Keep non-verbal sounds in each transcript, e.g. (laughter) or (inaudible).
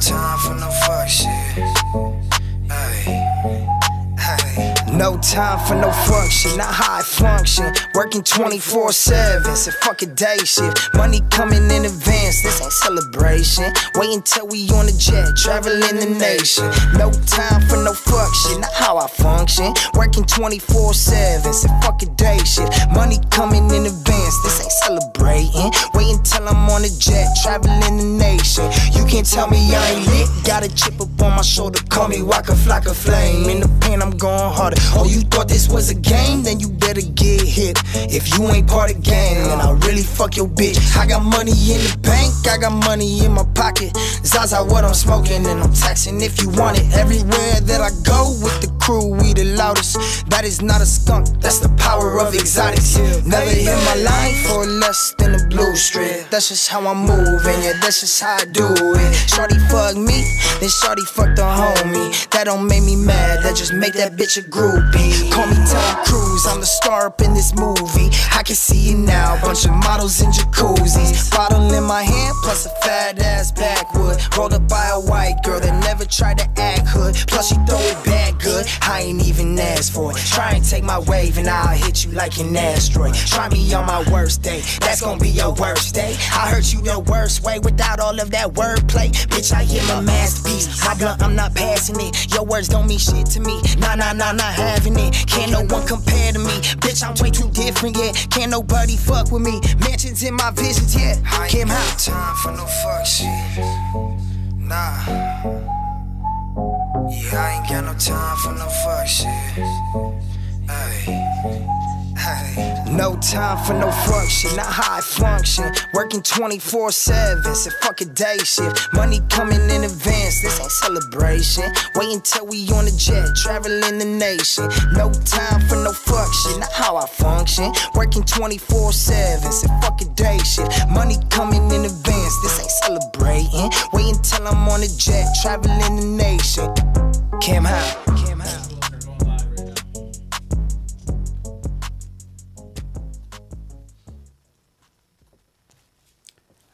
time for no fuck shit. Ay, ay. No time for no function, not high function. Working 24 7, so fuck a day shift. Money coming in advance, this ain't celebration. Wait until we on the jet, traveling the nation. No time for no function, not how I function. Working 24 7, so fuck a day shift. Money coming in advance, this ain't celebrating. Wait until I'm on the jet, traveling the nation. You can't tell me I ain't lit, got a chip up on my shoulder, call me Waka Flocka Flame. In the pen, I'm going harder. Oh, you thought this was a game? Then you better get hit. If you ain't part of game, then I'll really fuck your bitch. I got money in the bank, I got money in my pocket. Zaza, what I'm smoking, and I'm taxing if you want it. Everywhere that I go with the crew, we the loudest. That is not a skunk, that's the power of exotics. Never hit my line for less than a blue strip. That's just how I'm moving, yeah, that's just how I do it. Shorty fuck me, then Shorty fuck the homie. That don't make me mad, that just make that bitch a groupie. Call me Tom Cruise, I'm the star up in this movie. I can see it now, bunch of models in jacuzzis. Bottle in my hand, plus a fat ass backwood. Rolled up by a white girl that never tried to act hood. Plus she throw it back good, I ain't even asked for it. Try and take my wave and I'll hit you like an asteroid. Try me on my worst day, that's gonna be your worst day. I hurt you the worst way without all of that wordplay. Bitch, I am a masterpiece. I blunt, I'm not passing it. Your words don't mean shit to me. Nah, nah, nah, not having it. Can't no one compare to me. Bitch, I'm way too different, yeah. Can't nobody fuck with me. Mansions in my visions, yeah. Kim House. time for no fuck shit. Nah. Yeah, I ain't got no time for no fuck shit. Ay. Ay. No time for no function, not high function. Working 24 7, so fuck a day shift. Money coming in advance, this ain't celebration. Wait until we on the jet, traveling the nation. No time for no function, not how I function. Working 24 7, so fuck a day shift. Money coming in advance, this ain't celebrating. Wait until I'm on the jet, traveling the nation. Cam Howe. Cam Howe.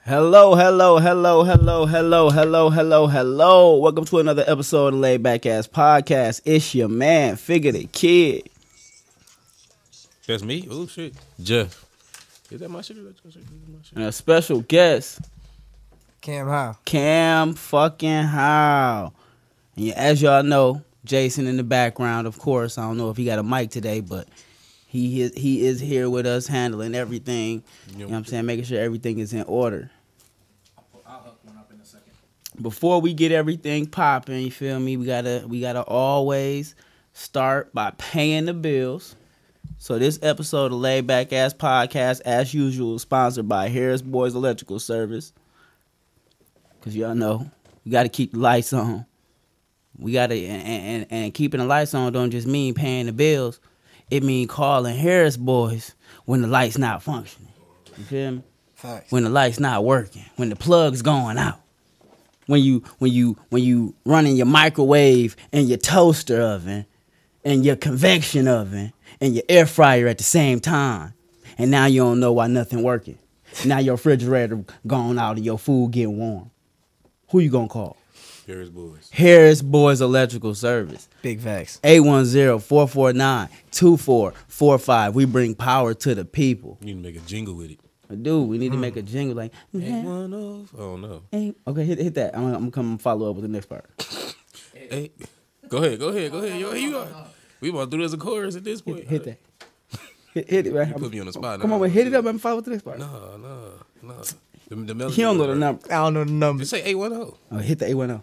Hello, hello, hello, hello, hello, hello, hello, hello. Welcome to another episode of the Laid Back Ass Podcast. It's your man, Figure the Kid. That's me. Oh shit, Jeff. Is that my shit? Is that your shit? Is that my shit? And a special guest, Cam Howe. Cam fucking How. And yeah, as y'all know, Jason in the background, of course. I don't know if he got a mic today, but he is, he is here with us handling everything. You know what I'm saying? Making sure everything is in order. Before we get everything popping, you feel me? We gotta we gotta always start by paying the bills. So this episode of Laid Back Ass Podcast, as usual, is sponsored by Harris Boys Electrical Service. Cause y'all know we gotta keep the lights on. We gotta and, and, and keeping the lights on don't just mean paying the bills. It mean calling Harris Boys when the lights not functioning. You feel me? Facts. When the lights not working. When the plug's going out. When you when you when you running your microwave and your toaster oven and your convection oven and your air fryer at the same time. And now you don't know why nothing working. Now your refrigerator gone out and your food getting warm. Who you gonna call? Harris Boys. Harris Boys Electrical Service. Big facts. 810-449-2445. We bring power to the people. You need to make a jingle with it. Dude, we need to make a jingle like Ain't one of. I don't know. Hey, Okay, hit, hit that. I'm, gonna- I'm gonna come follow up with the next part. Hey, go ahead, go ahead, go ahead. Yo, here you are. We about to do this a chorus at this point. Hit, hit that. Hit, hit it, right? put me on the spot Come now. on, but hit it up and follow up with the next part. No, no, no. The, the melody. He don't know the number. I don't know the numbers. Just say eight one zero. Oh, hit the 810. oh.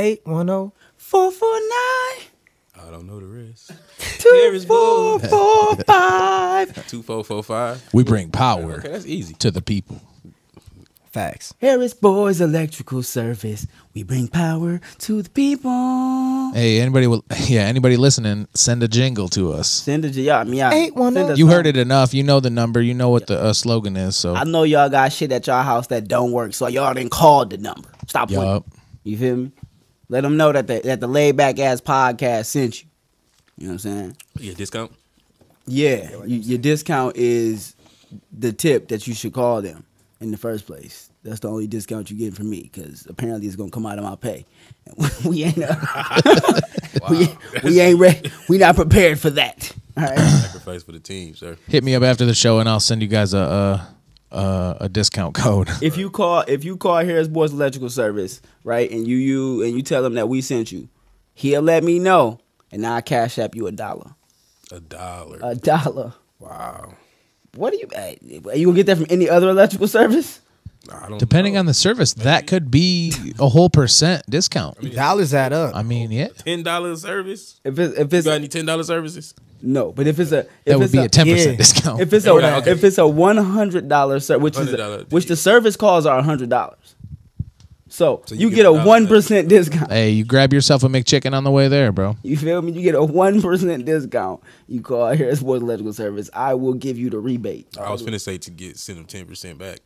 810. 449 I don't know the rest. (laughs) 2445 Two four four five. We bring power Okay, that's easy. to the people. Facts. Harris Boys Electrical Service. We bring power to the people. Hey, anybody? Will, (laughs) yeah, anybody listening? Send a jingle to us. Send it to y'all. I mean, y'all- Eight one send oh. us You some. heard it enough. You know the number. You know what the uh, slogan is. So, I know y'all got shit at y'all house that don't work, so y'all didn't call the number. Stop playing. yup. You feel me? Let them know that the that the laid back ass podcast sent you. You know what I'm saying? Yeah, discount. Yeah, you, your discount is the tip that you should call them. in the first place. That's the only discount you get from me because apparently it's gonna come out of my pay. (laughs) we ain't (laughs) uh, we, we ain't ready. We not prepared for that. All right. Sacrifice for the team, sir. Hit me up after the show and I'll send you guys a a, a, a discount (laughs) code. (laughs) If you call if you call Harris Boys Electrical Service, right, and you you and you tell him that we sent you, he'll let me know, and I will cash app you a dollar. A dollar. A dollar. wow. What do you? Hey, Are you gonna get that from any other electrical service? I don't Depending on the service, that could be a whole percent discount. Dollars add up. I mean, yeah. ten dollar service. If it's if You it's got any ten dollar services? no, but if it's a if That it's would be a ten yeah. percent discount. if it's a (laughs) Oh, yeah, okay. if it's a one hundred dollar ser- which is a, $100 which the service calls are hundred dollars, so, you, you get get a a dollar one percent discount. hey, you grab yourself a McChicken on the way there, bro. You feel me? You get a one percent discount. You call Harris Boys Electrical Service. I will give you the rebate. I was finna say to get send them ten percent back.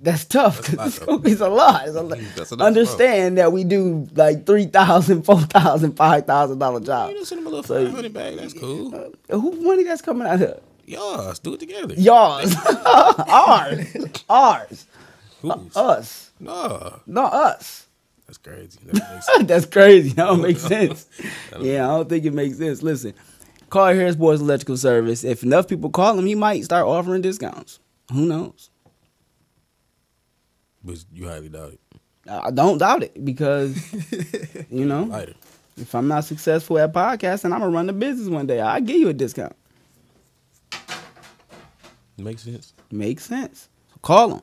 That's tough. That's a lot, 'cause though. it's a lot. It's a lot. That's a lot, Understand that we do like three thousand, four thousand, five thousand dollar jobs. You know, send them a little uh, five hundred back. That's cool. Who money that's coming out of Y'all do it together. yours, (laughs) ours, ours, Who's- us, No, not us. (laughs) that's crazy. That makes sense. (laughs) That's crazy. That don't make sense. Yeah, I don't think it makes sense. Listen, call Harris Boys Electrical Service. If enough people call him, he might start offering discounts. Who knows? but you highly doubt it. I I don't doubt it because you know Lighter. if I'm not successful at podcasting, I'm gonna run the business one day. I'll give you a discount. Makes sense. Makes sense. Call him.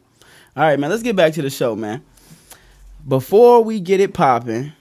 All right, man. Let's get back to the show, man. Before we get it popping,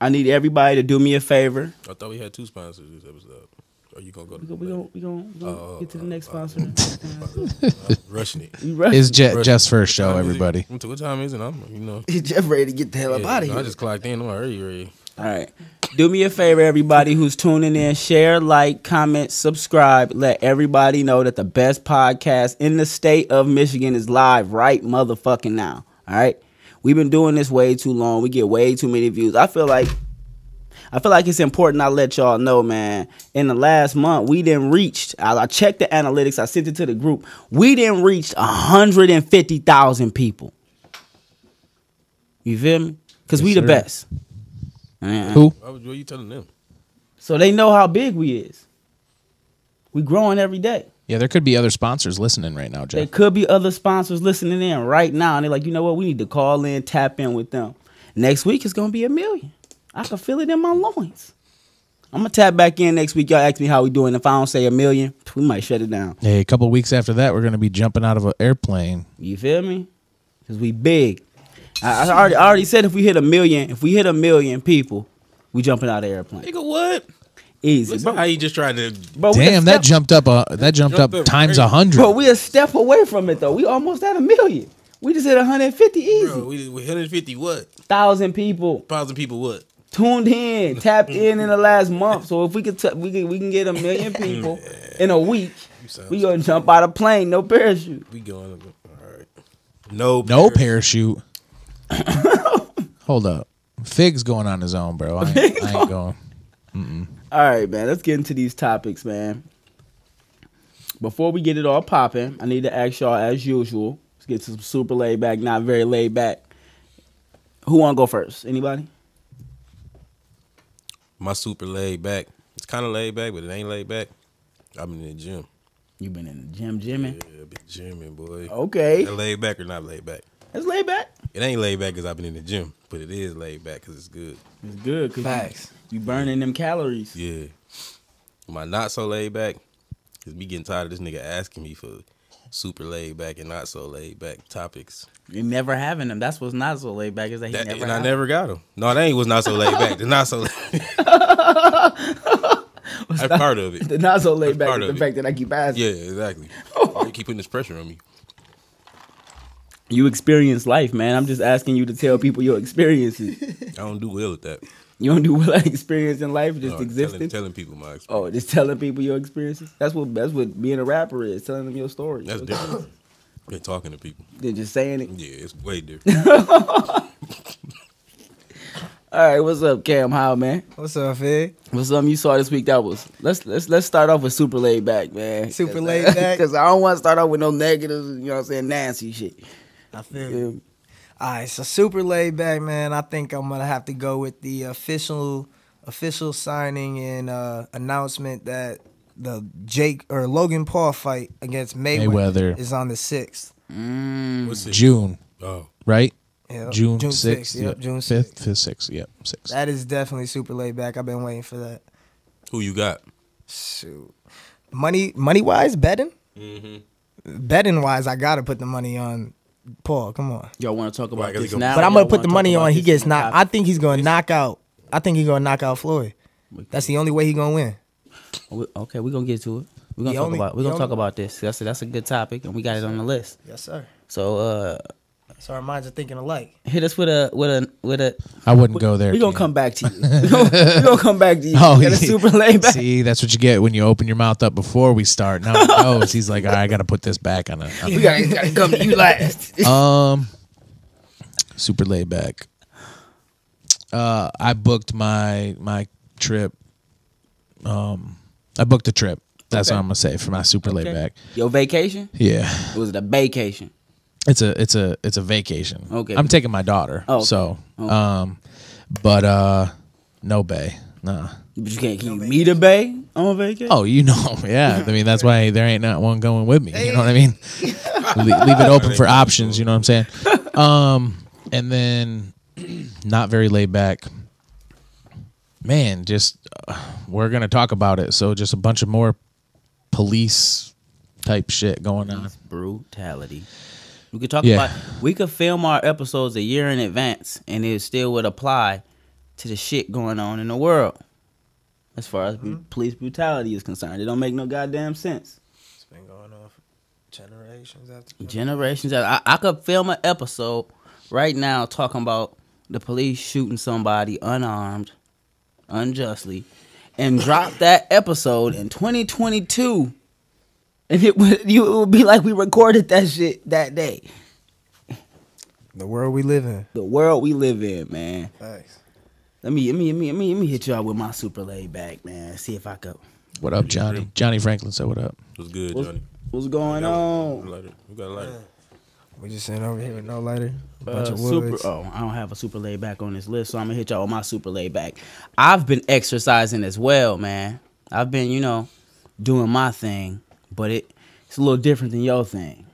I need everybody to do me a favor. I thought we had two sponsors this episode. Are you gonna go? We To gonna we gonna, we gonna, we gonna Oh, get to the oh, next oh, sponsor. I'm rushing (laughs) it. (laughs) You right. It's Je- Rushing. Jeff's first show, Time is it? everybody. What time- What time is it? I'm, you know. Jeff ready to get the hell up Yeah, out of no, here. I just clocked in. I'm hurry, hurry. All right. Do me a favor, everybody who's tuning in. Share, like, comment, subscribe. Let everybody know that the best podcast in the state of Michigan is live right motherfucking now. All right. We've been doing this way too long. We get way too many views. I feel like I feel like it's important I let y'all know, man. In the last month, we didn't reached. I, I checked the analytics. I sent it to the group. We didn't reach 150,000 people. You feel me? Because we the sir. best. Who? Why would, what you telling them? So they know how big we is. We growing every day. Yeah, there could be other sponsors listening right now, There Jeff. could be other sponsors listening in right now, and they're like, you know what? We need to call in, tap in with them. Next week it's gonna be a million. I can feel it in my loins. I'm gonna tap back in next week. Y'all ask me how we doing. If I don't say a million, we might shut it down. Hey, a couple weeks after that, we're gonna be jumping out of an airplane. You feel me? Cause we big. I, I already, I already said if we hit a million, if we hit a million people, we jumping out of the airplane. Nigga, what? Easy, Listen, bro. how you just trying to? Bro, Oh, we a Damn, step- that jumped up. Uh, that jumped up Jumped up times crazy. a hundred. But we a step away from it though. We almost at a million. We just hit 150 Bro, easy. we, we 150 what? Thousand people Thousand people what? tuned in, tapped in in the last month. So if we could, t- we can, we can get a million (laughs) people in a week. sound We gonna jump out of plane, no parachute. We going. All right. No. No pair. parachute. Hold up. Fig's going on his own, bro. I ain't, I ain't going. All right, man. Let's get into these topics, man. Before we get it all popping, I need to ask y'all as usual. Let's get to some super laid back, not very laid back. Who wanna go first? Anybody? My super laid back. It's kind of laid back, but it ain't laid back. I'm in the gym. You been in the gym, Jimmy? Yeah, I've been gymming, boy. Okay, That laid back or not laid back? it's laid back. It ain't laid back because I've been in the gym, but it is laid back because it's good. It's good because Facts. You burning them calories. Yeah. My not so laid back is me getting tired of this nigga asking me for super laid back and not so laid back topics. You're never having them. That's what's not so laid back is that he That, never. and I have- never got them. No, that ain't was not so laid back. The not so. (laughs) That's part of it. The not so laid back part is the of it. fact that I keep asking. (laughs) Yeah, exactly. Oh. Why you keep putting this pressure on me? You experience life, man. I'm just asking you to tell people your (laughs) experiences. I don't do well at that. you don't do what I experience in life, just No, existing. Telling, telling people my experience. oh, just telling people your experiences. That's what that's what being a rapper is. Telling them your story. (coughs) That's different than talking to people. Than just saying it. Yeah, it's way different. All right, what's up, Cam? How man? What's up, Fig? What's something you saw this week that was? Let's let's let's start off with super laid back, man. Super (laughs) Cause, laid back? because I don't want to start off with no negatives. You know what I'm saying? Nasty shit. I feel you. Yeah. All right, so super laid back, man. I think I'm gonna have to go with the official official signing and uh, announcement that the Jake or Logan Paul fight against Mayweather, Mayweather. is on the sixth. Mm. What's it? June, Oh, right? Yep. June, 6th. Yep, June fifth, sixth. fifth, sixth. Yep, sixth. That is definitely super laid back. I've been waiting for that. who you got? Shoot, money money wise betting, Mm-hmm. betting wise, I gotta put the money on Paul. Come on. Y'all want to talk Well, I about guess this we now? But I'm gonna Y'all put the wanna money talk on about he this gets on knocked. top? I think he's gonna knock out. I think he's gonna knock out Floyd. That's the only way he's gonna win. We- Okay, we're gonna get to it. We're gonna The talk only- about we're the gonna talk only- about this. That's a, that's a good topic, and we got it on the list. Yes, sir. So uh, So our minds are thinking alike. hit us with a with a with a. I wouldn't go there. We're gonna Cam. (laughs) come back to you. (laughs) We're gonna, we gonna come back (laughs) to you. Oh, Oh, yeah. super laid back. See, that's what you get when you open your mouth up before we start. Now he knows. He's like, all right, I got to put this back on a. on We gotta, gotta come to you last. (laughs) a- Uh. um, super laid back. Uh, I booked my my trip. Um, I booked a trip. That's Okay. what I'm gonna say for my super laid back. Your vacation? Yeah, It was a vacation. it's a it's a it's a vacation. Okay. I'm taking my daughter. Oh, okay. so Okay. um, but uh, no bay, nah. But you can't. Can you meet a bay on vacation? Oh, you know, (laughs) yeah. I mean, that's why there ain't not one going with me. You know what I mean? Le- leave it open for options. You know what I'm saying? Um, and then (clears throat) not very laid back. Man, just uh, we're gonna talk about it. So just a bunch of more police type shit going on. brutality. We could talk Yeah. about. We could film our episodes a year in advance, and it still would apply to the shit going on in the world. As far as bu- police brutality is concerned, it don't make no goddamn sense. It's been going on for generations after. Generations, I, I could film an episode right now talking about the police shooting somebody unarmed, unjustly, and drop that episode in 2022, and it would you it would be like we recorded that shit that day. The world we live in. the world we live in, man. Thanks. Let me, let me, let me, let me, let me hit y'all with my super laid back, man. See if I could. What up, Johnny? Johnny Franklin said, "What up?" What's good, Johnny? What's going on? Lighter. You got a lighter? We just sitting over here with no lighter, a bunch Uh, of super. woods. Oh, I don't have a super laid back on this list, so I'm gonna hit y'all with my super laid back. I've been exercising as well, man. I've been, you know, doing my thing, but it it's a little different than your thing.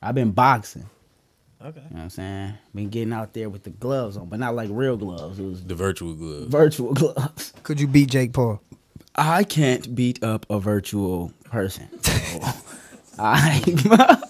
I've been boxing. Okay. You know what I'm saying? Been getting out there with the gloves on, but not like real gloves. It was The virtual glove. virtual (laughs) gloves. Could you beat Jake Paul? I can't beat up a virtual person. (laughs) So I (laughs)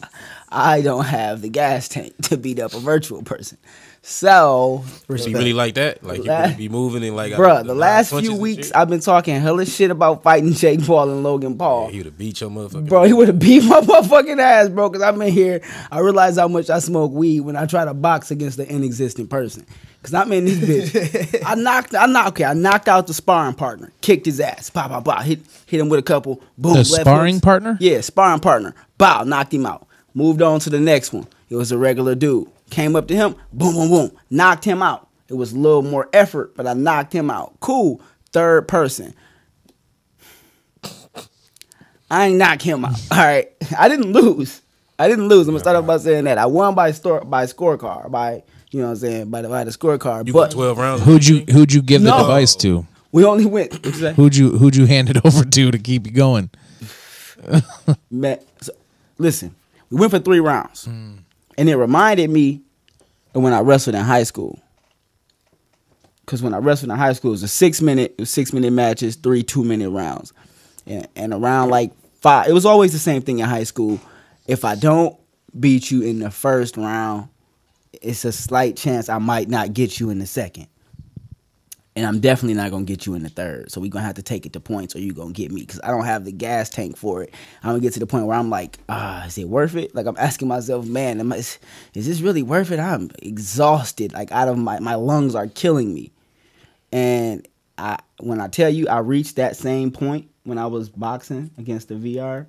I don't have the gas tank to beat up a virtual person. So, So you really like that? Like you really be moving and like, bruh, the last punches few and weeks shit? I've been talking hella shit about fighting Jake Paul and Logan Paul. Yeah, he would have beat your motherfucker. Bro, he would have beat my (laughs) motherfucking ass, bro. Cause I'm in here. I realize how much I smoke weed when I try to box against the inexistent person. Cause I'm in this (laughs) bitch. I knocked. I knocked. Okay, I knocked out the sparring partner. Kicked his ass. Pop, pop, pop. Hit, hit him with a couple. Boom. The left sparring hooks. partner? Yeah, sparring partner. Bow. Knocked him out. Moved on to the next one. It was a regular dude. Came up to him. Boom, boom, boom. Knocked him out. It was a little more effort, but I knocked him out. Cool. Third person. I ain't knock him out. (laughs) All right, I didn't lose. I didn't lose. I'm gonna start off by saying that I won by store by scorecard by you know what I'm saying by the by the scorecard. You got but twelve rounds. Who'd you Who'd you give No. the device to? we only (clears throat) went. What'd you say? Who'd you Who'd you (laughs) hand it over to to keep you going? Man, so, listen, we went for three rounds, and it reminded me of when I wrestled in high school. Because when I wrestled in high school, it was a six minute, it was six minute matches, three two minute rounds, and, and around like five. It was always the same thing in high school. If I don't beat you in the first round, it's a slight chance I might not get you in the second. And I'm definitely not gonna get you in the third. So we're gonna have to take it to points or you're gonna get me because I don't have the gas tank for it. I'm gonna get to the point where I'm like, ah, is it worth it? Like I'm asking myself, man, am I, is, is this really worth it? I'm exhausted, like out of my my lungs are killing me. And I when I tell you I reached that same point when I was boxing against the VR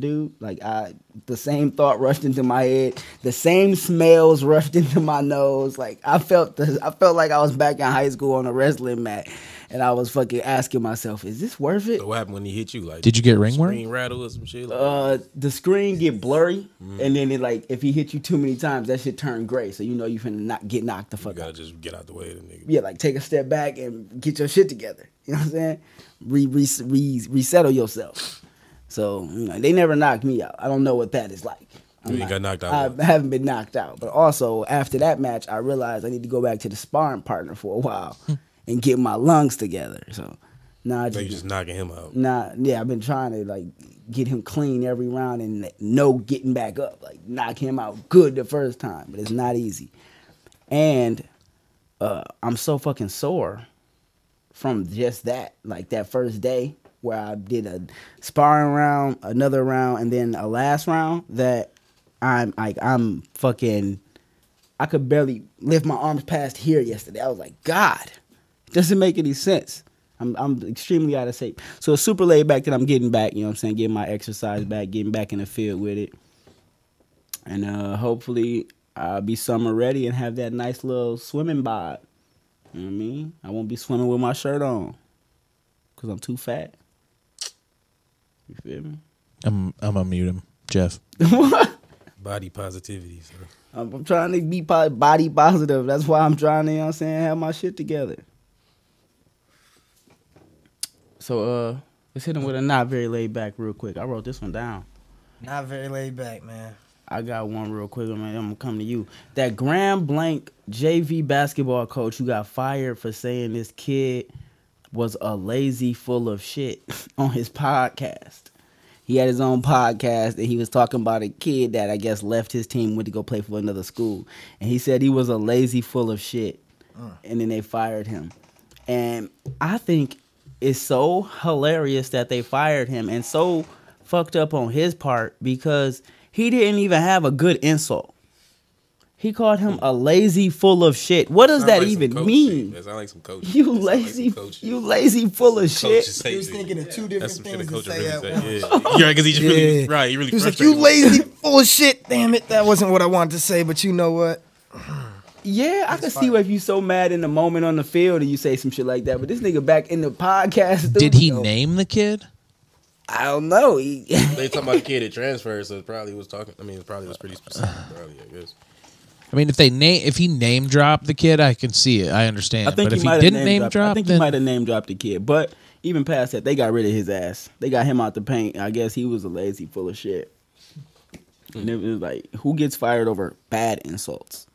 dude. Like I, the same thought rushed into my head. The same smells (laughs) rushed into my nose. Like I felt, the, I felt like I was back in high school on a wrestling mat, and I was fucking asking myself, "Is this worth it?" So what happened when he hit you? Like, Did you get ringworm? Screen rattle or some shit. Like, Uh, the screen get blurry, and then it like if he hit you too many times, that shit turn gray. So you know you finna not get knocked the you fuck out. gotta just get out the way of the nigga. yeah, like take a step back and get your shit together. (laughs) You know what I'm saying? Re, re, re resettle yourself. So you know, they never knocked me out. I don't know what that is like. I'm You ain't got knocked out I once. haven't been knocked out. But also after that match, I realized I need to go back to the sparring partner for a (laughs) while and get my lungs together. So now I So you just just knocking him out. Nah, yeah, I've been trying to like get him clean every round and no getting back up, like knock him out good the first time, but it's not easy. And uh, I'm so fucking sore from just that, like that first day where I did a sparring round, another round, and then a last round that I'm like I'm fucking I could barely lift my arms past here yesterday. I was like, God, doesn't make any sense. I'm I'm extremely out of shape. So it's super laid back that I'm getting back, you know what I'm saying? Getting my exercise back, getting back in the field with it. And uh hopefully I'll be summer ready and have that nice little swimming bod. You know what I mean? I won't be swimming with my shirt on. Cause I'm too fat. You feel me? I'm I'm gonna mute him, Jeff. Body positivity. So. I'm, I'm trying to be po- body positive. That's why I'm trying to, you know what I'm saying, have my shit together. So uh let's hit him with a not very laid back real quick. I wrote this one down. Not very laid back, man. I got one real quick. I'm, I'm gonna come to you. That Graham Blank JV basketball coach who got fired for saying this kid was a lazy full of shit (laughs) on his podcast. He had his own podcast and he was talking about a kid that I guess left his team, went to go play for another school. And he said he was a lazy full of shit. Mm. And then they fired him. And I think it's so hilarious that they fired him and so fucked up on his part because he didn't even have a good insult. He called him a lazy full of shit. What does Hmm. Sound that like some even coach mean? shit. That sound like some coach. You That sound like some lazy, coach shit. you lazy full of shit. Coaches He hate was it. thinking of two That's different some shit a things to coach would say at really once. say. Yeah, yeah, because he's really right. He really he was like, frustrated "You with it." lazy full of shit, damn it!" That wasn't what I wanted to say, but you know what? Yeah, I could see if you so mad in the moment on the field and you say some shit like that. But this nigga back in the podcast, Did he studio, name the kid? I don't know. He, (laughs) They talking about a kid that transferred, so it probably was talking. I mean, it probably was pretty (sighs) specific. Probably, I guess. I mean, if they name if he name dropped the kid, I can see it. I understand. I think but he if might he have didn't name name dropped- I drop, think then he might have name dropped the kid. But even past that, they got rid of his ass. They got him out the paint. I guess he was a lazy full of shit. And it was like, who gets fired over bad insults?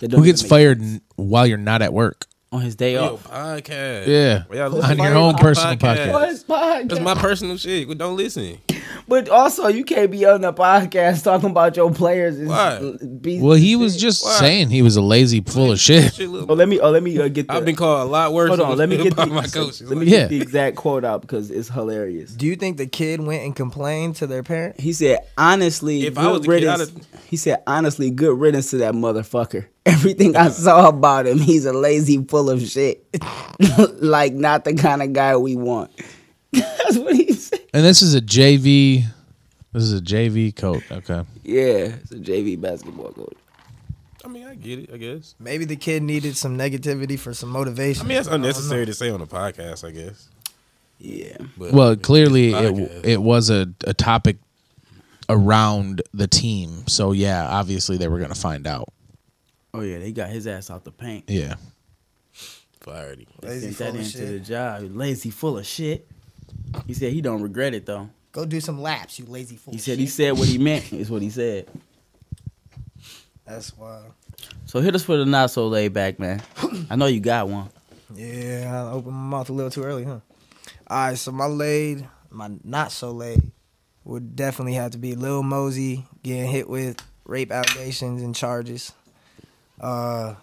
That don't who gets even make- fired n- while you're not at work? on his day Yo, off? podcast. Yeah, Well, y'all listen on to your my own personal podcast. podcast. On his podcast. That's my personal shit. Well, Don't listen. but also, you can't be on the podcast talking about your players. and Why? be- Well, he was just Why? saying he was a lazy full (laughs) of shit. Shit, look, Oh, let me. Oh, let me uh, get. The, I've been called a lot worse. Hold than on, let me get the, by my (laughs) coach. Let me like- get the Yeah. exact quote out because it's hilarious. Do you think the kid went and complained to their parent? He said, honestly, If good I was the kid, I'd riddance. he said, honestly, good riddance to that motherfucker. (laughs) Everything I saw about him, he's a lazy full of shit. (laughs) like, not the kind of guy we want. (laughs) That's what he said. And this is a JV. This is a JV coat. Okay. Yeah, it's a JV basketball coach. I mean, I get it. I guess. Maybe the kid needed some negativity for some I motivation. mean, that's unnecessary to say on a podcast. I guess. Yeah. But Well, clearly it podcast. it was a, a topic around the team. So yeah, obviously they were gonna find out. Oh, yeah, they got his ass out the paint. Yeah. fired him. Lazy Sent that full of into the shit. job. He Lazy full of shit. He said he don't regret it, though. Go do some laps, you lazy fool. He said he said what he meant is what he said. That's wild. So hit us with a not so laid back, man. I know you got one. Yeah, I opened my mouth a little too early, huh? All right, so my laid, my not so laid, would definitely have to be Lil Mosey getting hit with rape allegations and charges. Uh,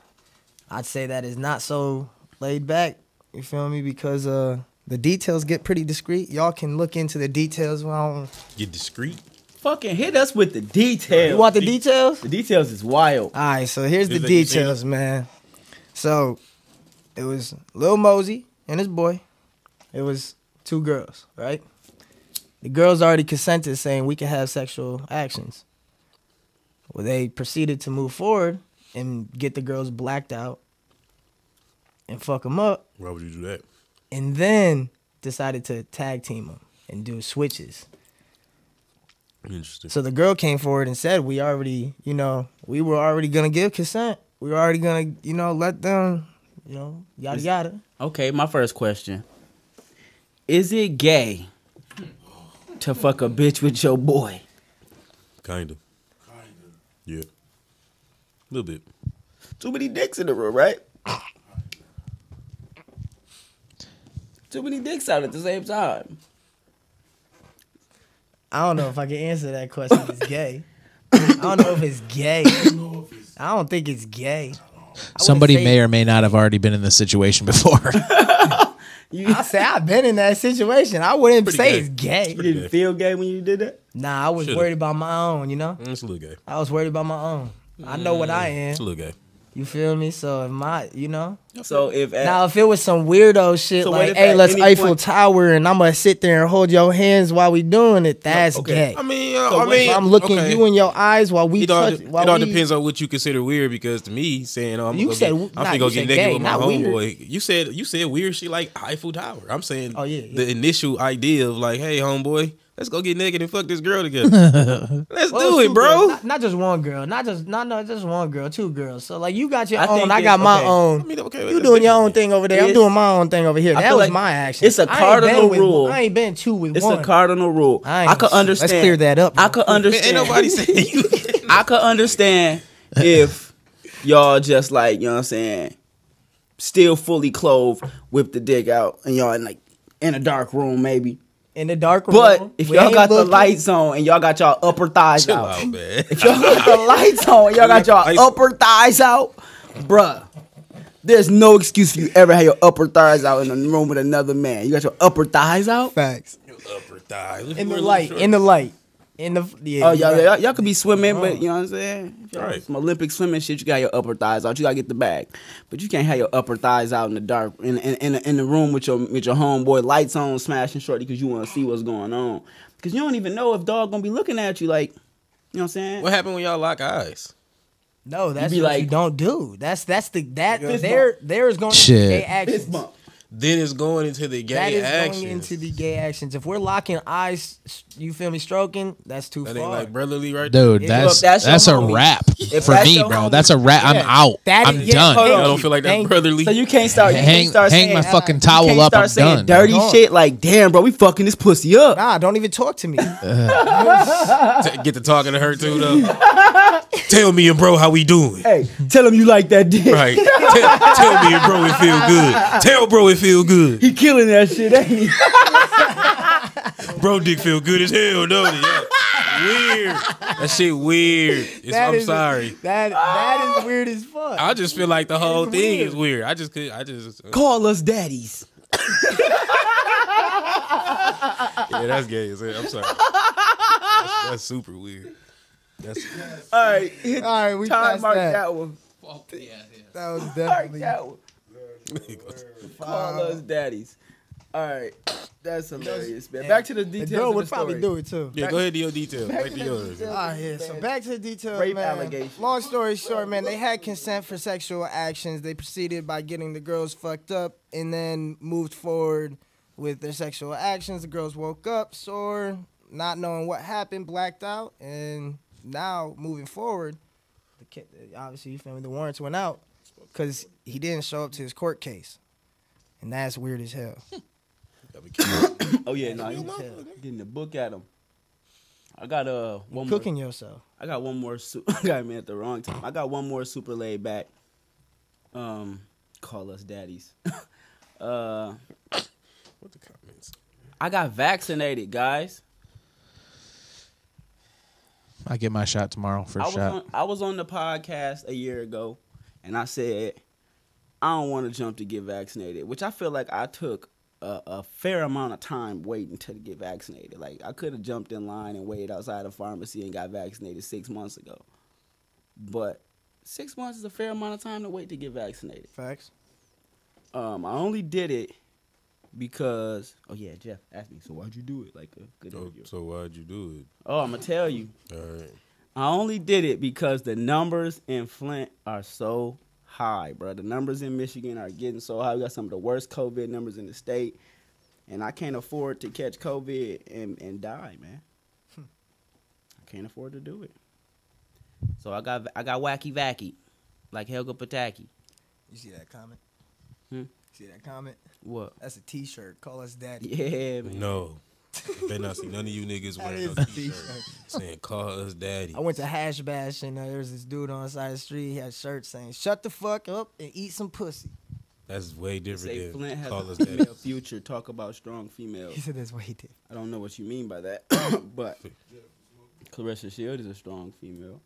I'd say that is not so laid back. You feel me? Because uh, the details get pretty discreet. Y'all can look into the details. When I don't- Get discreet. Fucking hit us with the details. You want the details? The details is wild. All right, so here's the Is that you seen details, man. So it was Lil Mosey and his boy. It was two girls, right? The girls already consented, saying we can have sexual actions. Well, they proceeded to move forward and get the girls blacked out and fuck them up, Why would you do that? and then decided to tag team them and do switches. Interesting. So the girl came forward and said, "We already, you know, we were already gonna give consent. We were already gonna, you know, let them, you know, yada yada." Okay, my first question. Is it gay to fuck a bitch with your boy? Kinda. Kinda. Yeah. A little bit. Too many dicks in the room, right? Too many dicks out at the same time. I don't know if I can answer that question. It's gay. I don't know if it's gay. I don't think it's gay. Somebody say- may or may not have already been in this situation (laughs) before. I say I've been in that situation. I wouldn't Pretty say gay. it's gay. You didn't gay. feel gay when you did that? Nah, I was Should've. worried about my own. You know, Mm, It's a little gay. I was worried about my own. I know what I am. It's a little gay. You feel me? So if my, you know, So if at, Now, if it was some weirdo shit Eh. So what like, if "Hey, at let's any Eiffel point- Tower," and I'm gonna sit there and hold your hands while we doing it, that's gay. I mean, uh, So I what if mean, If I'm looking okay. you in your eyes while we It all, touch. de- it while all we- depends on what you consider weird because to me, saying oh, I'm You gonna said- go nah, get, I'm finna you go said get naked gay, with my not weird. homeboy. You said you said weird shit like Eiffel Tower. I'm saying Oh, yeah, yeah. the initial idea of like, hey homeboy, let's go get naked and fuck this girl together. (laughs) let's Well, do it's it, two bro. girls, Not, not just one girl, not just not no, just one girl, two girls. So like, you got your I think own, I it- got my okay. I own. mean, okay, You that's doing your own different. thing over there. I'm It's- doing my own thing over here. I That feel was like my action. it's a I ain't been cardinal with- rule. I ain't been two with it's one. a cardinal rule. I ain't I, could gonna- let's understand. clear that up I real could quick. Man, ain't understand. (laughs) nobody saying you. I could understand if y'all just like, you know what I'm saying, still fully clothed, whip the dick out, and y'all in like in a dark room maybe. in the dark room. But if we y'all ain't got the looking- lights on and y'all got y'all upper thighs Chill out. out, man. (laughs) If (laughs) y'all got the lights on and y'all got Lights- y'all upper thighs out, bruh. There's no excuse for you ever have your upper thighs out in a room with another man. You got your upper thighs out? facts Upper thighs. in the light, in the light, in the yeah. Oh, you y'all, right. y'all, y'all could be swimming, but you know what I'm saying? Y'all Right. Some Olympic swimming shit, you got your upper thighs out. You gotta get the bag, but you can't have your upper thighs out in the dark, in in in, in the room with your with your homeboy, lights on, smashing shorty, because you want to see what's going on, because you don't even know if dog gonna be looking at you like, you know what I'm saying? What happened when y'all lock eyes? No, that's be what you like- don't do. That's that's the that Fist there there is going to be Shit. gay actions. Fist bump. Then it's going into the gay That is actions. going into the gay actions. If we're locking eyes, s- you feel me stroking? That's too that far. ain't like brotherly, right? there. Dude, Look, that's that's that's, your a homie. wrap If for that's me, your bro. homie, That's a wrap. I'm yeah. out. That I'm is- yeah, done. hold Y'all on. don't feel like Thank that you. brotherly. So you can't start. You Hang, can't start hang saying, my fucking you towel can't up. start I'm saying done. dirty Hold on. shit like, damn, bro, we fucking this pussy up. nah, don't even talk (laughs) to me. T- get to talking to her too, though. Tell me and bro how we doing. Hey, tell him you like that dick. Right. tell, tell me and bro it feel good. Tell bro it feel good. He killing that shit, ain't he? Bro dick feel good as hell, don't it? Yeah. Weird. That shit weird. It's, That I'm is- sorry. That that is weird (laughs) as fuck. I just feel like the whole It's thing weird. is weird. I just could. I just. uh, Call us daddies. Yeah, that's gay. as hell. I'm sorry. That's, that's super weird. That's (laughs) All right, hit All right, we time passed mark that. that, one. That was Mark definitely. that one. Call us Uh, daddies. All right, that's hilarious, man. Back to the The details. girl of would the probably story. do it too. yeah. Go ahead to your details. Back to the yours. details. All right, Ah, yeah, so back to the details, Rape man. allegations. Long story short, man, they had consent for sexual actions. They proceeded by getting the girls fucked up and then moved forward with their sexual actions. The girls woke up sore, not knowing what happened, blacked out, and now moving forward, the kid, obviously you feel me, the warrants went out because he didn't show up to his court case, and that's weird as hell. Oh yeah, no, you getting the book at him. I got uh one more. Cooking yourself. I got one more. Su- (laughs) I got me at the wrong time. I got one more super laid back. Um, call us daddies. (laughs) uh, What the comments? I got vaccinated, guys. I get my shot tomorrow. I First was shot. on I was on the podcast a year ago, and I said I don't want to jump to get vaccinated, which I feel like I took a, a fair amount of time waiting to get vaccinated. Like I could have jumped in line and waited outside a pharmacy and got vaccinated six months ago, but six months is a fair amount of time to wait to get vaccinated. Facts. Um, I only did it because oh yeah, Jeff asked me, so why'd you do it? Like a good Oh, interview. so why'd you do Oh, I'm gonna tell you. it? All right. I only did it because the numbers in Flint are so high, bro. The numbers in Michigan are getting so high. We got some of the worst COVID numbers in the state, and I can't afford to catch COVID and, and die, man. I can't afford to do it. So I got I got wacky vacky, like Helga Pataki. You see that comment? Hmm? See that comment? What? That's a T-shirt. Call us daddy. Yeah, man. No. Better not see none of you niggas wearing is no a t shirt saying call us daddy. I went to Hash Bash and uh, there was this dude on the side of the street. He had shirts saying "Shut the fuck up and eat some pussy." That's way Say different Flint than has call a us daddy. female future. Talk about strong females. (laughs) He (laughs) said that's what he did. I don't know what you mean by (coughs) that, but Clarissa Shield is a strong female.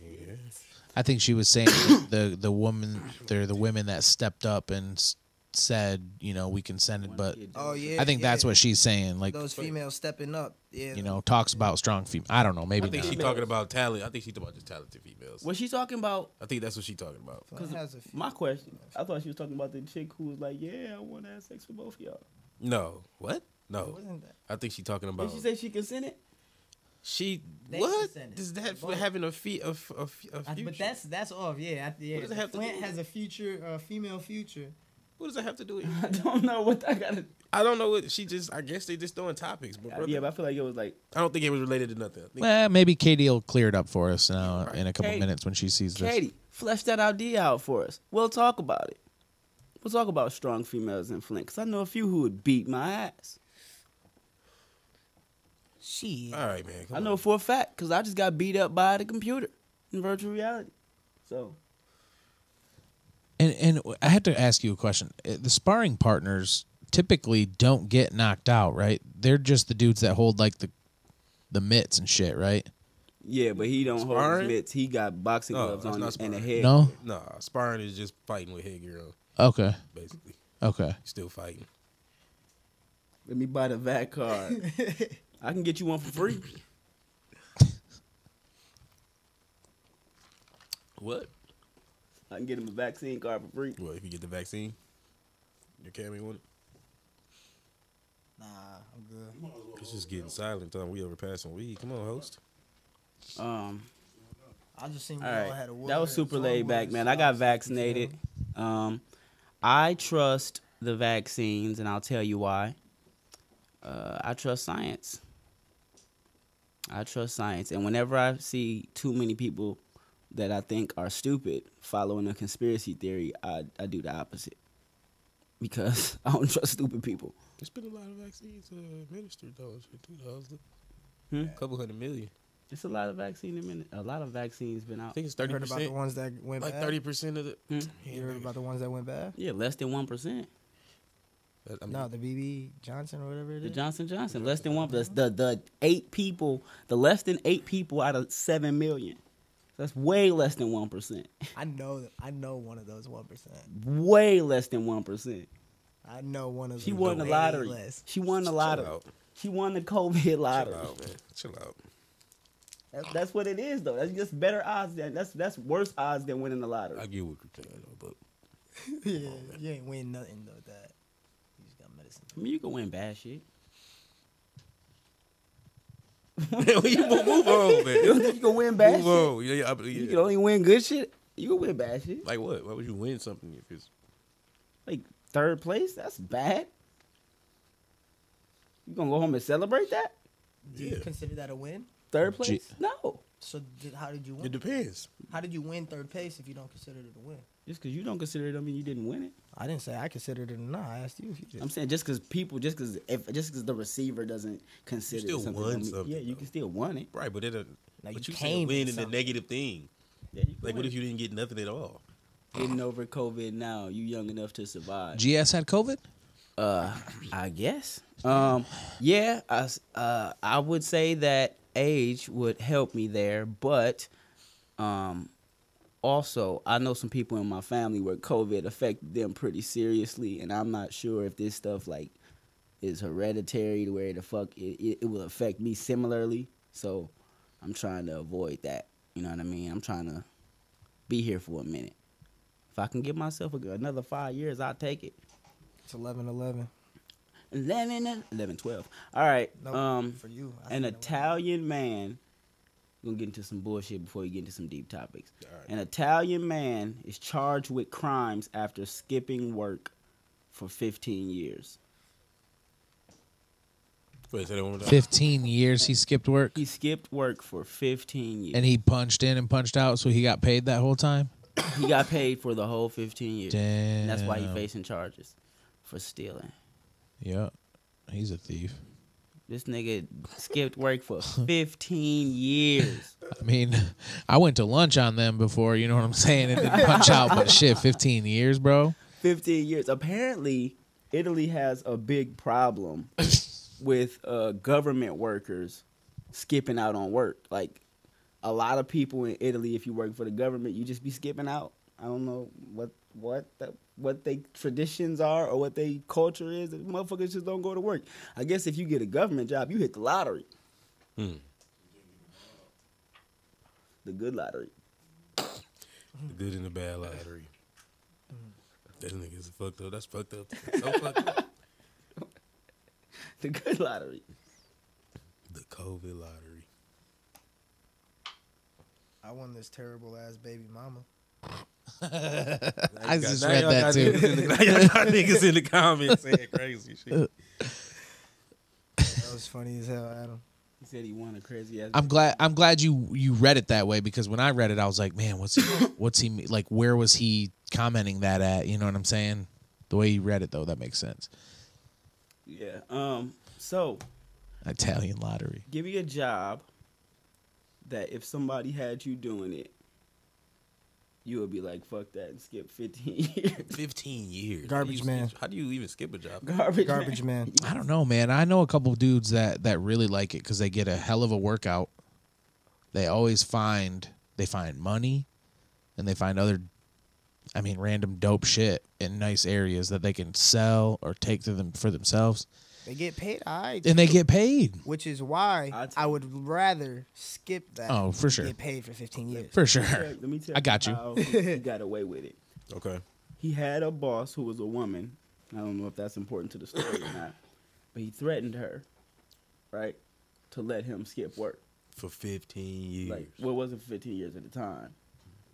Yeah. I think she was saying that the the woman they're the women that stepped up and s- said you know we can send it, but Oh yeah. I think that's what she's saying. Like those females stepping up. Yeah. you know talks about strong female. I don't know. I Maybe think she not. talking about talent. I think she talking about just talented females. Was she talking about? I think that's what she talking about. Flint has a few. My question. I thought she was talking about the chick who was like, "Yeah, I want to have sex with both of y'all." No. What? No. Wasn't that- I think she talking about. Did she say she consented? (laughs) She They what consented. does that Both. having a feet of a, f- a I- future? but that's that's off. Yeah. I, yeah. does it have to Flint do with- has a future, uh, female future. what does that have to do with? I don't know what I got. to I don't know what she just. I guess they just throwing topics, but brother, Yeah, but I feel like it was like I don't think it was related to nothing. I think Well, maybe Katie will clear it up for us now in a couple Katie. minutes when she sees this. Katie, flesh that idea out for us. We'll talk about it. We'll talk about strong females in Flint, cause I know a few who would beat my ass. (laughs) She. All right, man. Come I on. know for a fact, cause I just got beat up by the computer in virtual reality. So And and I had to ask you a question. Uh, The sparring partners typically don't get knocked out, right? They're just the dudes that hold like the the mitts and shit, right? Yeah, but he don't hold his Sparring? mitts. He got boxing No, gloves that's on not his- and a sparring. head. No. Nah, sparring is just fighting with headgear on. Okay. Basically, Okay. still fighting. Let me buy the VAT (laughs) card. I can get you one for free. What? I can get him a vaccine card for free. Well, if you get the vaccine, you can't be one. Nah, I'm good. It's just getting silent. Time we overpassing weed. Come on, host. Um, I just seen all y'all right. had a That was super laid back, man. I got vaccinated. Um, I trust the vaccines, and I'll tell you why. Uh, I trust science. I trust science, and whenever I see too many people that I think are stupid following a conspiracy theory, I, I do the opposite because (laughs) I don't trust stupid people. There's been a lot of vaccines uh, administered though. Two thousand, Hmm? a couple hundred million. It's a lot of vaccine. in minute. A lot of vaccines been I out. think it's You thirty heard about the percent. ones that went Like bad? thirty percent of the. Hmm? You heard about the ones that went bad? Yeah, less than one percent. I mean, No, the BB Johnson or whatever it The is. Johnson Johnson, less than one. That's the the eight people. The less than eight people out of seven million. That's way less than one percent. I know that. I know one of those one percent. Way less than one percent. I know one of. She them won the way lottery. less. She won the lottery. out. She won the COVID Chill lottery. out, man. Chill out. That's, that's what it is, though. That's just better odds than that's that's worse odds than winning the lottery. I get what you're saying, though, but (laughs) yeah, you ain't win nothing though. with That you just got medicine. I mean, you can win bad shit. we (laughs) move, (laughs) move on, You man. think you can win bad move shit? on. Yeah, yeah, I believe- You yeah. can only win good shit. You can win bad shit. like what? Why would you win something if it's Like third place, that's bad. You gonna go home and celebrate that? Do you Yeah. consider that a win? Third place? Gee. No. So did, how did you It win? depends. How did you win third place if you don't consider it a win? Just because you don't consider it, I mean, you didn't win it. I didn't say I considered it or not. I asked you if you did. I'm saying just because people, just because if just because the receiver doesn't consider still it something, won don't mean- something, yeah, you though. can still win it. Right, but it uh, Now, but you you can't came with win in the something. negative thing. Yeah, you can Like what win. if you didn't get nothing at all? getting over COVID now? You young enough to survive? GS had COVID. Uh, I guess. Um, yeah, I, s- uh, I would say that age would help me there, but um, also I know some people in my family where COVID affected them pretty seriously, and I'm not sure if this stuff like is hereditary to where the fuck it, it, it will affect me similarly. So I'm trying to avoid that. You know what I mean? I'm trying to be here for a minute. If I can give myself a, good- another five years, I'll take it. It's 11 11. 11, 11 12. All right. Nope, um, for you. I an think that Italian man. We're gonna get into some bullshit before we get into some deep topics. An Italian man is charged with crimes after skipping work for 15 years. Wait, say that one more time. 15 years he skipped work He skipped work for 15 years. and he punched in and punched out, so he got paid that whole time. he got paid for the whole 15 years. Damn. And that's why he facing charges for stealing. Yeah, he's a thief. This nigga skipped work (laughs) for 15 years. I mean, (laughs) I went to lunch on them before. You know what I'm saying? It didn't (laughs) punch out, but shit, 15 years, bro. 15 years. Apparently, Italy has a big problem with uh, government workers skipping out on work. Like, a lot of people in Italy, if you work for the government, you just be skipping out. I don't know what what the, what they traditions are or what they culture is. The motherfuckers just don't go to work. I guess if you get a government job, you hit the lottery. The good lottery. (laughs) The good and the bad lottery. That nigga's fucked up. That's fucked up. So fucked up. The good lottery. The COVID lottery. I won this terrible ass baby mama. I just Now read y'all that got too. niggas in the- now y'all got niggas in the comments (laughs) saying crazy shit. That was funny as hell, Adam. He said he won a crazy ass. I'm glad. I'm glad you you read it that way because when I read it, I was like, man, what's he? What's he? mean- Like, where was he commenting that at? You know what I'm saying? The way you read it though, that makes sense. yeah. Um. So Italian lottery. give me a job that if somebody had you doing it, you would be like, fuck that and skip 15 (laughs) years. Fifteen years. Garbage How do you- man. How do you even skip a job? Garbage. Garbage man. man. I don't know, man. I know a couple dudes that that really like it because they get a hell of a workout. They always find they find money, and they find other, I mean, random dope shit in nice areas that they can sell or take to them for themselves, They get paid I and they get paid which is why I'll tell I would rather skip that. Oh, for than sure. Get paid for 15 years. for sure. Let me tell I got you. how he got away with it. Okay. He had a boss who was a woman. I don't know if that's important to the story or not, but he threatened her, right, to let him skip work. For fifteen years. Like, well, it wasn't 15 years at the time.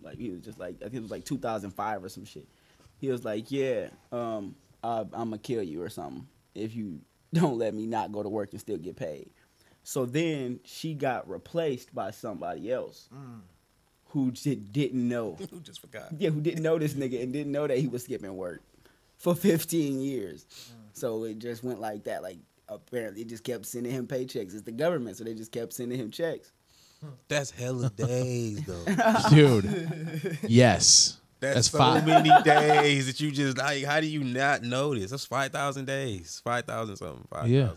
Like, he was just like, I think it was like 2005 or some shit. He was like, yeah, um, I, I'm going to kill you or something if you (laughs) don't let me not go to work and still get paid. So then she got replaced by somebody else who just didn't know. Mm. (laughs) Who just forgot? Yeah, who didn't know this nigga and didn't know that he was skipping work for 15 years. Mm. So it just went like that. Like, apparently, it just kept sending him paychecks. It's the government, so they just kept sending him checks. That's (laughs) hella days though. dude. (laughs) Yes, that's, That's, so five. many days that you just like. How do you not notice? That's five thousand days. Five thousand something. Five thousand Yeah.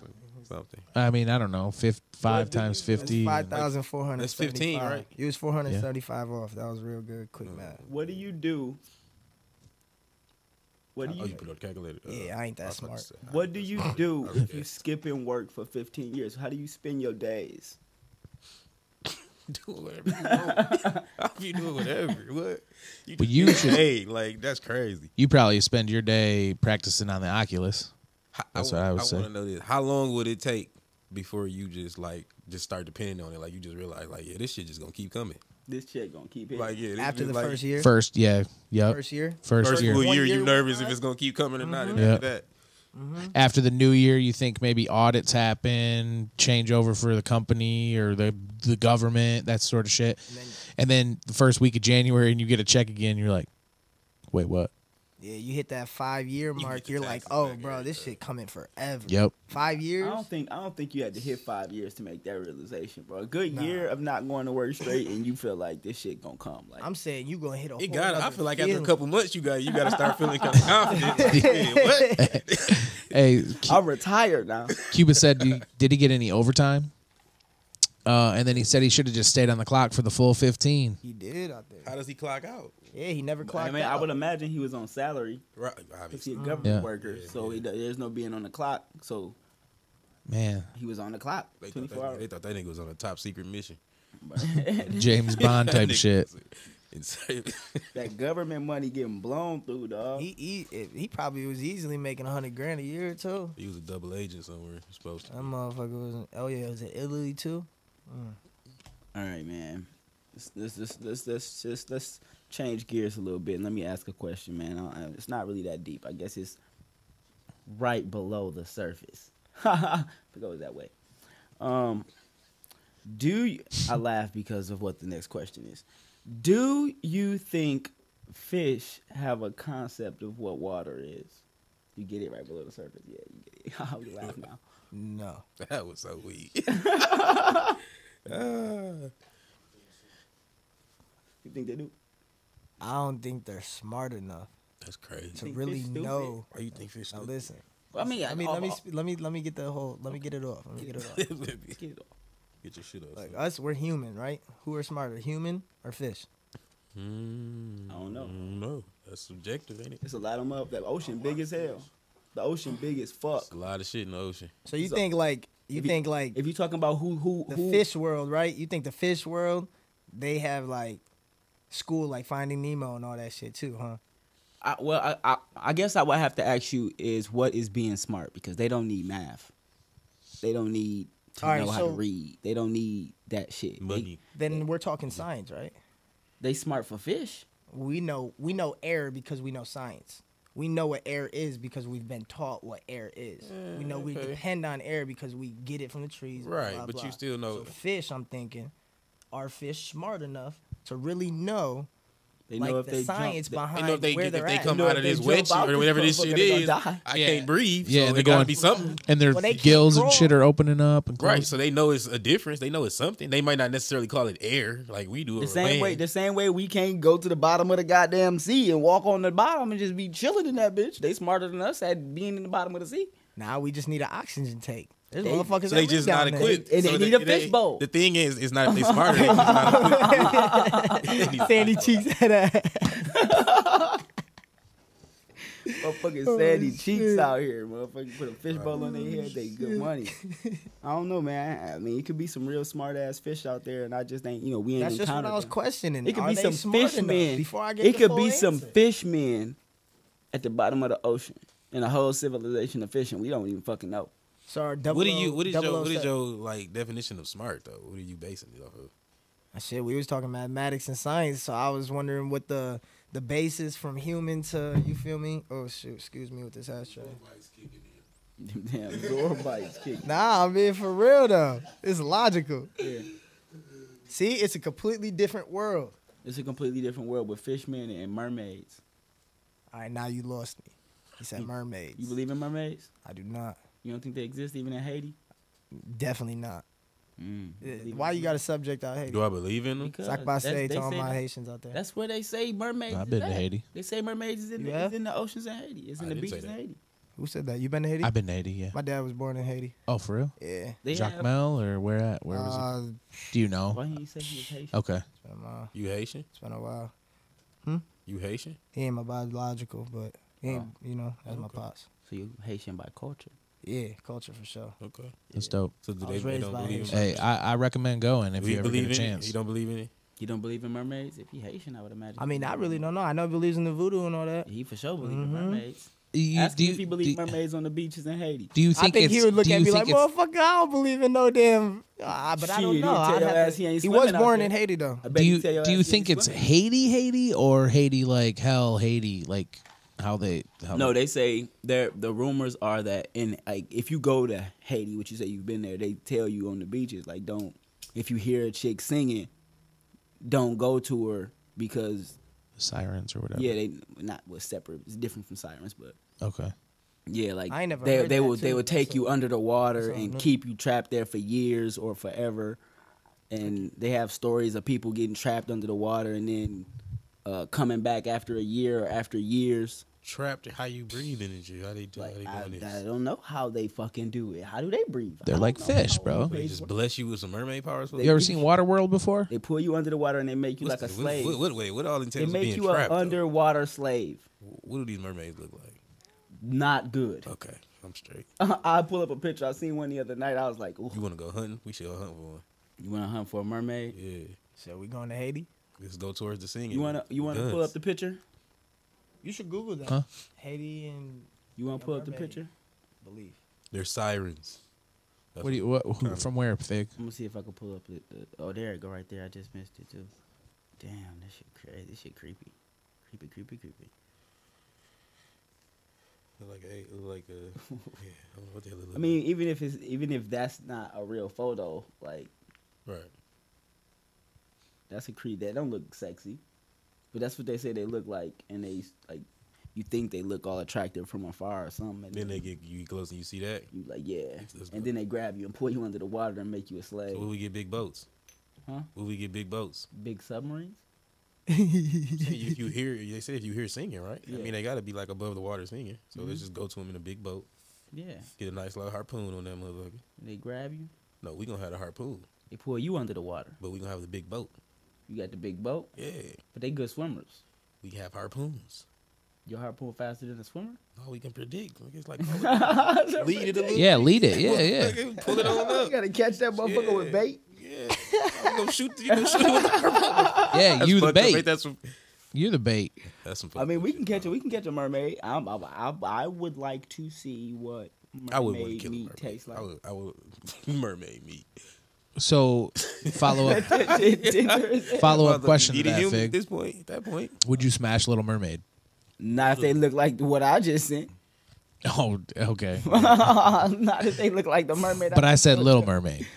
something. I mean, I don't know, fif- five times That's fifty. 5,475. That's 15, right? Mm. You was 475 off. That was real good. Quick math. What do you do? What do Oh, you you put it on the calculator. Uh, Yeah, I ain't that was about to smart. say, What do you do I if you guess. skipping work for 15 years? How do you spend your days? do whatever you (laughs) want. I'll be doing whatever. What? You But just you get should- paid. like that's crazy. You probably spend your day practicing on the Oculus. How, That's what I would say. want to know this. How long would it take before you just like just start depending on it? Like you just realize like yeah, this shit just gonna keep coming. This chick gonna keep it. Like yeah, this After just, the like, first year. First, yeah, yep. First year. First, First year. full year, One year, you nervous right? if it's gonna keep coming or not. And Mhm. after Yeah. that, After the new year, you think maybe audits happen, change over for the company or the the government, that sort of shit. And then, the first week of January, and you get a check again. You're like, wait, what? Yeah, you hit that five year mark. get the You're like, taxes oh, back bro, and this everything. shit coming forever. Yep. Five I years. don't think I don't think you had to hit five years to make that realization, bro. A good year of not going to work straight, and you feel like this shit gonna come. Like I'm saying you gonna hit a. It whole got. I nother feel like after a feeling. (laughs) couple months, you got you got to start feeling kind of confident. Like, man, what? Hey, I'm retired now. Cuba said, "Do- "Did he get any overtime?" Uh, and then he said he should have just stayed on the clock for the full fifteen. (laughs) He did out there. How does he clock out? Yeah, he never clocked. I mean, out. I would imagine he was on salary Right, because he's obviously. a government Yeah. worker, so he, there's no being on the clock. So Man, he was on the clock, They thought, 24 that, they hours. thought that nigga was on a top secret mission. James (laughs) Bond That type nigga shit. was- That government money getting blown through, dog. He he if- he probably was easily making a hundred grand a year too. (laughs) he was a double agent somewhere. He's supposed to. That motherfucker was. In, oh yeah, it was in Italy too. All right, man. Let's let's let's let's let's, just, let's change gears a little bit. And let me ask a question, man. I, I- it's not really that deep. I guess it's right below the surface. (laughs) it goes that way. Um, do you, I laugh because of what the next question is? Do you think fish have a concept of what water is? You get it right below the surface. Yeah, you get it. (laughs) I would laugh now. No. That was so weak. Ah, You think they do? I don't think they're smart enough That's crazy. to Think really fish stupid? know. Why you think fish? Now do- listen. I mean, I mean, let me sp- let me let me get the whole. Let me get it off. Let me get (laughs) it (laughs) off. Get Get it off. your shit off. Like us, we're human, right? Who are smarter, human or fish? Mm, I don't know. No, that's subjective, ain't it? It's a lot of them up. That ocean big as hell. The ocean big as fuck. It's a lot of shit in the ocean. So you So- think like you If you- think like If you talking about who who the who fish world, right? You think the fish world, they have like school like Finding Nemo and all that shit too, huh? I, well, I, I I guess I would have to ask you is what is being smart because they don't need math. They don't need to All right, know how to so- read. They don't need that shit. They, Money. Then we're talking science, right? they smart for fish. We know we know air because we know science. We know what air is because we've been taught what air is. we know we Mm, okay. depend on air because we get it from the trees. Right, blah, but you blah. still know- So fish. I'm thinking, are fish smart enough to really know They like know if the they science jump, I behind know if they where get, they're if they at? come know out if of they this jump wetsuit out or this whatever this motherfucker, shit they gonna is, die. I Yeah. can't breathe. Yeah, Yeah, so they're there gotta going- be something. and their Well, they keep gills and growing. shit are opening up and Right, closing. so they know it's a difference. They know it's something. They might not necessarily call it air like we do. The or same land. way, the same way we can't go to the bottom of the goddamn sea and walk on the bottom and just be chilling in that bitch. They smarter than us at being in the bottom of the sea. Now we just need an oxygen tank. There's They- motherfuckers So that they live just down not there. equipped. And they So need a fishbowl. The thing is, it's not (laughs) if they smarter. they just not equipped. They (laughs) need- (laughs) Sandy cheeks had a motherfucking sandy cheeks out here, motherfucking put a fishbowl on their head, they good (laughs) money. I don't know, man. I mean, it could be some real smart ass fish out there, and I just ain't, you know, we ain't. That's just what encountered I was them. questioning. It could Are be they some smart fish enough? men. Before I get it the could full be some answer. fish men at the bottom of the ocean and a whole civilization of fishing. We don't even fucking know. (laughs) So our What do you? What is your? What is 007. your like definition of smart though? What are you basing it off of? Ah, Shit, we was talking mathematics and science, so I was wondering what the the basis from human to you feel me? Oh shoot, excuse me with this ashtray. Them Damn, Zorbites kick. Nah, I mean for real though, it's logical. Yeah. See, it's a completely different world. It's a completely different world with fishmen and mermaids. All right, now you lost me. You said mermaids. You believe in mermaids? I do not. You don't think they exist even in Haiti? Definitely not. Mm. Eh, Why you got a subject out here? Do I believe in them? Because Talk about that's- say they to all say my that- Haitians out there. That's where they say mermaids. I've is been to at. Haiti. They say mermaids is in, You the, have? is in the oceans in Haiti. It's in I the didn't say beaches in that. Haiti. Who said that? You been to Haiti? I've been to Haiti. Yeah. My dad was born in Haiti. Oh, for real? Yeah. They Jacques have- Mel or where at? Where was uh, it? Do you know? Why he say he was Haitian? Okay. it's been a while. You Haitian? It's been a while. You Haitian? He ain't my biological, but he ain't, you know, that's my pops. So you Haitian by culture. Yeah, culture for sure. Okay. That's dope. So do I they, was they raised don't by believe in? Hey, I, I recommend going if Do you you ever get believe a in chance. it? You don't believe in it? You don't believe in mermaids? If he Haitian, I would imagine. I mean, I really Mm. don't know. I know he believes in the voodoo and all that. He for sure believe Mhm. in mermaids. You- Ask do him you- if he believes do, mermaids on the beaches in Haiti. do you I think think it's, he would look do at you me like, think it's- "Motherfucker, I don't believe in no damn." Ah, but I don't Shit, know. he'll tell I'd your have ass to- he ain't was swimming out born there. in Haiti though. I bet do he you tell your do you ass he think was it's swimming. Haiti Haiti or Haiti like hell Haiti like how they how No, they say there. The rumors are that in like if you go to Haiti, which you say you've been there, they tell you on the beaches like don't. If you hear a chick singing, don't go to her because sirens or whatever yeah, they not was separate. It's different from sirens, but okay Yeah, like I ain't never they heard they that will they too. will take That's you under the water that's a and new- keep you trapped there for years or forever. And they have stories of people getting trapped under the water and then uh, coming back after a year or after years. Trapped? How you breathing in you? How they do? Like I, how they doing I this? don't know how they fucking do it. How do they breathe? I They're don't like know fish, how bro. they They breathe. just bless you with some mermaid powers. you ever seen Waterworld before They pull you under the water and they make you What's like a the- slave. What, what, wait, what all they entails make being you a trapped? though? underwater slave. What do these mermaids look like? Not good. Okay, I'm straight. (laughs) I pull up a picture. I seen one the other night. I was like, Ooh, You want to go hunting? We should go hunt for one. you want to hunt for a mermaid? Yeah. So we going to Haiti? Let's go towards the singing. You wanna you wanna pull up the picture? You should Google that. Huh? Haiti and You wanna Yeah, pull up the Barbadian. picture? believe. They're sirens. What do you? What, who, from where? Fig? I'm gonna see if I can pull up it. uh, Oh, there it go right there. I just missed it too. Damn, this shit crazy. This shit creepy, creepy, creepy, creepy. Look like a look like (laughs) a yeah. I don't know what the hell it look I mean, even if it's even if that's not a real photo, like like. right. that's a creep that don't look sexy, but that's what they say they look like, and they like you think they look all attractive from afar or something. And Then they get you close and you see that. you like yeah, It's- it's and then they grab you and pull you under the water and make you a slave. Will we get big boats? Huh? Will we get big boats? (laughs) Big submarines. (laughs) if you hear, they say if you hear singing, right? Yeah. Mm-hmm. I mean, they got to be like above the water singing. So let's just go to them in a big boat, Yeah, get a nice little harpoon on that motherfucker. they grab you. No, we gonna have the harpoon, They pull you under the water. but we gonna have the big boat. You got the big boat, Yeah, but they good swimmers. we have harpoons. Your heart pull faster than a swimmer. (laughs) No, we can predict. Like, It's like lead it a little. Yeah, lead it. Yeah, yeah. Fucking Pull it on up. gotta catch that motherfucker Yeah. with bait. Yeah, I'm gonna shoot. You gonna shoot (laughs) with the Yeah, you the fucked up. bait. Ain't that some- You the bait. That's some. I mean, we fucked can up catch shit, a we can catch a mermaid. I'm, I, I, I would like to see what mermaid bro. I would want to meat kill a mermaid. tastes like. I would. (laughs) I would mermaid meat. So, follow up. follow up Mother- question to eat a that, human At Fig. this point, at that point, Would you smash Little Mermaid? (laughs) Not if they look like what I just sent. (laughs) Oh, okay. Not if they look like the mermaid. But I said just Little Mermaid.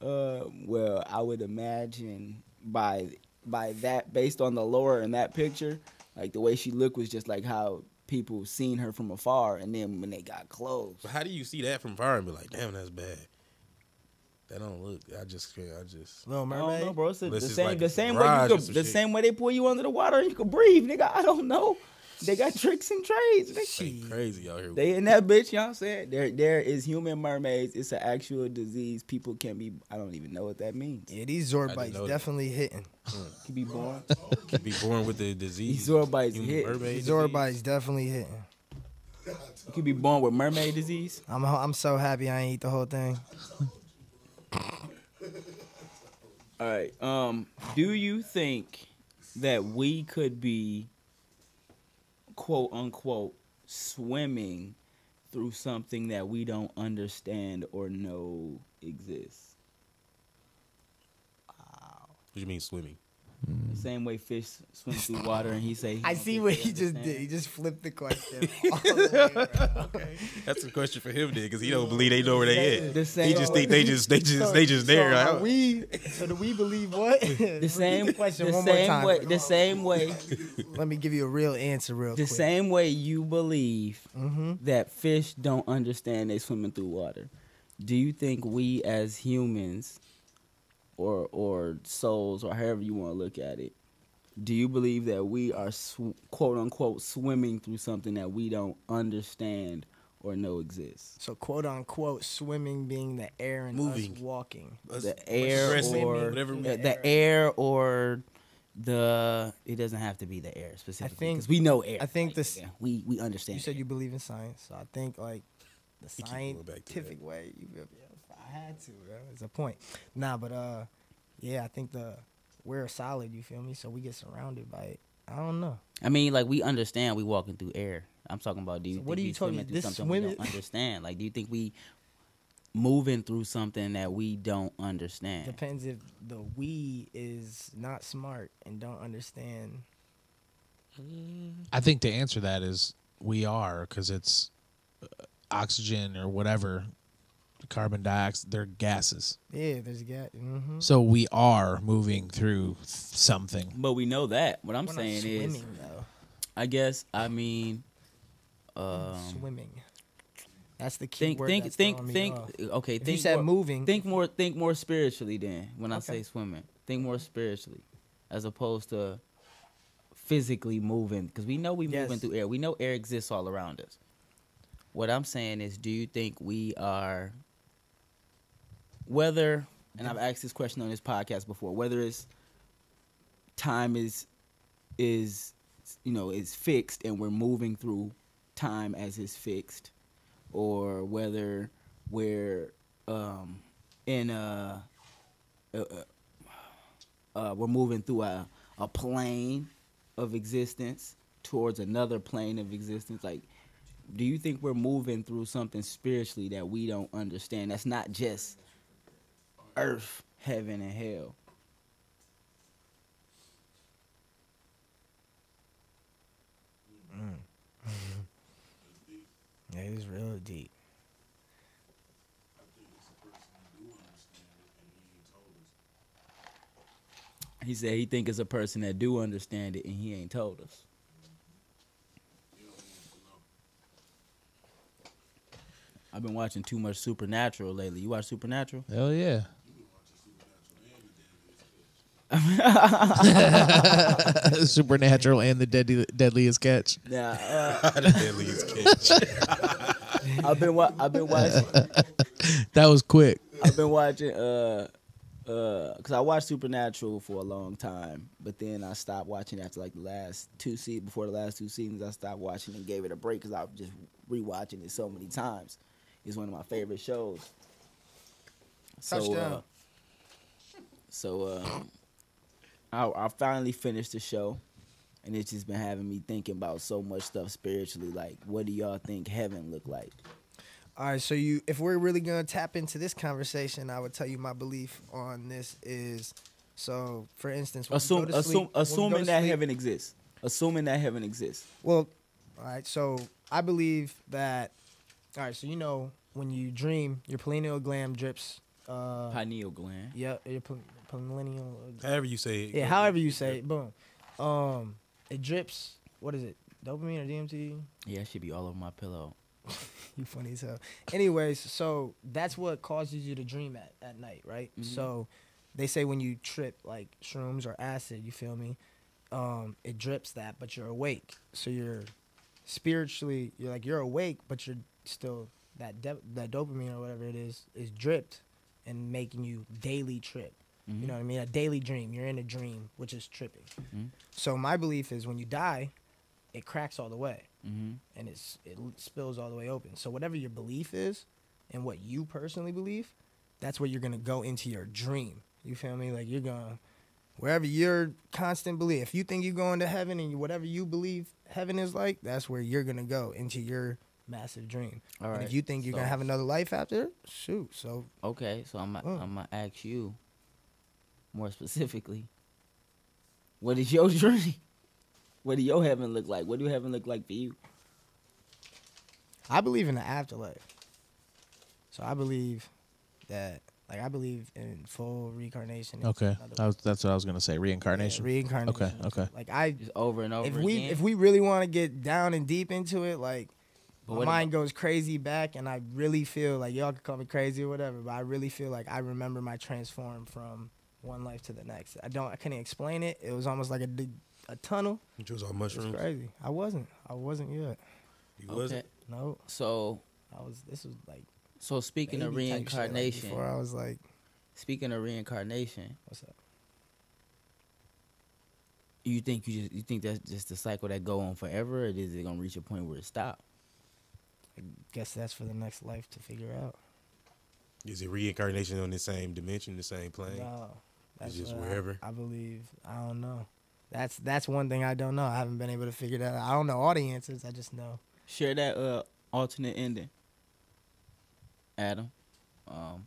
Uh, well, I would imagine by by that, based on the lore in that picture, like the way she looked was just like how people seen her from afar, and then when they got close, But how do you see that from far and be like, damn, that's bad? That don't look. I just, can't- I just. Little I Mermaid. don't know, bro. It's the, the Unless it's same, like the a same way barrage you or could, some the shit. same way they pull you under the water and you can breathe, nigga. I don't know. They got tricks and trades. They, They crazy out here. they in that bitch. You know what I'm saying? There, there is human mermaids. It's an actual disease. People can be. I don't even know what that means. Yeah, these I Zorbites didn't know that. definitely hitting. Can be (laughs) born. could be born with the disease. These Zorbites Human hit. mermaid These disease. Zorbites definitely hitting. You can be born with mermaid disease. I'm I'm so happy I ain't eat the whole thing. All right. Um. Do you think that we could be quote unquote swimming through something that we don't understand or know exists? What do you mean swimming? The same way fish swim through water, and he say. he I don't see think what they he just understand. did. He just flipped the question. all the way around. That's a question for him, then, because he don't believe they know where they at. The same. He just think they just, they just, they "Oh, just there. So are Like, oh. we? So do we believe what? (laughs) The same question The one more same time. way. The same way. Let me give you a real answer, real The quick. same way you believe Mm-hmm. that fish don't understand they swimming through water. Do you think we as humans or or souls or however you want to look at it, do you believe that we are sw- quote unquote swimming through something that we don't understand or know exists? So quote unquote swimming being the air and us Moving. walking. The air stressing, or uh, whatever we- the, (laughs) the air or the it doesn't have to be the air specifically think- because we know air. I think Like, this- yeah, we we understand. You said air. you believe in science, so I think like the keep going back to that. scientific way. You feel me? If I had to. Bro. It's a point. Nah, but uh, yeah, I think the we're solid. You feel me? So we get surrounded by it. I don't know. I mean, like we understand we walking through air. I'm talking about. Do you So think what are we you talking- swimming through this something we swimming- (laughs) don't understand? Like, do you think we moving through something that we don't understand? Depends if the we is not smart and don't understand. I think to answer that is we are because it's uh, oxygen or whatever, carbon dioxide. They're gases, Yeah, there's a gap. hmm so we are moving through th- something. But we know that. What I'm We're not saying is, swimming though. I guess I mean, um, swimming. That's the key think, word. think, that's think, throwing me think. off. Okay, If think. you said more, moving, Think more. Think more spiritually. Then, when I Okay. say swimming, think more spiritually, as opposed to physically moving, because we know we moving Yes. through air. We know air exists all around us. What I'm saying is, do you think we are, whether, and I've asked this question on this podcast before, whether it's time is, is, you know, is fixed and we're moving through time as is fixed, or whether we're um, in a, a, a uh, we're moving through a, a plane of existence towards another plane of existence? Like, do you think we're moving through something spiritually that we don't understand? That's not just earth, heaven, and hell. Yeah, it was real deep. He said he think it's a person that do understand it and he ain't told us. I've been watching too much Supernatural lately. You watch Supernatural? Hell yeah. (laughs) Supernatural and the deadly, deadliest catch. Yeah. Uh, the deadliest (laughs) catch. I've been wa- I've been watching That was quick. I've been watching uh uh cuz I watched Supernatural for a long time, but then I stopped watching after like the last two se before the last two seasons I stopped watching and gave it a break cuz I was just rewatching it so many times. It's one of my favorite shows. So uh, Touchdown. so uh I I finally finished the show and it's just been having me thinking about so much stuff spiritually like what do y'all think heaven look like? All right, so you if we're really gonna tap into this conversation, I would tell you my belief on this is so for instance, when we Assume, go to assume, sleep- when we go to assuming that sleep- heaven exists. Assuming that heaven exists. Well, all right. So I believe that. All right. So you know when you dream, your pineal gland drips. Uh, Pineal gland. yeah, your pil- pineal. However you say it. Yeah. However you say it. Boom. Um, it drips. What is it? Dopamine or DMT? Yeah, it should be all over my pillow. (laughs) You funny as hell. Anyways, so that's what causes you to dream at, at night, right? So they say when you trip like shrooms or acid, you feel me? Um, it drips that, but you're awake. So you're spiritually, you're like you're awake, but you're still that de- that dopamine or whatever it is is dripped and making you daily trip. You know what I mean? A daily dream. You're in a dream, which is tripping. So my belief is when you die, it cracks all the way Mm-hmm. and it's it l- spills all the way open. So whatever your belief is, and what you personally believe, that's where you're gonna go into your dream. You feel me? Like you're gonna wherever your constant belief. If you think you're going to heaven and you, whatever you believe heaven is like, that's where you're gonna go into your massive dream. All and right. if you think you're so- gonna have another life after, shoot. So Okay, so I'm Oh. I'm gonna ask you more specifically. What is your (laughs) dream? What do your heaven look like? What do heaven look like for you? I believe in the afterlife. So I believe that like I believe in full reincarnation. into Okay, another- I was, that's what I was gonna say. yeah, Reincarnation. reincarnation. Okay, okay. Like I Just over and over if we again. if we really want to get down and deep into it, like But my what mind goes crazy back, and I really feel like y'all can call me crazy or whatever, but I really feel like I remember my transform from one life to the next. I don't, I couldn't explain it. It was almost like a d- a tunnel. Which was all It was mushrooms. crazy. I wasn't. I wasn't yet. You about- wasn't. Okay, No, So I was. This was like so speaking of baby type shit, like, reincarnation, before I was like, speaking of reincarnation, what's up? you think you just you think that's just the cycle that go on forever, or is it gonna reach a point where it stop? I guess that's for the next life to figure out. Is it reincarnation on the same dimension, the same plane? No, that's just what I- wherever. I, believe. I don't know. That's that's one thing I don't know. I haven't been able to figure that out. I don't know all the answers. I just know. Share that uh alternate ending, Adam. Um,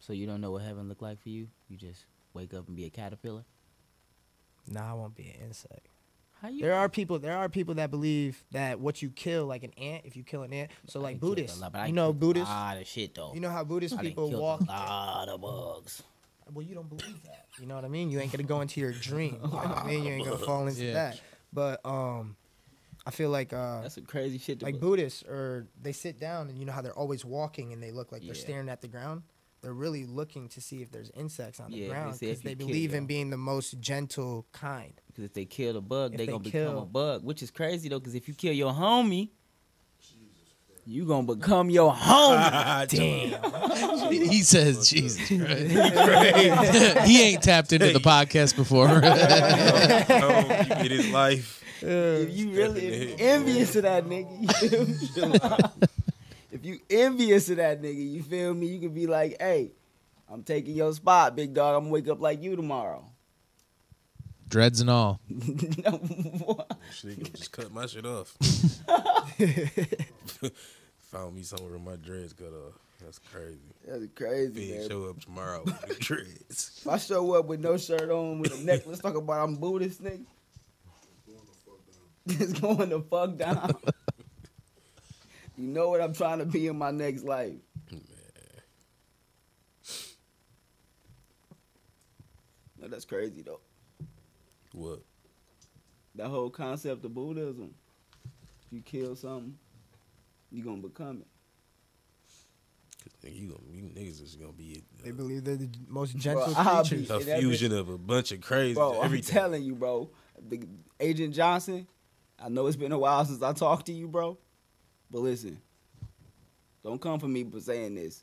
so you don't know what heaven looked like for you. You just wake up and be a caterpillar. Nah, I won't be an insect. How you? Ah, There are people. There are people that believe that what you kill, like an ant, if you kill an ant, so I like killed a Buddhists. lot, but I you know killed Buddhists. A lot of shit Ah, though. You know how Buddhist I done people killed walk. A lot of ah, bugs. Well, you don't believe that. You know what I mean? You ain't gonna go into your dream. You know what I mean? You ain't (laughs) gonna fall into Yeah. that. But um, I feel like uh, That's some crazy shit. To like believe. Buddhists or they sit down and you know how they're always walking and they look like they're Yeah. staring at the ground. They're really looking to see if there's insects on the Yeah, they ground say if because they you kill believe in them. being the most gentle kind. Because if they kill a bug, If they they gonna become kill- a bug, which is crazy though. Because if you kill your homie, you gonna become your homie. (laughs) (laughs) Damn. he says Jesus. (laughs) Christ. he ain't tapped into the podcast (laughs) before. it is life. if you really if you Definitely. envious of that nigga, you (laughs) feel me? (laughs) if you envious of that nigga, you feel me? You could be like, (laughs) hey, I'm taking your spot, big dog. I'm gonna wake up like you tomorrow. dreads and all. Shit, you just cut my shit (laughs) off. (laughs) Found me somewhere with my dreads cut off. That's crazy. That's crazy, Big man. show up tomorrow with (laughs) the dreads. If I show up with no shirt on, with a necklace, talk about I'm Buddhist, nigga. (laughs) It's going the fuck down. you know what I'm trying to be in my next life. No, that's crazy though. What? That whole concept of Buddhism. If you kill something, you gonna become it. 'Cause nigga, you, gonna, you niggas is gonna be They a, believe they're the most gentle I'll be- creatures. a That bitch- fusion of a bunch of crazy Bro, I'm everything. telling you, bro. The Agent Johnson, I know it's been a while since I talked to you, bro. But listen, don't come for me for saying this.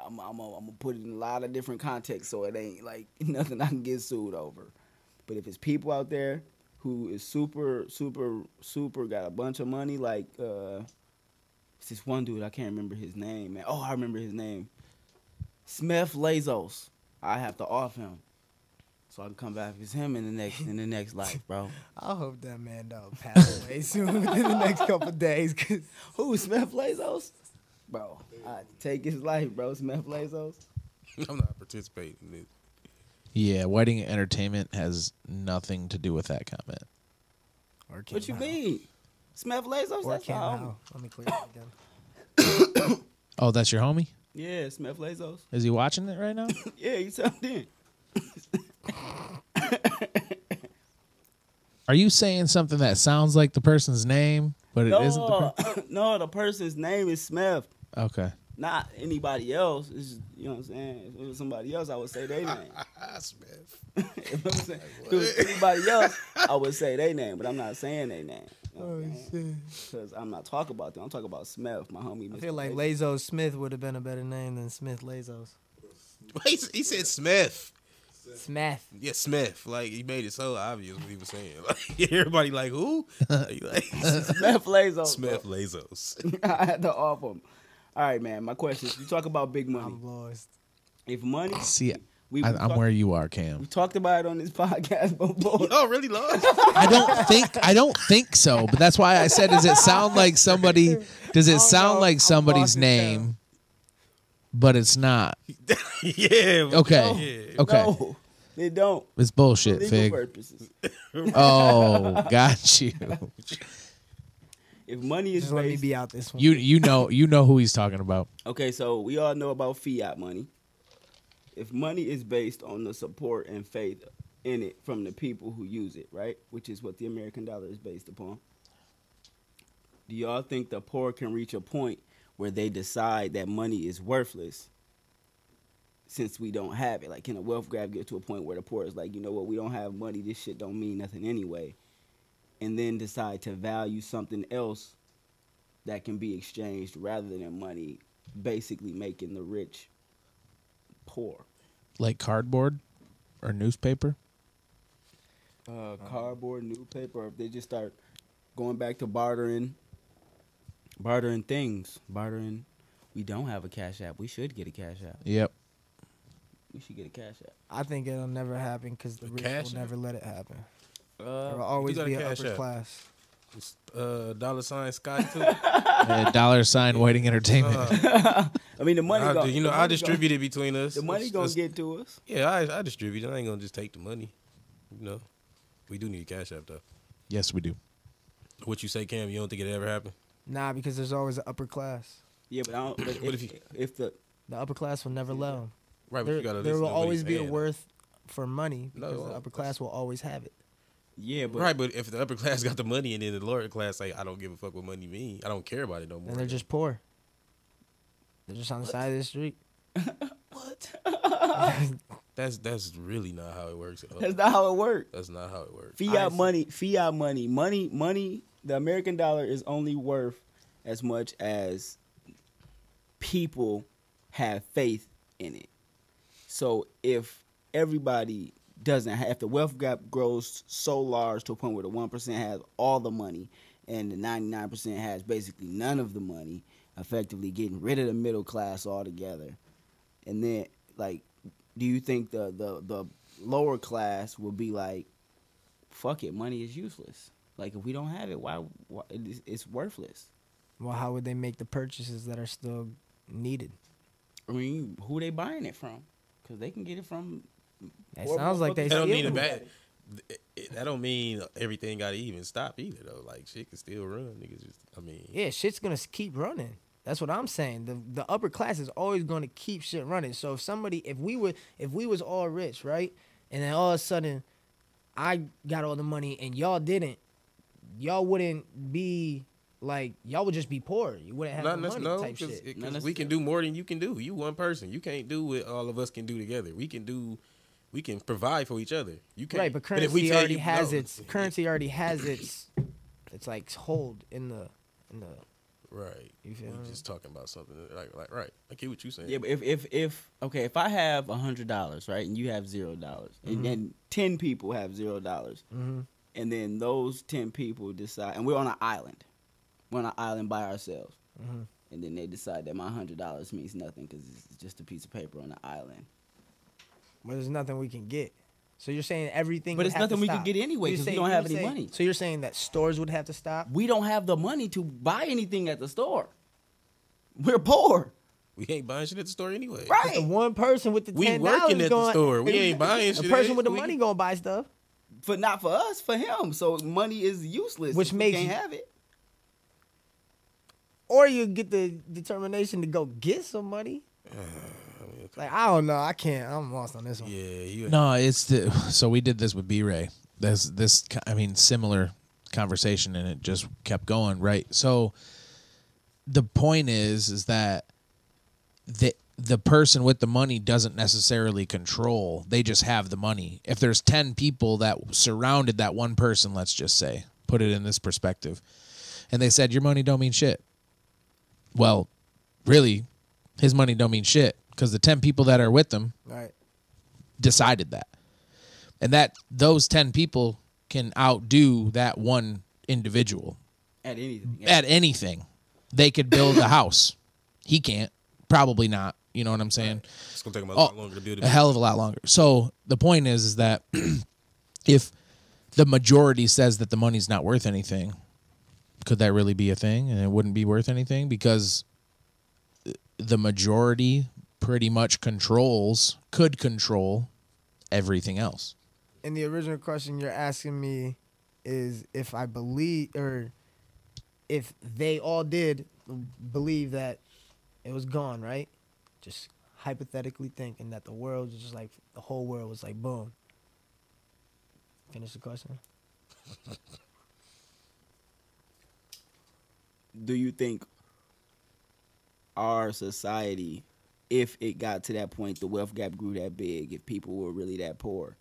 I'm, I'm, I'm gonna put it in a lot of different contexts, so it ain't like (laughs) nothing I can get sued over. But if it's people out there who is super, super, super got a bunch of money, like uh, it's this one dude I can't remember his name. Man, oh, I remember his name, Smith Lazos. I have to off him, so I can come back as him in the next in the next life, bro. I hope that man don't pass away soon (laughs) within the next couple of days. Cause (laughs) Who Smith Lazos? Bro, I take his life, bro. Smith Lazos. I'm not participating in this. Yeah, Whiting Entertainment has nothing to do with that comment. or Kim What you Howe. mean? Smith Lazos? Or That's Kim my homie. Howe. Let me clear (laughs) that again. Oh, that's your homie? Yeah, Smith Lazos. Is he watching it right (coughs) now? (laughs) Yeah, you tapped in. Are you saying something that sounds like the person's name, but it not the No, uh, person? (coughs) no, the person's name is Smith, Okay. not anybody else. It's just, you know what I'm saying? If it was somebody else, I would say their (laughs) name. Ah, (laughs) Smith. if, I'm saying, if it was anybody (laughs) else, I would say their name, but I'm not saying their name. Oh, shit. Because I'm not talking about them. I'm talking about Smith, my homie. I Mr. feel like Lazos. Lazo Smith would have been a better name than Smith Lazos. He, s- he said Smith. Smith. Yeah, Smith. Like he made it so obvious what he was saying. (laughs) Like everybody like who? (laughs) Like, like, Smith Lazos. (laughs) Smith Smith. Lazos. (laughs) I had to off him. All right, man. My question is: You talk about big money. I'm lost. If money, See, we, I, we I'm talked- where you are, we Cam. talked about it on this (laughs) podcast before. Oh, (laughs) really, Lord? I don't think I don't think so, but that's why I said, does it sound (laughs) like somebody? Does Oh, it sound no, I'm like somebody's lost as name? But it's not. yeah. (laughs) but- Okay. Yeah. Okay. No, they don't. It's bullshit, Legal Fig. purposes. Oh, got you. If money is Just let me based, be out this one. You you know you know who he's talking about. okay, so we all know about fiat money. If money is based on the support and faith in it from the people who use it, right, which is what the American dollar is based upon. Do y'all think the poor can reach a point where they decide that money is worthless since we don't have it? Like, can a wealth grab get to a point where the poor is like, you know what, we don't have money, this shit don't mean nothing anyway, and then decide to value something else that can be exchanged rather than money, basically making the rich poor? Like cardboard or newspaper? Uh, Uh-huh. cardboard, newspaper, or if they just start going back to bartering, bartering things, bartering. We don't have a cash app. We should get a cash app. Yep. We should get a cash app. I think it'll never happen because the rich cash will app? never let it happen. There will Uh, always got a be an cash upper app. class. It's, Uh, dollar sign Scott too. Uh, Uh, dollar sign waiting entertainment. Uh. I mean, the money. I, gon- do- you know, the I money gon- distribute it between us. The money Let's- gonna let's- get to us. Yeah, I, I distribute. it. I ain't gonna just take the money. You know, we do need cash app though. yes, we do. What you say, Cam? You don't think it ever happened? Nah, because there's always an upper class. Yeah, but I don't. But What if, if if, you- the The upper class will never let them. Right, but There, you gotta there listen will to what always he's be a saying. worth for money No, because well, the upper class will always have it. yeah, but right, but if the upper class (laughs) got the money and then the lower class say, "I don't give a fuck what money mean. I don't care about it no more." And they're just poor. They're just on the side of the street. that's that's really not how it works. at all. that's not how it works. That's not how it works. Fiat money, fiat money, money, money. The American dollar is only worth as much as people have faith in it. So if everybody doesn't have, if the wealth gap grows so large to a point where the one percent has all the money and the ninety nine percent has basically none of the money, effectively getting rid of the middle class altogether, and then like, do you think the the the lower class will be like, fuck it, money is useless. Like if we don't have it, why? why it's, it's worthless. Well, how would they make the purchases that are still needed? I mean, who they buying it from? Because they can get it from. That Or sounds like they motherfuckers- That don't steal mean a them. bad. it- it- That don't mean everything got to even stop either though. Like shit can still run. Niggas just. I mean. Yeah, shit's gonna s- keep running. That's what I'm saying. The the upper class is always gonna keep shit running. So if somebody, if we were, if we was all rich, right, and then all of a sudden, I got all the money and y'all didn't, y'all wouldn't be like y'all would just be poor. You wouldn't have Not the necess- money no, type 'cause shit. it- Not 'cause we can do more than you can do. You one person. You can't do what all of us can do together. We can do. We can provide for each other. You can't. right, but currency if we tell already you- has no. its currency already has (coughs) its its like hold in the in the Right. You feel we me? just talking about something like like right. I get what you saying. Yeah, but if if if okay, if I have a hundred dollars, right, and you have zero dollars, and then ten people have zero dollars, and then those ten people decide, and we're on an island, we're on an island by ourselves, and then they decide that my hundred dollars means nothing because it's just a piece of paper on an island. Well, there's nothing we can get. So you're saying everything. But would it's have to nothing we can stop. get anyway, You're 'cause we saying- don't you're have any saying- money. So you're saying that stores would have to stop. We don't have the money to buy anything at the store. We're poor, We ain't buying shit at the store anyway. right? The one person with the We ten working at the dollars going. store. We ain't buying the shit. person with the We- money gonna buy stuff. for not for us, for him. So money is useless. Which if we makes- can't have it. Or you get the determination to go get (sighs) some money. Like I don't know, I can't. I'm lost on this one. Yeah, you No, it's the so we did this with B Ray. This this co- I mean similar conversation, and it just kept going right. So the point is, is that the the person with the money doesn't necessarily control. They just have the money. If there's ten people that surrounded that one person, let's just say, put it in this perspective, and they said your money don't mean shit. Well, really, his money don't mean shit because the ten people that are with him Right. decided that. And that those 10 people can outdo that one individual At anything. at anything. They could build a house. He can't. Probably not. You know what I'm saying? It's gonna take him a Oh, lot longer to build it. a hell of a lot longer. So the point is, is that (clears throat) if the majority says that the money's not worth anything, could that really be a thing? And it wouldn't be worth anything because the majority pretty much controls, could control everything else. And the original question you're asking me is if I believe or if they all did believe that it was gone, right? Just hypothetically thinking that the world was just like the whole world was like boom. Finish the question. do you think our society, if it got to that point, the wealth gap grew that big, if people were really that poor,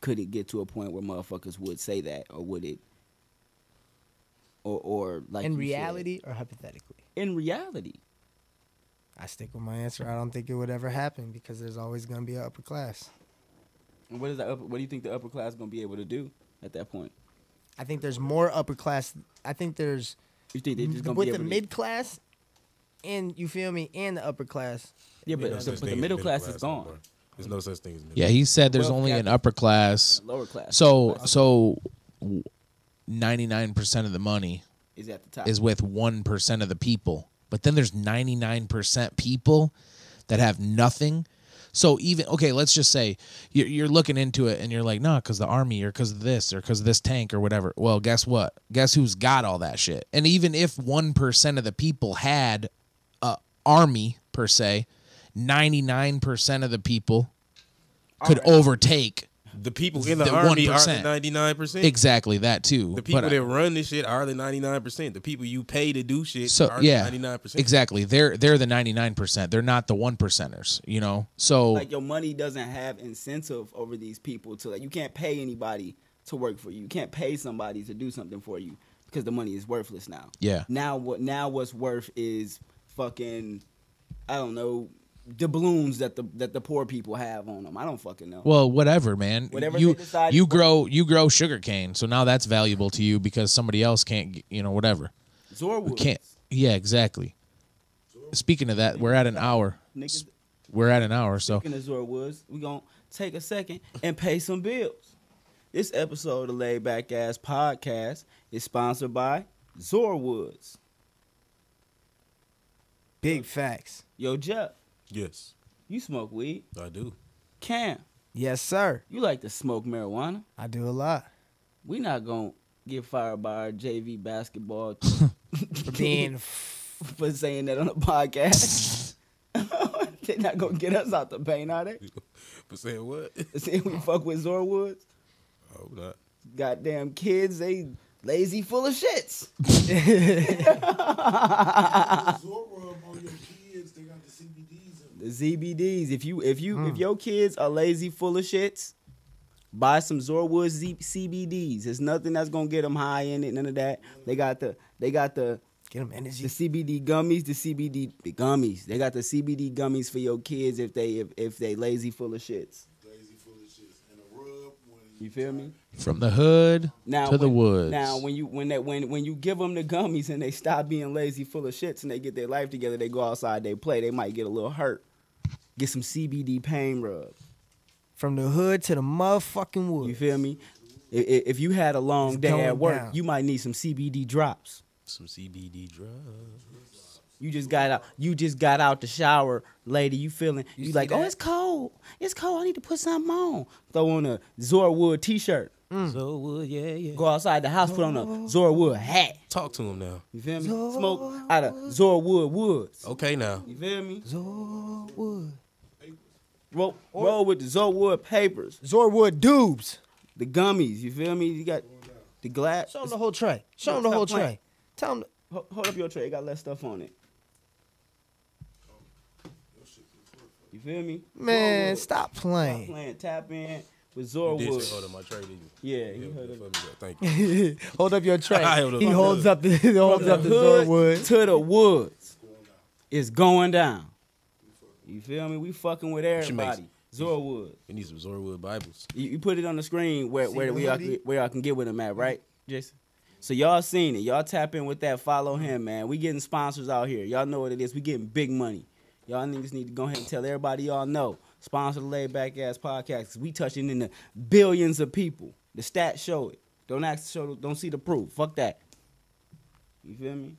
could it get to a point where motherfuckers would say that, or would it, or or like in you said, reality or hypothetically? in reality, I stick with my answer. I don't think it would ever happen because there's always going to be an upper class. and what is that? Upper, what do you think the upper class gonna be able to do at that point? I think there's more upper class. I think there's You think they're just gonna be with able the to- mid class and you feel me and the upper class. Yeah, Ain't but, no but such the thing as middle class, is no gone. more. There's no such thing as middle. Yeah, he said there's Well, only yeah. an upper class. The lower class. So so 99% of the money is at the top. is with 1% of the people. But then there's 99% people that have nothing. So even okay, let's just say you're, you're looking into it and you're like, nah, because the army or because of this or because of this tank or whatever. Well, guess what? Guess who's got all that shit? And even if one percent of the people had a army per se, ninety nine percent of the people could overtake The people in the, The army are 1%. the ninety nine percent. exactly that too. The people But- that run this shit are the ninety nine percent. The people you pay to do shit so are yeah, ninety nine percent. exactly. They're they're the ninety nine percent. They're not the one percenters. You know, so like your money doesn't have incentive over these people to like you can't pay anybody to work for you. You can't pay somebody to do something for you because the money is worthless now. Yeah. Now what now what's worth is fucking I don't know doubloons that the that the poor people have on them. I don't fucking know. well, whatever, man. Whatever you they decide you is grow you grow sugar cane, so now that's valuable to you because somebody else can't. g- You know, whatever. Zorwood. Can't. Yeah, exactly. Speaking of that, we're at an hour. Niggas- We're at an hour, so Speaking of Zorwoods, we gonna take a second and pay some bills. This episode of Laid Back Ass Podcast is sponsored by Zorwoods. Big facts. Yo, Jeff, Yes, you smoke weed. I do. Cam, Yes, sir. you like to smoke marijuana. I do a lot. We not gonna get fired by our JV basketball For being f- (laughs) for saying that on a podcast. (laughs) They're not gonna get us out the paint, are they? But saying what? (laughs) Saying we fuck with Zorwoods. I hope not. Goddamn kids, they lazy full of shits. Zorro on your kids, they got the CBDs. in The ZBDs. If you if you if your kids are lazy full of shits, buy some Zorwood Z- CBDs. There's nothing that's gonna get them high in it. None of that. They got the they got the get them energy. the CBD gummies. The CBD the gummies. They got the CBD gummies for your kids if they if, if they lazy full of shits. Lazy full of shit. And a rub when You feel me? From the hood Now to the when- woods. Now when you when that when when you give them the gummies and they stop being lazy full of shits and they get their life together, they go outside, they play. They might get a little hurt. Get some CBD pain rub. From the hood to the motherfucking woods. You feel me? I- i- If you had a long It's day going at work, down. you might need some CBD drops. Some CBD drugs. You just got out. You just got out the shower, lady. You feeling? You, see like? Oh, that? it's cold. It's cold. I need to put something on. Throw on a Zorwood T-shirt. So well, yeah, yeah. Go outside the house. Put on a Zorwood hat. Talk to him now. You feel me? Smoke out of Zorwood Woods. Okay, now. You feel me? Zorwood. Roll, roll with the Zorwood papers, Zorwood dubes. the gummies. You feel me? You got the glass. Show them the whole tray. Show them the Stop whole playing. tray. Tell them. Ho- Hold up your tray. It got less stuff on it. You feel me? Man, Zorwood. stop Stop playing. playing tap in with You did say, Zorwood. hold on, my trade, didn't you? Yeah, you Yeah, heard it. fuck me up. (laughs) Thank you. Hold up your tray. I held up he my holds up the (laughs) he holds From up the the hood Zorwood. to the woods. It's going down. You feel me? We fucking with should make everybody. Zorwood. We need some Zorwood Bibles. You, you put it on the Mm-hmm. screen where where we all, Singularity. can- where y'all can get with him at, right, Jason? So y'all seen it. Y'all tap in with that. Follow him, man. We getting sponsors out here. Y'all know what it is. We getting big money. Y'all niggas need to go ahead and tell everybody y'all know. Sponsor the laid back ass podcast. 'cause We touching in the billions of people. The stats show it. Don't ask show. Don't see the proof. Fuck that. You feel me?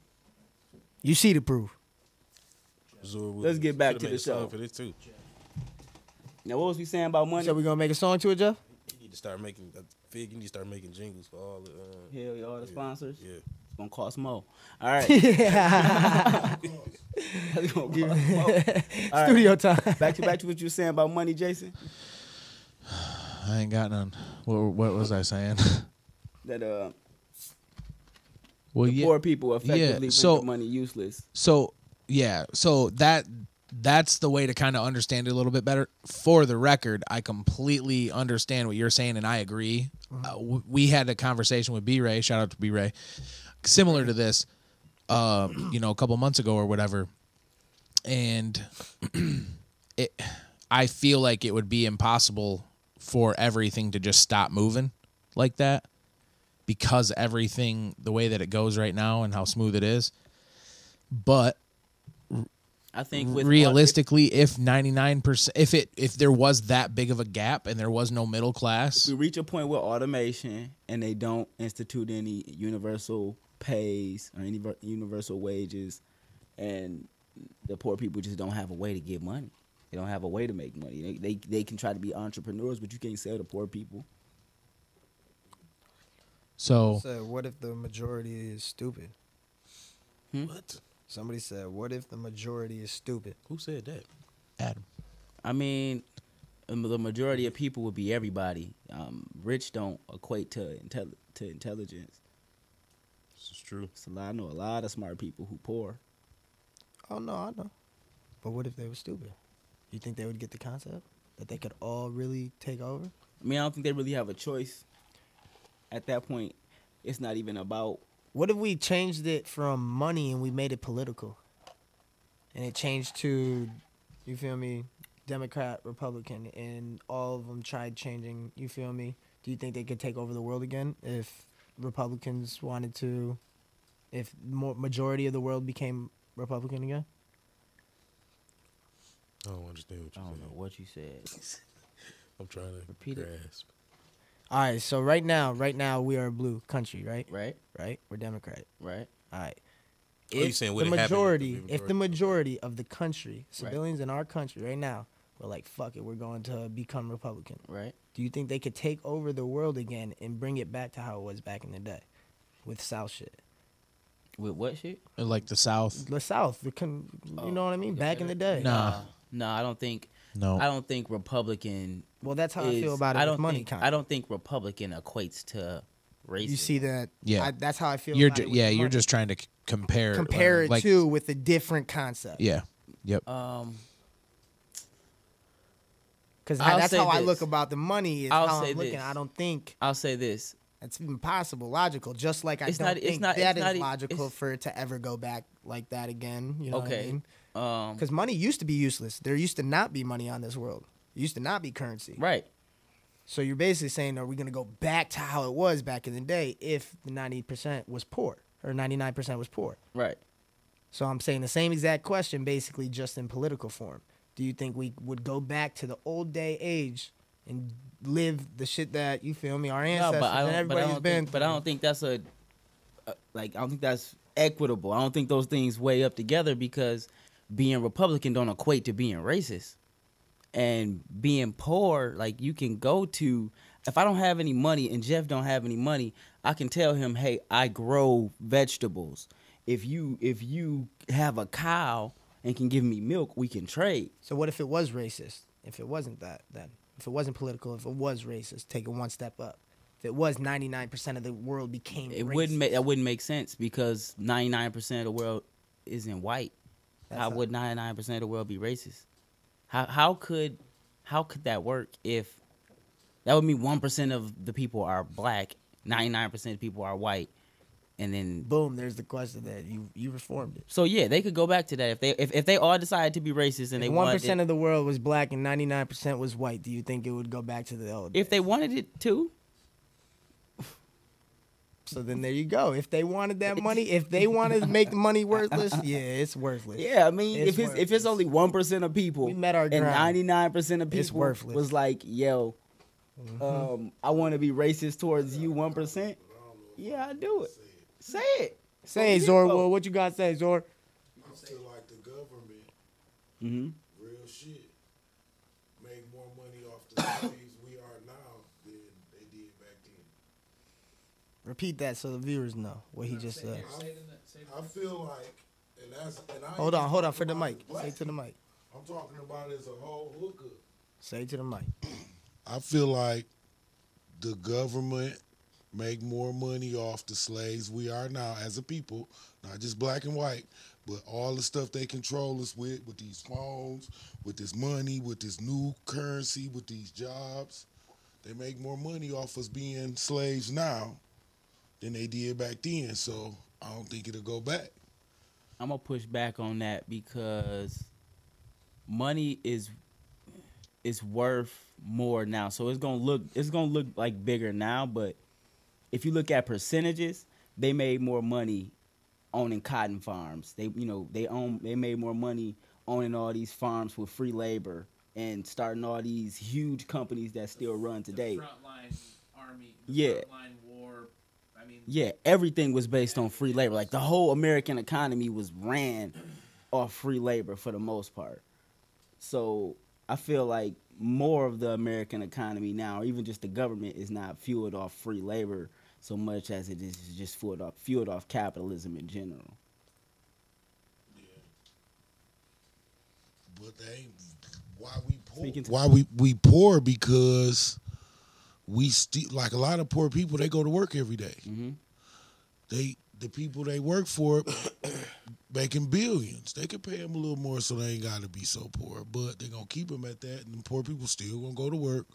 You see the proof. Zorwood. Let's get back Should've to made the a song show. For this too. Now what was we saying about money? So we gonna make a song to it, (laughs) Jeff? You need to start making. I fig, you need to start making jingles for all the. Uh, Hell, y'all the sponsors. yeah. It's gonna cost more. All right. (laughs) It's gonna cost more. right. Studio time. Back to back to what you were saying about money, Jason. I ain't got none. What, what was I saying? (laughs) That uh, well, yeah. poor people effectively so- make the money useless. So yeah, so that that's the way to kind of understand it a little bit better. For the record, I completely understand what you're saying, and I agree. Uh, w- we had a conversation with B Ray. Shout out to B Ray. Similar to this, uh, you know, a couple months ago or whatever, and (clears throat) it. I feel like it would be impossible for everything to just stop moving like that because everything the way that it goes right now and how smooth it is but I think with realistically if 99% if it if there was that big of a gap and there was no middle class we reach a point with automation and they don't institute any universal pays or any ver- universal wages, and the poor people just don't have a way to get money. They don't have a way to make money. They they, they can try to be entrepreneurs, but you can't sell to poor people. so So what if the majority is stupid? What? Somebody said, "What if the majority is stupid?" Who said that? adam I mean, um, the majority of people would be everybody. Um, rich don't equate to intelli- to intelligence. This is true. So I know a lot of smart people who poor. Oh no, I know. But what if they were stupid? You think they would get the concept that they could all really take over? I mean, I don't think they really have a choice. At that point, it's not even about. What if we changed it from money and we made it political? And it changed to, you feel me, Democrat, Republican, and all of them tried changing, you feel me? Do you think they could take over the world again if Republicans wanted to, if more, majority of the world became Republican again? I don't understand what I you're don't know saying. what you said. (laughs) I'm trying to Repeat it. grasp. All right, so right now, right now we are a blue country, right? Right, Right? We're Democrat. right. All right. Oh, you If saying the what it happened, majority, the if the majority of the country, Right. civilians in our country right now, were like, "Fuck it, we're going to become Republican." Right. Do you think they could take over the world again and bring it back to how it was back in the day, with South shit? With what shit? Like the South. The South, the con- Oh, you know what I mean? yeah, Back in the day. Nah. no, I don't think. No. I don't think Republican. Well, that's how I is- feel about it. I with don't money. think. count. I don't think Republican equates to racism. You see that? Yeah. I, that's how I feel. You're about ju- it with yeah, the you're money. just trying to c- compare compare it like, to with a different concept. Yeah. Yep. Um, Because I'll that's say how I this. look about the money. Is I'll how say I'm looking. this. I don't think I'll say this. it's impossible, logical. Just like I It's don't not- it's think not- that it's is not e- logical it's- for it to ever go back like that again. You know what I Okay. mean? Um, Because money used to be useless. There used to not be money on this world. It used to not be currency. right. So you're basically saying, are we going to go back to how it was back in the day if the 90% was poor or 99% was poor? Right. So I'm saying the same exact question, basically just in political form. Do you think we would go back to the old day age and live the shit that you feel me, our No, ancestors but I and don't. But I everybody's don't, been? think, but I don't think that's a. Uh, like I don't think that's equitable. I don't think those things weigh up together because being Republican don't equate to being racist. and being poor, like you can go to if I don't have any money and Jeff don't have any money, I can tell him, "Hey, I grow vegetables. If you if you have a cow and can give me milk, we can trade." So what if it was racist? If it wasn't that, then if it wasn't political, if it was racist, take it one step up. If it was 99% of the world became It racist, wouldn't make that wouldn't make sense because 99% of the world isn't white. That's how a- would 99% of the world be racist? How how could how could that work if that would mean 1% of the people are black, 99% of people are white, and then boom. There's the question that you you reformed it. So yeah, they could go back to that if they if, if they all decided to be racist and they One wanted percent it, of the world was black and 99% was white. Do you think it would go back to the old? if days? they wanted it to. So then there you go. If they wanted that money, if they wanted to make the money worthless, yeah, it's worthless. Yeah, I mean, It's if it's if it's worthless. only one percent of people, We met our and grind. ninety nine percent of people It's worthless. Mm-hmm. was like, yo, um, I want to be racist towards you one percent. Yeah, I do it. Say it. Say, Say it, Zor, bro. well, what you got to say, Zor? I'm still like the government, Mm-hmm. real shit. Make more money off the slaves we are now than they did back then. Repeat that so the viewers know what he just said. I feel like, and that's and I. Hold on, hold on for the mic. Say Say to the mic. I'm talking about as a whole hookup. Say to the mic. I feel like the government make more money off the slaves we are now as a people, not just black and white, but all the stuff they control us with, with these phones, with this money, with this new currency, with these jobs. They make more money off us being slaves now than they did back then. So I don't think it'll go back. I'm gonna push back on that because money is is worth more now. So it's gonna look it's gonna look like bigger now, but if you look at percentages, they made more money owning cotton farms. They you know, they own they made more money owning all these farms with free labor and starting all these huge companies that still run today. The frontline army. The Yeah. Frontline war. I mean, Yeah, everything was based on free labor. Like the whole American economy was ran off free labor for the most part. So I feel like more of the American economy now, or even just the government, is not fueled off free labor so much as it is just fueled off fueled off capitalism in general. But they why we poor? Speaking to- why we we poor because we still like a lot of poor people. They go to work every day. Mhm. They the people they work for (coughs) making billions. They can pay them a little more, so they ain't got to be so poor. But they're gonna keep them at that, and the poor people still gonna go to work.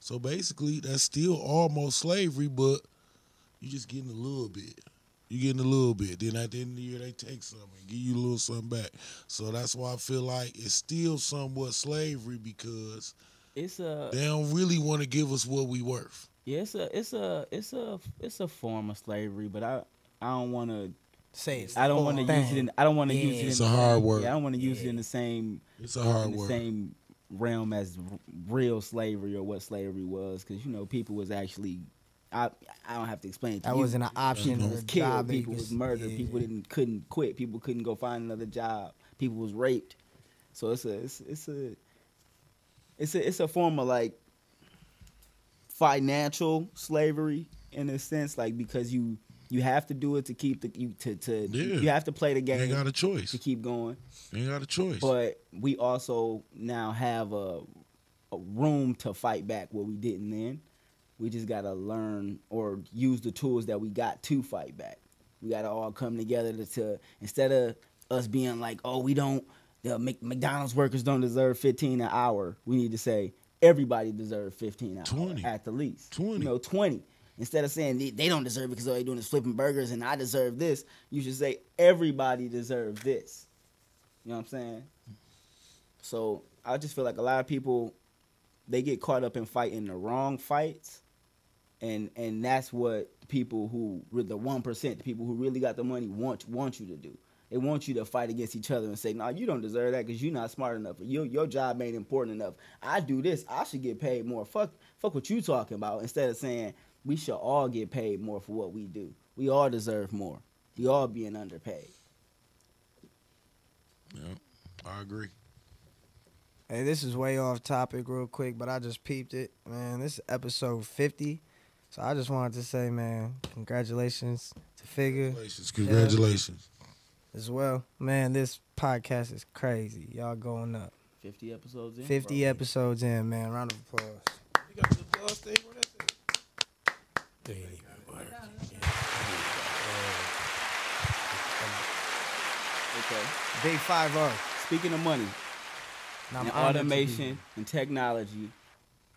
So basically, that's still almost slavery, but you just getting a little bit. You getting a little bit. Then at the end of the year, they take something, and give you a little something back. So that's why I feel like it's still somewhat slavery because It's a they don't really want to give us what we worth. yeah, it's a it's a it's a it's a form of slavery, but I I don't want to Say it. I don't want to use it in I don't want to use it. Yeah. In It's the a hard same- word. Yeah, I don't want to use it in the same It's a hard in the word. same realm as r- real slavery or what slavery was, because you know people was actually. I I don't have to explain. It to That you. wasn't an option. People or was a killed. job, it people was murdered. yeah. People didn't couldn't quit. People couldn't go find another job. People was raped. So it's a it's, it's a it's a it's a form of like financial slavery in a sense, like because you you have to do it to keep the you to to Yeah. you have to play the You game ain't got to a choice. keep going. You ain't got a choice. But we also now have a, a room to fight back what we didn't then. We just gotta learn or use the tools that we got to fight back. We gotta all come together to, to instead of us being like, oh, we don't, the Mc- McDonald's workers don't deserve 15 an hour. We need to say everybody deserves 15 an 20. hour at the least. 20. You know, 20. Instead of saying they, they don't deserve it because all they doing is flipping burgers and I deserve this, you should say everybody deserves this. You know what I'm saying? So I just feel like a lot of people they get caught up in fighting the wrong fights, and and that's what people who with the one percent, the people who really got the money want want you to do. They want you to fight against each other and say, "No, nah, you don't deserve that because you're not smart enough. or Your your job ain't important enough. I do this. I should get paid more. Fuck fuck what you talking about." Instead of saying we should all get paid more for what we do. We all deserve more. We all being underpaid. I agree. Hey, this is way off topic, real quick, but I just peeped it, man. This is episode fifty, so I just wanted to say, man, congratulations to Figure Congratulations. Congratulations. as well. Man, this podcast is crazy. Y'all going up. Fifty episodes in. Fifty episodes in, man. Round of applause. They ain't even work. Okay. Big five zero. Speaking of money, And I'm and honored to be- automation and technology.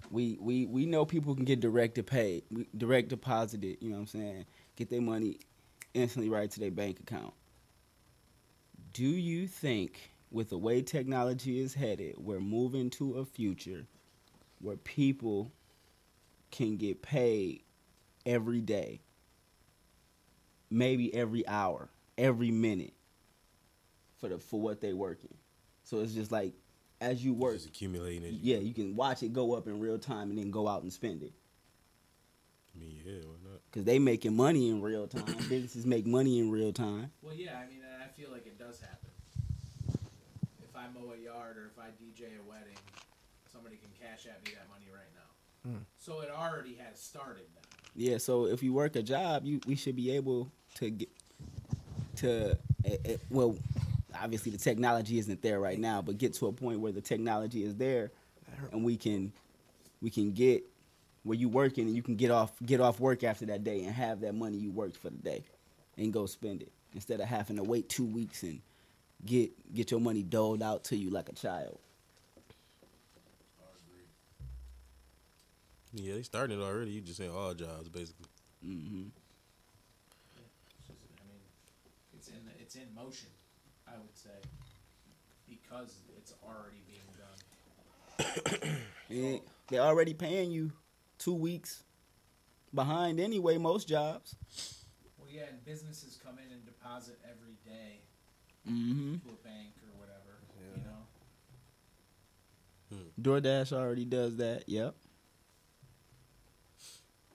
We, we we know people can get direct to pay, we- direct deposited. You know what I'm saying? Get their money instantly right to their bank account. Do you think, with the way technology is headed, we're moving to a future where people can get paid every day, maybe every hour, every minute for the for what they working? So it's just like as you work, Just accumulating it. yeah, you can watch it go up in real time and then go out and spend it I mean, yeah, why not? because they making money in real time. (coughs) Businesses make money in real time. Well, yeah, I mean, and I feel like it does happen. If I mow a yard or if I DJ a wedding, somebody can cash at me that money right now. So it already has started now. Yeah, so if you work a job, you we should be able to get to eh, eh, well, obviously the technology isn't there right now, but get to a point where the technology is there and we can we can get where you working and you can get off get off work after that day and have that money you worked for the day and go spend it instead of having to wait 2 weeks and get get your money doled out to you like a child. Yeah, they started it already. You just saying all jobs basically. Mhm. It's just- I mean, it's in it's in motion, I would say, because it's already being done. And they're already paying you two weeks behind anyway, most jobs. Well, yeah, and businesses come in and deposit every day Mm-hmm. to a bank or whatever. You know, DoorDash already does that. Yep.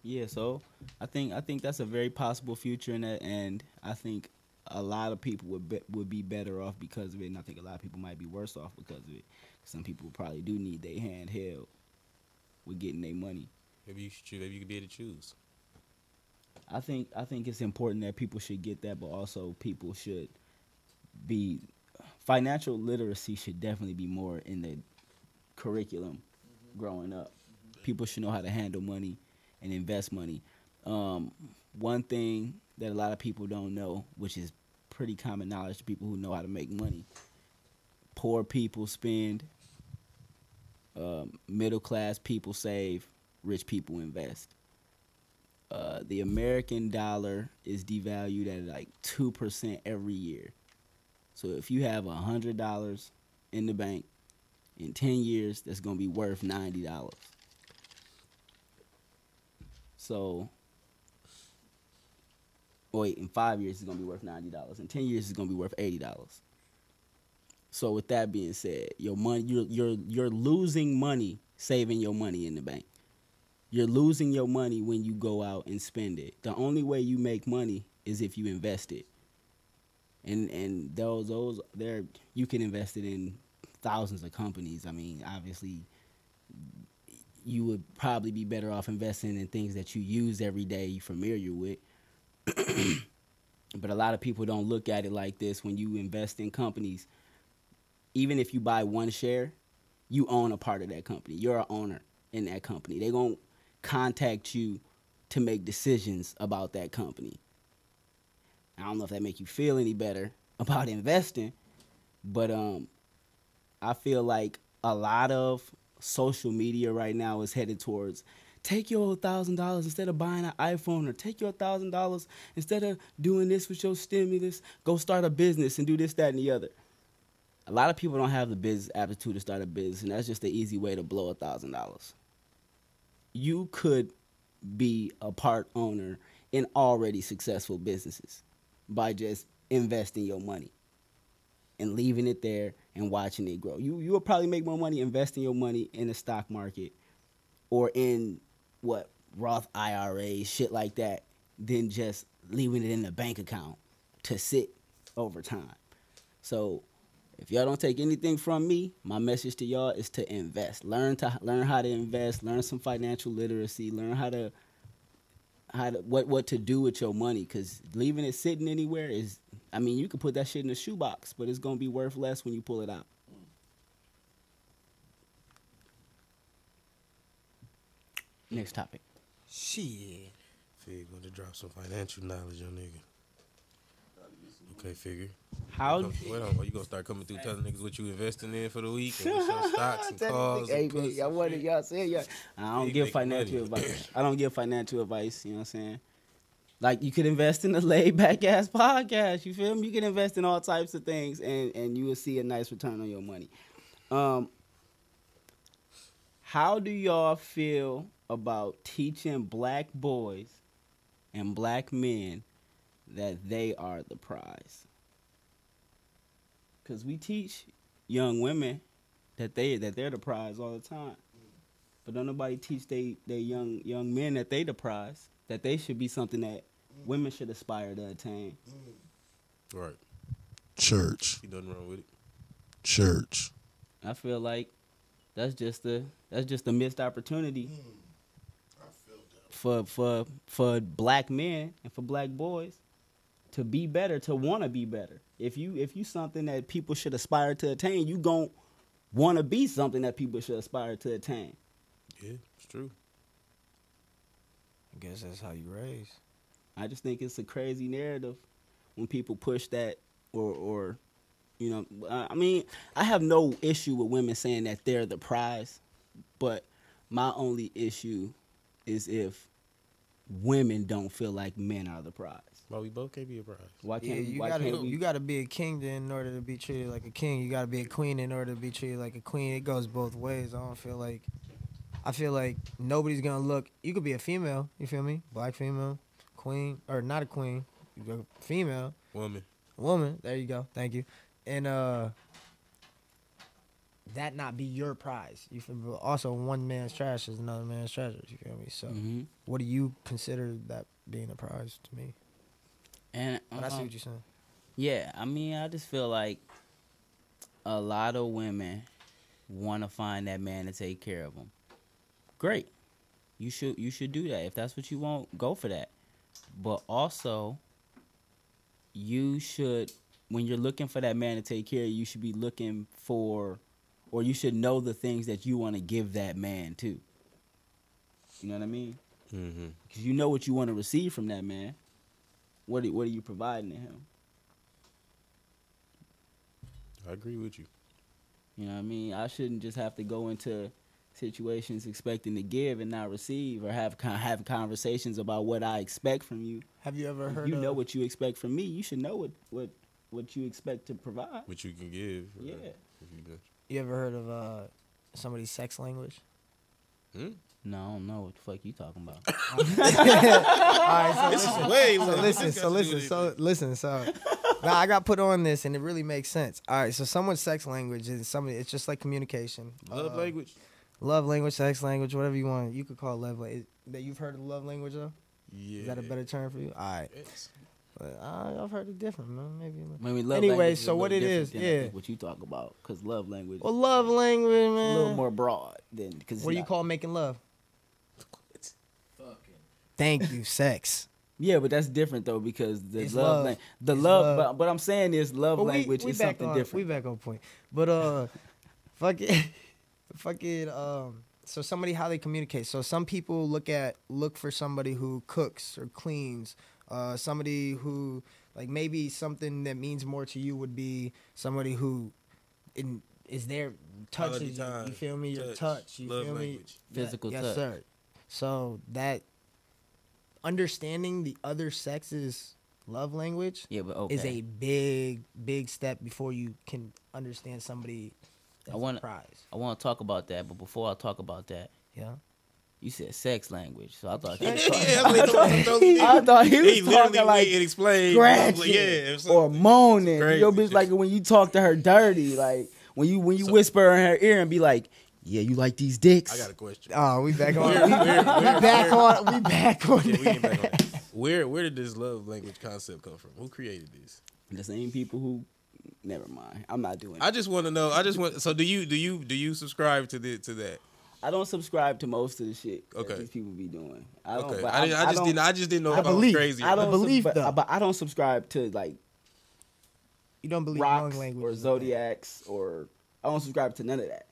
Yeah, so I think I think that's a very possible future in that, and I think a lot of people would be, would be better off because of it, and I think a lot of people might be worse off because of it. Some people probably do need their hand held with getting their money. Maybe you should choose. Maybe you could be able to choose. I think I think it's important that people should get that, but also people should be financial literacy should definitely be more in the curriculum growing up. People should know how to handle money and invest money. Um, one thing that a lot of people don't know, which is pretty common knowledge to people who know how to make money, poor people spend, um, middle class people save, rich people invest uh, the American dollar is devalued at like two percent every year. So if you have a hundred dollars in the bank in ten years, that's gonna be worth ninety dollars. So wait, in five years it's gonna be worth ninety dollars. In ten years it's gonna be worth eighty dollars. So with that being said, your money you're you're you're losing money saving your money in the bank. You're losing your money when you go out and spend it. The only way you make money is if you invest it. And and those those there you can invest it in thousands of companies. I mean, obviously you would probably be better off investing in things that you use every day, you're familiar with. (clears throat) but a lot of people don't look at it like this when you invest in companies even if you buy one share you own a part of that company you're an owner in that company they're going to contact you to make decisions about that company i don't know if that make you feel any better (laughs) about investing but um i feel like a lot of social media right now is headed towards take your thousand dollars instead of buying an iPhone or take your thousand dollars instead of doing this with your stimulus, go start a business and do this, that, and the other. A lot of people don't have the business aptitude to start a business, and that's just the easy way to blow a thousand dollars. You could be a part owner in already successful businesses by just investing your money and leaving it there and watching it grow. You you will probably make more money investing your money in the stock market or in what Roth IRAs, shit like that, than just leaving it in the bank account to sit over time. So if y'all don't take anything from me, my message to y'all is to invest. Learn to learn how to invest, learn some financial literacy, learn how to how to, what what to do with your money because leaving it sitting anywhere is I mean you could put that shit in a shoebox but it's gonna be worth less when you pull it out. Next topic. Shit. Fig gonna drop some financial knowledge on nigga. Okay, figure. How Come- Wait on, you gonna start coming through telling niggas what you investing in for the week and (laughs) what's your stocks (laughs) and calls. Hey, And man, puts. y'all wanted y'all say y'all. I don't Big give make financial money. (clears throat) advice. I don't give financial advice. You know what I'm saying? Like you could invest in a laid back (laughs) ass podcast. You feel me? You can invest in all types of things, and and you will see a nice return on your money. Um, how do y'all feel about teaching black boys and black men that they are the prize? Because we teach young women that they that they're the prize all the time. But don't nobody teach they they young young men that they the prize, that they should be something that women should aspire to attain. Right. Church, She done wrong with it. church. I feel like that's just the that's just a missed opportunity for for for black men and for black boys to be better, to want to be better. If you if you something that people should aspire to attain, you gon' want to be something that people should aspire to attain. Yeah, it's true. I guess that's how you raise. I just think it's a crazy narrative when people push that or or you know I I mean I have no issue with women saying that they're the prize, but my only issue is if women don't feel like men are the prize. Why we both can't be a prize. Why Yeah, can't you why gotta can't we you gotta be a king then in order to be treated like a king. You gotta be a queen in order to be treated like a queen. It goes both ways. I don't feel like I feel like nobody's gonna look. You could be a female. You feel me? Black female, queen or not a queen, you a female Woman. woman. There you go. Thank you. And uh, that not be your prize. You feel me? But Also, one man's trash is another man's treasure. You feel me? So, Mhm. what do you consider that being a prize to me? and But I see um, what you're saying. Yeah, I mean, I just feel like a lot of women want to find that man to take care of them. Great, you should you should do that if that's what you want. Go for that, but also you should when you're looking for that man to take care of you should be looking for or you should know the things that you want to give that man too you know what i mean Mm-hmm. because you know what you want to receive from that man what are, what are you providing to him I agree with you. You know what I mean? I shouldn't just have to go into situations expecting to give and not receive or have con- have conversations about what I expect from you. Have you ever If heard? you of, know what you expect from me, you should know what what what you expect to provide. What you can give. or Yeah. If you been- You ever heard of uh, somebody's (laughs) sex language? (laughs) No, I don't know what the fuck you talking about. (laughs) All right, so Way so low. listen, This got (laughs) so to do listen, with it. (laughs) so listen, so nah, I got put on this, and it really makes sense. All right, so someone's sex language and somebody, it's just like communication. Love Uh, language. love language, sex language, whatever you want. You could call it love language. That you've heard of love language though. Yeah. Is that a better term for you? All right, Yes. but I, I've heard it different. Man. Maybe. When we love Anyway, language is a so little what it different is, than I yeah. think what you talk about because love language Well, love language, is a man. little more broad than because What do you call making love? Fucking. Thank you, sex. Yeah, but that's different though because the It's love, love. lang- the It's love, love. But, but I'm saying is love But we- language we is back something on- different. We back on point. But uh, (laughs) fuck it, (laughs) fuck it. Um, so somebody how they communicate. So some people look at look for somebody who cooks or cleans. Uh, somebody who like maybe something that means more to you would be somebody who, in is there Quality touches you, time, you feel me your touch you love feel language. me That- Physical yes touch. sir so that understanding the other sex's love language yeah, but okay. is a big, big step before you can understand somebody that's I wanna- prize. I want to talk about that, but before I talk about that, Yeah. you said sex language, so I thought he yeah, was talking, that's what he told us, totally (laughs) I did. thought he was He literally talking like went and explained. scratching Like, yeah, it's or something. moaning. It's Your crazy. bitch like it when you talk to her dirty, like when you when you whisper in her ear and be like, "Yeah, you like these dicks." I got a question. (laughs) Oh, we back (laughs) on. Where- we where- where- back where- on. We back on. Yeah, we that. getting back on that. (laughs) Where where did this love language concept come from? Who created this? the same people who. Never mind. I'm not doing. I it. just want to know. I just want. So do you do you do you subscribe to the to that? I don't subscribe to most of the shit that Okay. these people be doing. I don't, Okay, but I, didn't, I, just don't- didn't. I just didn't know I if I was believe- crazy. or I not. don't believe, sub- though. but I don't subscribe to like You don't believe rocks wrong language or is a thing. zodiacs or I don't subscribe to none of that.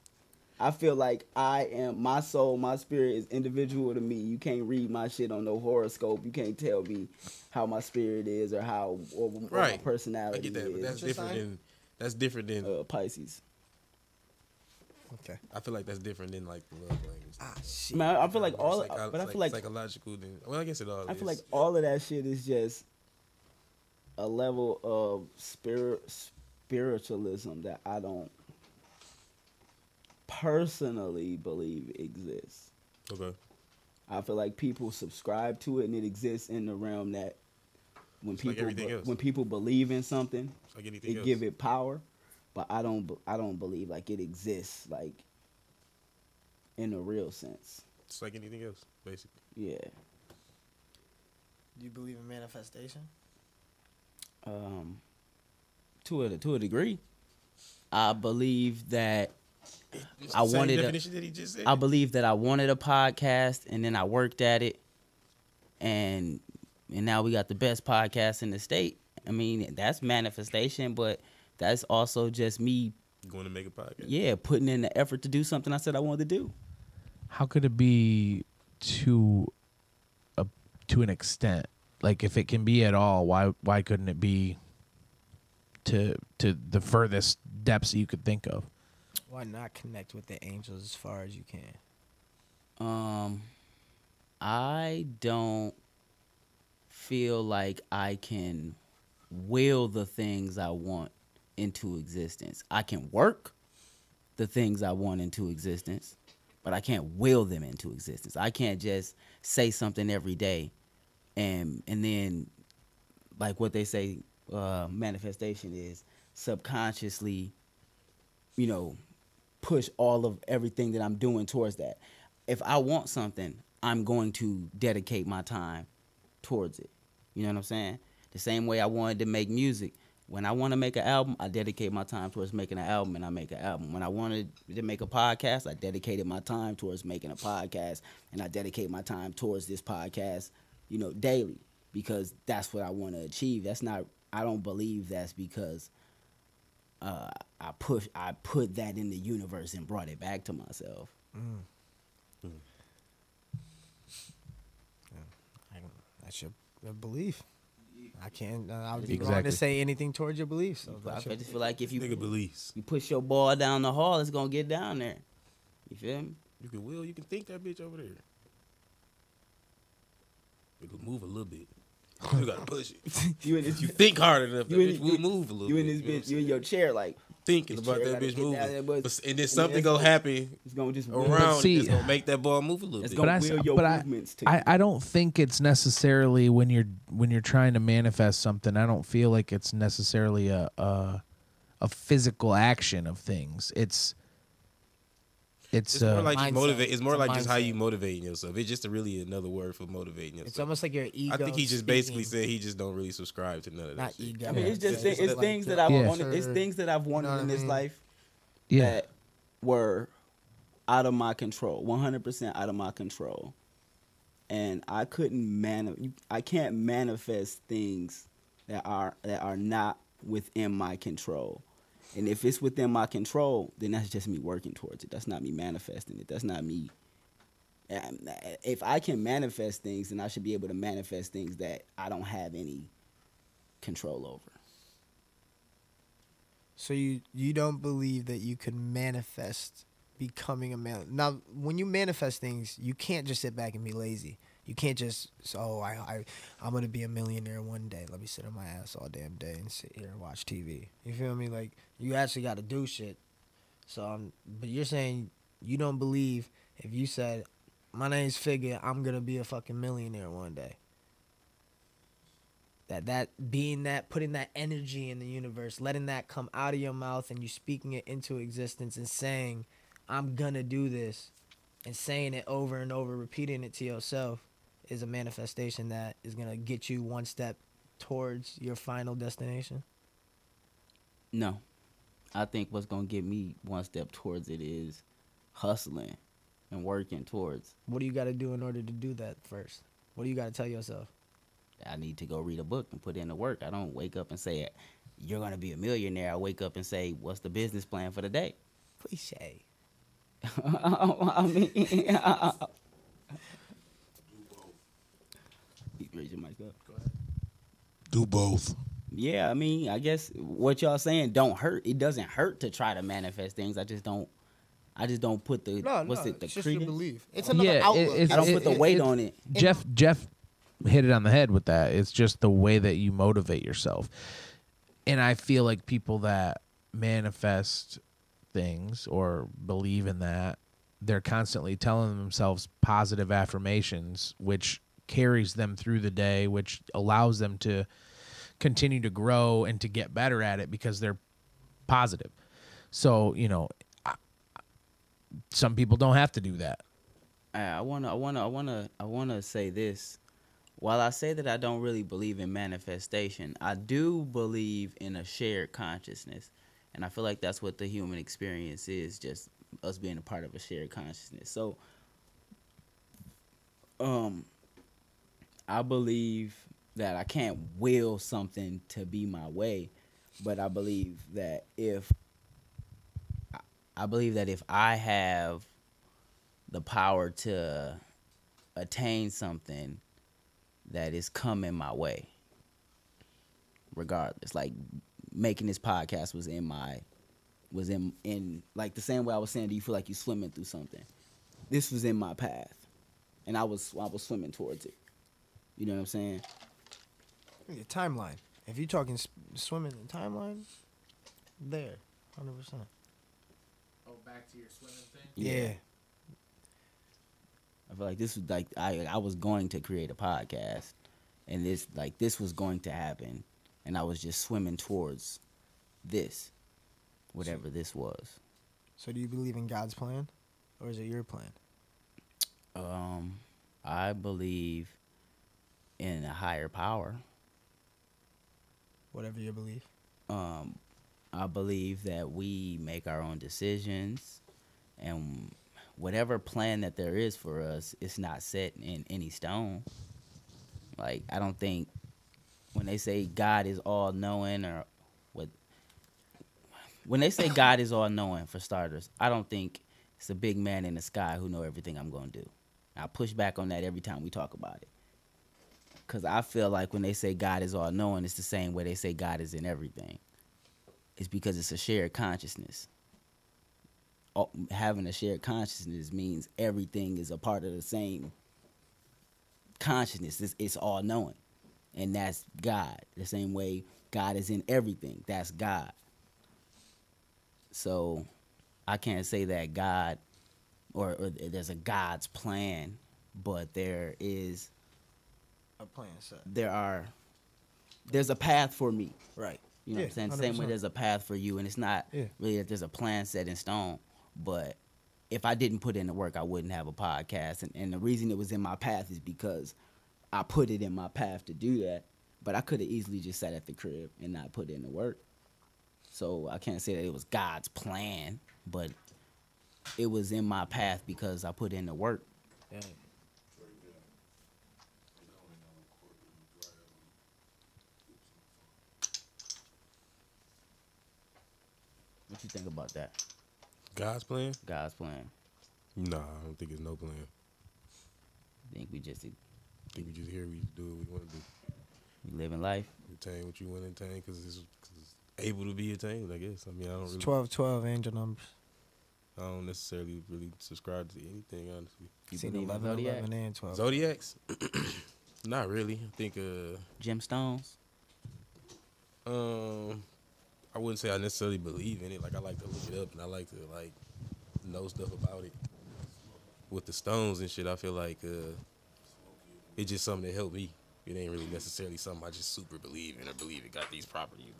I feel like I am my soul, my spirit is individual to me. You can't read my shit on no horoscope. You can't tell me how my spirit is or how or, or my Right. I personality get that, but is. that's different than that's different than. uh, Pisces. Okay. I feel like that's different than like the love language. I, mean, I, I feel like all, Psycho- but I psych- feel like psychological. Then, well, I guess it all. I feel like is. all of that shit is just a level of spirit spiritualism that I don't personally believe exists. Okay. I feel like people subscribe to it and it exists in the realm that when like people everything be- else. when people believe in something, It's Like anything it else. give it power. But I don't be- I don't believe like it exists like in a real sense. It's like anything else, basically. Yeah. Do you believe in manifestation? Um to a to a degree. I believe that It's I the same wanted a- definition that he just said. I believe that I wanted a podcast and then I worked at it and and now we got the best podcast in the state. I mean, that's manifestation, but that's also just me going to make a podcast. yeah, putting in the effort to do something I said I wanted to do. How could it be to a to an extent? Like if it can be at all, why why couldn't it be to to the furthest depths you could think of? Why not connect with the angels as far as you can? Um I don't feel like I can will the things I want into existence. I can work the things I want into existence, but I can't will them into existence. I can't just say something every day and and then like what they say uh manifestation is subconsciously you know push all of everything that I'm doing towards that. If I want something, I'm going to dedicate my time towards it. You know what I'm saying? The same way I wanted to make music. When I want to make an album, I dedicate my time towards making an album and I make an album. When I wanted to make a podcast, I dedicated my time towards making a podcast and I dedicate my time towards this podcast, you know, daily because that's what I want to achieve. That's not I don't believe that's because uh, I push I put that in the universe and brought it back to myself. I don't, that's your, your belief. I can't. Uh, I would be wrong Exactly. to say anything towards your beliefs. So I that's your- just feel like if Nigga you believes. you push your ball down the hall, it's gonna get down there. You feel me? You can will. You can think that bitch over there. We can move a little bit. (laughs) You gotta push it. You in this If you think hard enough, that You in- bitch will you- move a little. you in bit, this know what bitch I'm you in your chair like thinking about chair that gotta get bitch down there, moving, but- But- and then something gonna happen It's gonna just will- around. see- it's gonna make that ball move a little It's bit. But gonna I, will your Oh, but I, movements to I, I don't think it's necessarily when you're when you're trying to manifest something. I don't feel like it's necessarily a a, a physical action of things. It's it's, It's uh, more like just Mindset. motivate. It's more It's a like just how you mindset. motivating yourself. It's just a really another word for motivating yourself. It's almost like your ego. I think he just basically speaking. said he just don't really subscribe to none of that. not shit. ego. I mean, it's just Yeah. thi- it's Like things the- that I've Yeah. wanted. It's things that I've wanted know what in I this mean? life yeah. that were out of my control, 100% out of my control, and I couldn't man. I can't manifest things that are that are not within my control. And if it's within my control, then that's just me working towards it. That's not me manifesting it. That's not me. Um, If I can manifest things, then I should be able to manifest things that I don't have any control over. So you you don't believe that you could manifest becoming a man. Now, when you manifest things, you can't just sit back and be lazy. You can't just so I I I'm gonna be a millionaire one day. Let me sit on my ass all damn day and sit here and watch TV. You feel me? Like you actually got to do shit. So, um, but you're saying you don't believe if you said my name's Figure, I'm gonna be a fucking millionaire one day. That that being that putting that energy in the universe, letting that come out of your mouth and you speaking it into existence and saying, I'm gonna do this and saying it over and over, repeating it to yourself is a manifestation that is gonna get you one step towards your final destination. No. I think what's going to get me one step towards it is hustling and working towards. What do you gotta do in order to do that first? What do you gotta tell yourself? I need to go read a book and put in the work. I don't wake up and say, you're going to be a millionaire. I wake up and say, what's the business plan for the day? Cliche. (laughs) I mean, (laughs) You raise your mic up. Do both. Yeah, I mean, I guess what y'all saying don't hurt. It doesn't hurt to try to manifest things. I just don't. I just don't put the what's it the credence? It's Yeah, another it- outlook. it's- I don't it- put the it- weight it's- on it. Jeff Jeff hit it on the head with that. It's just the way that you motivate yourself. And I feel like people that manifest things or believe in that, they're constantly telling themselves positive affirmations which carries them through the day, which allows them to continue to grow and to get better at it because they're positive. So, you know, I- some people don't have to do that. Uh, I wanna, I wanna, I wanna, I wanna say this. While I say that I don't really believe in manifestation, I do believe in a shared consciousness, and I feel like that's what the human experience is—just us being a part of a shared consciousness. So, um, I believe that I can't will something to be my way, but I believe that if I- I believe that if I have the power to attain something that is coming my way regardless like making this podcast was in my was in in like the same way i was saying do you feel like you swimming through something this was in my path and i was i was swimming towards it you know what i'm saying Yeah, timeline. If you're talking s- swimming in timeline, there, hundred percent. Oh, back to your swimming thing. Yeah. I feel like this was like I I was going to create a podcast, and this like this was going to happen, and I was just swimming towards this, whatever this was. So, do you believe in God's plan, or is it your plan? Um, I believe in a higher power. Whatever your belief. Um, I believe that we make our own decisions, and whatever plan that there is for us, it's not set in any stone. Like I don't think when they say God is all knowing or what when they say God is all knowing for starters, I don't think it's a big man in the sky who know everything I'm going to do. I push back on that every time we talk about it. Cuz I feel like when they say God is all knowing, it's the same way they say God is in everything. It's because it's a shared consciousness. All- Having a shared consciousness means everything is a part of the same consciousness. It's, it's all knowing. And that's God. The same way God is in everything. That's God. So I can't say that God or, or there's a God's plan, but there is A plan set. there are there's a path for me. Right. You know what I'm Yeah, saying? Same way 100%. there's a path for you, and it's not Yeah. really that there's a plan set in stone. But if I didn't put in the work, I wouldn't have a podcast. And, and the reason it was in my path is because I put it in my path to do that. But I could have easily just sat at the crib and not put in the work. So I can't say that it was God's plan, but it was in my path because I put in the work. What you think about that? God's plan? God's plan. Nah, I don't think it's no plan. I think we just I think we just here, we do what we want to do. living life. Attain what you want to attain because it's, 'cause it's able to be attained, I guess. I mean, I don't It's really, 12 12 angel numbers. I don't necessarily really subscribe to anything, honestly. You Seen believe in 11, Zodiac? 11 and 12. Zodiacs? (coughs) Not really. I think, uh, Gemstones. Um, I wouldn't say I necessarily believe in it. Like I like to look it up and I like to like know stuff about it. With the stones and shit, I feel like uh, it's just something that helped me. It ain't really necessarily something I just super believe in or believe it got these properties.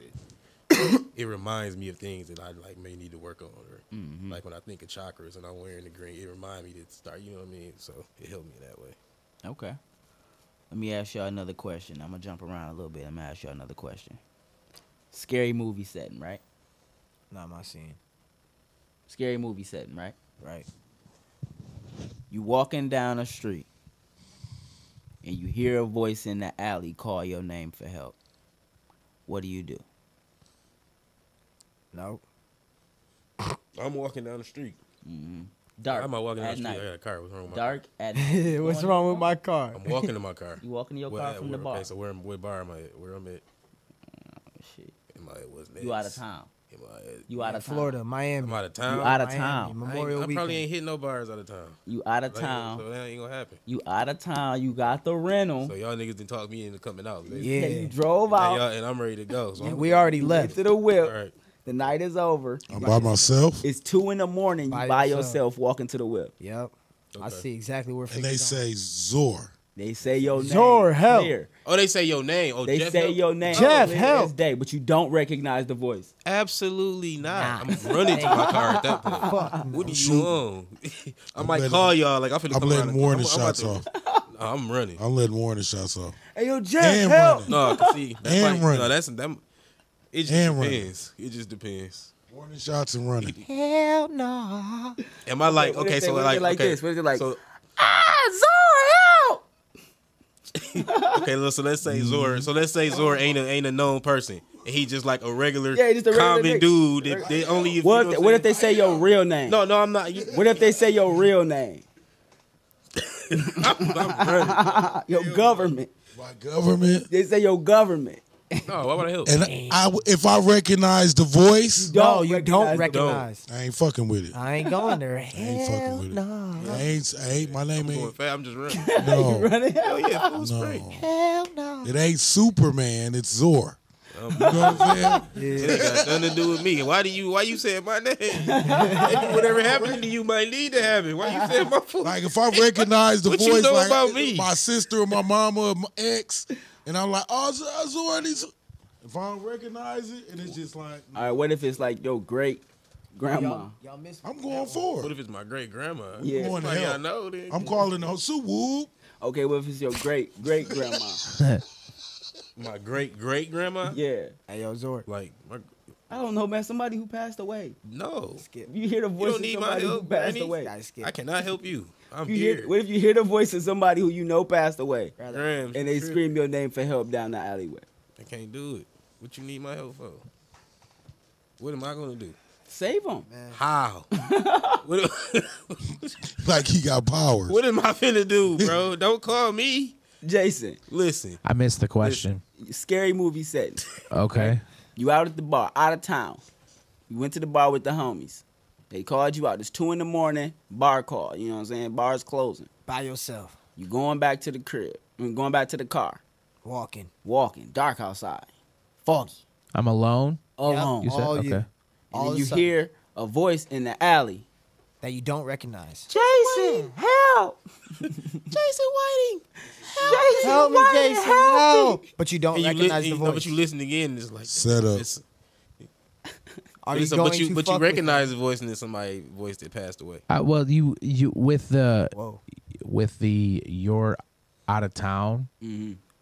That (coughs) it reminds me of things that I like may need to work on or Mm-hmm. like when I think of chakras and I'm wearing the green, it reminds me to start. You know what I mean? So it helped me that way. Okay. Let me ask y'all another question. I'm gonna jump around a little bit. I'm gonna ask y'all another question. Scary movie setting, right? Not my scene. Scary movie setting, right? Right. You walking down a street and you hear a voice in the alley call your name for help. What do you do? Nope. I'm walking down the street. Dark. How am I walking down at the street? I got night. a car. What's wrong with my Dark (laughs) at night. (laughs) What's wrong with my car? I'm walking to my car. (laughs) You walking to your Where car at? from the Where- bar. Oh, Okay, so where, am- what bar am I at? Where I'm at? Shit. Am I at what's next? You out of town. Am I at, You out of town. Florida, Miami. I'm out of town. You out of Miami, town. I ain't- Memorial I, Weekend. probably ain't hit no bars out of town. You out of Like, town. So that ain't gonna happen. You out of town. You got the rental. So y'all niggas didn't talk me into coming out. basically. Yeah. You drove And, out. y'all, and I'm ready to go. So Yeah, I'm we already you get left. to the whip. All right. The night is over. I'm by myself, It's two in the morning. You by, By yourself. yourself. walking to the whip. Yep. I Okay. see exactly where. and they say Zor. They say your name. Zor, help. clear. Oh, they say your name. Oh, They Jeff say Hill? your name. Jeff, clear help. as Day, but you don't recognize the voice. Absolutely not. I'm running to my car (laughs) at that point. What do you shooting. on? (laughs) I I'm might letting- call y'all. Like I'm finna I'm come letting around warning I'm, about shots (laughs) off. to- Nah, I'm running. I'm letting warning shots off. Hey, yo, Jeff, And help. running. No, 'cause see, that's And like, running. no, that's that. It just And running. depends. It just depends. Warning shots and running. Hell no. Am I like What if they- okay? So what if they like like okay, this? What if they like- So, Ah, Zor, help. (laughs) okay, look, so let's say Zor. So let's say Zor ain't a ain't a known person, and he just like a regular, Yeah, just a regular common nigga. dude. That, that only if, What, you if, know what if I'm they say your real name? saying? No, no, I'm not. You, What if they say your real (laughs) name? I'm running. Your government. My government. They say your government. No, why would I help? And I, w- if I recognize the voice, No, Oh, you don't recognize- recognize. I ain't fucking with it. I I ain't going there. ain't Hell fucking with it. no. I ain't. I ain't. My I'm name going ain't. fast. I'm just running. No, Running help. yeah, fool's free. no. Hell no. It ain't Superman. It's Zor. You know what I'm saying? It ain't got nothing to do with me. Why do you? Why you saying (laughs) my name? Maybe whatever happened to you might need to happen. Why you saying my fool? (laughs) Like if I recognize the What you voice, know like about me? my sister or my mama or my ex, and I'm like, oh, Z- Zora, these. If I don't recognize it, and it's just like All right, what if it's like your great grandma? Y'all missed I'm going for What it. if it's my great grandma? Yeah. Going to Like, I hell. know. Then. I'm calling the Hosu Whoop. (laughs) Okay, what if it's your great great (laughs) grandma? my great great grandma. yeah. Hey, yo, Zor. Like my I don't know, man. Somebody who passed away. no. You hear the voice need of my somebody who help, passed Granny. away. Gotta skip. I cannot help you. I'm You here. hear, what if you hear the voice of somebody who you know passed away, Grams, and they trip. scream your name for help down the alleyway? I can't do it. What you need my help for? What am I gonna do? Save them. (laughs) How? what, Like he got powers. what am I finna do, bro? Don't call me. Jason, Listen, I missed the question. scary movie setting. Okay. You out at the bar, out of town. You went to the bar with the homies. They called you out. It's two in the morning. Bar call. You know what I'm saying? Bar's closing. By yourself. You going back to the crib. I mean, going back to the car. Walking. Walking. Dark outside. Foggy. I'm alone. Alone. You said all okay. you. And All then of you a sudden. hear a voice in the alley. that you don't recognize. Jason, help! Jason Whiting. Jason, Whiting, But you don't And you, li- recognize and you the know, voice. but you listen again, it's like Set up. It's, Are it's you a- going but you to but you fuck with recognize the voice and it's somebody voice that passed away. Uh, well, you you with the them? Whoa, with the you're out of town.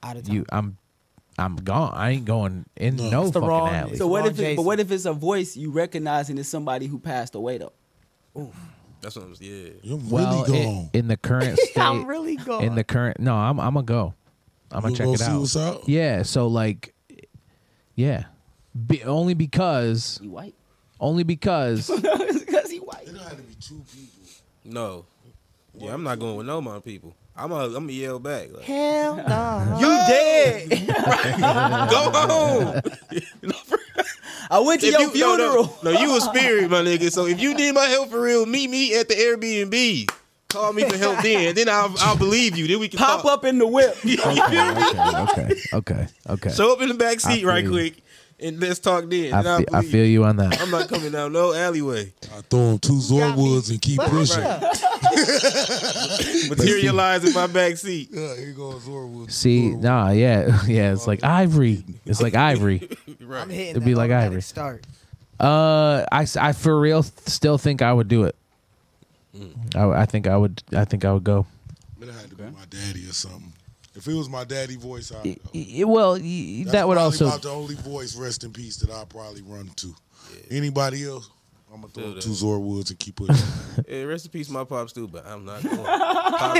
out of time. You I'm I'm gone. I ain't going in no, It's the fucking wrong- alley. So what Wrong if? It, but Jason. what if it's a voice you recognize and it's somebody who passed away though? That's what I'm yeah. I'm well, really i- gone. in the current state, I'm really gone. in the current no, I'm I'm gonna go. I'm gonna You check gonna it see out. what's out? Yeah. So like, yeah, Be, only because You white? only because Because he white. It had to be two people. No. Yeah, I'm not going with no my people. I'm a, I'm gonna yell back. Like, Hell no. (laughs) You dead. Go home. (laughs) I went to If your you- no, funeral. no, No, you a spirit, my nigga. So if you need my help for real, meet me at the Airbnb. Call me for help then. Then I'll, I'll believe you. Then we can Pop talk. up in (laughs) the whip. okay, okay, okay, okay. Show up in the back seat feel right you. quick, and let's talk then. I and I'll feel, I believe feel you on that. I'm not coming down no (laughs) alleyway. I throw him two Zorwoods and keep pushing. Materialize in my back seat. Yeah, here goes Zorwood. See, nah, yeah, (laughs) yeah. It's like ivory. It's like (laughs) ivory. I'm hitting It'd be that like automatic Ivory. Start. Uh, I, s- I for real still think I would do it. Mm. I, I think I would. I think I would go. It had to be my daddy or something. If it was my daddy voice, I'd go. Y- y- well, y- That's that would probably also. about the only voice, rest in peace, that I'll probably run to. Anybody else? I'm gonna throw Dude, two Zorwoods and keep pushing. (laughs) Yeah, Eh, rest in peace, my pops too. But I'm (laughs) not going. Pop-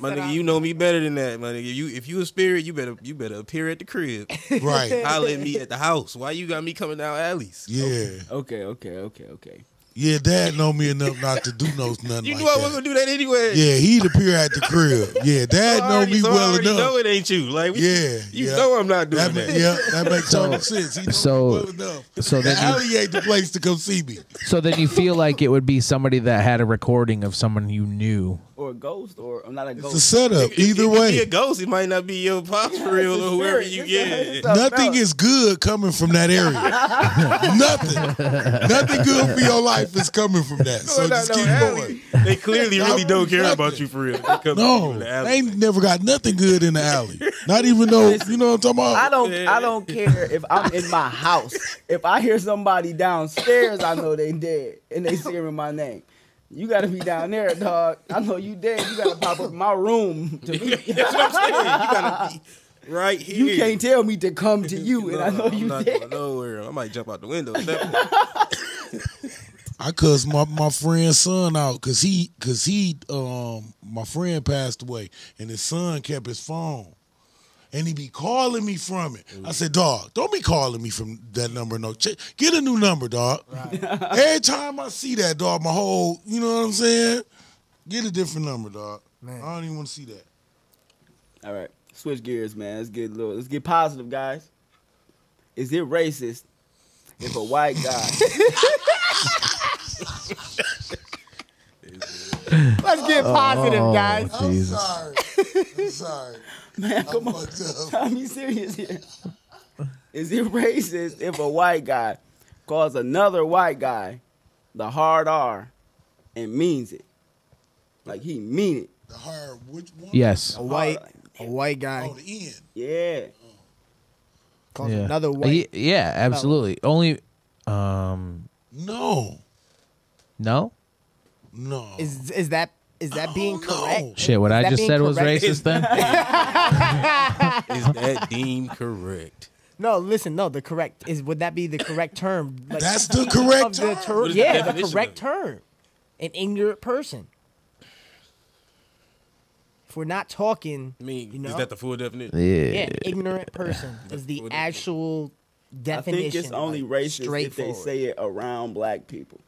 my nigga, you know me better than that, my nigga. You if you a spirit, you better you better appear at the crib. right. Holler at me at the house. Why you got me coming down alleys? Yeah. Okay, okay, okay, okay. Yeah, dad know me enough not to do no (laughs) nothing You like knew I that. wasn't gonna do that anyway. yeah, he'd appear at the crib. Yeah, dad (laughs) I know already, me so I well already enough. know it ain't you. Like we, Yeah, you yeah. know I'm not doing That, that. (laughs) ma- yeah, that makes So- total sense. He knows so- me well enough. So The then, you, alley ain't the place to come see me. so then you feel like it would be somebody that had a recording of someone you knew. Oh, Or a ghost, or I'm not a It's a ghost. setup. Either It could be a way, ghost. It might not be your (laughs) pops for real it's a or whoever spirit. you It's get. nothing is good coming from that (laughs) area. nothing, nothing good for your life is coming from that. So Going down just no keep alley. going. (laughs) They clearly really don't care about you for real. They come at you No, in the they alley. ain't never got nothing good in the alley. Not even though you know what I'm talking about. (laughs) I don't. I don't care if I'm in my house. If I hear somebody downstairs, I know they dead, and they screaming my name. You gotta be down there, dog. I know you dead. You gotta pop up in my room to me. (laughs) That's what I'm saying. You gotta be right here. You can't tell me to come (laughs) to you, and No, I know I'm you not dead. going nowhere. I might jump out the window. at that point. I cussed my, my friend's son out because he because he um my friend passed away and his son kept his phone. And he be calling me from it. I said, dog, don't be calling me from that number. No, Ch- get a new number, dog. Every time I see that, dog, my whole, you know what I'm saying? Get a different number, dog. Man. I don't even want to see that. All right, switch gears, man. Let's get a little. Let's get positive, guys. Is it racist if a white guy? Let's get positive, guys. Jesus. Sorry, (laughs) I'm sorry. man, (laughs) come on. fucked I'm be serious here. Is it racist if a white guy calls another white guy the hard R and means it? Like he mean it. The hard, which one? Yes. A (laughs) white, a white Oh, guy the end. Yeah. calls yeah. another Ye- white. Yeah, absolutely. Only, um, No, no. no. Is is that is that being Oh, no. correct? Shit, what Is I that just being said was correct? racist. Then Is that deemed correct? No, listen, no. The correct is would that be the correct term? Like, That's (laughs) the of correct the term. ter- What is the yeah, the definition correct of term. An ignorant person. If we're not talking, I mean, you know, is that the full definition? yeah, yeah. an ignorant person is the What is it? actual I definition. think it's only like, racist if they straightforward. say it around black people.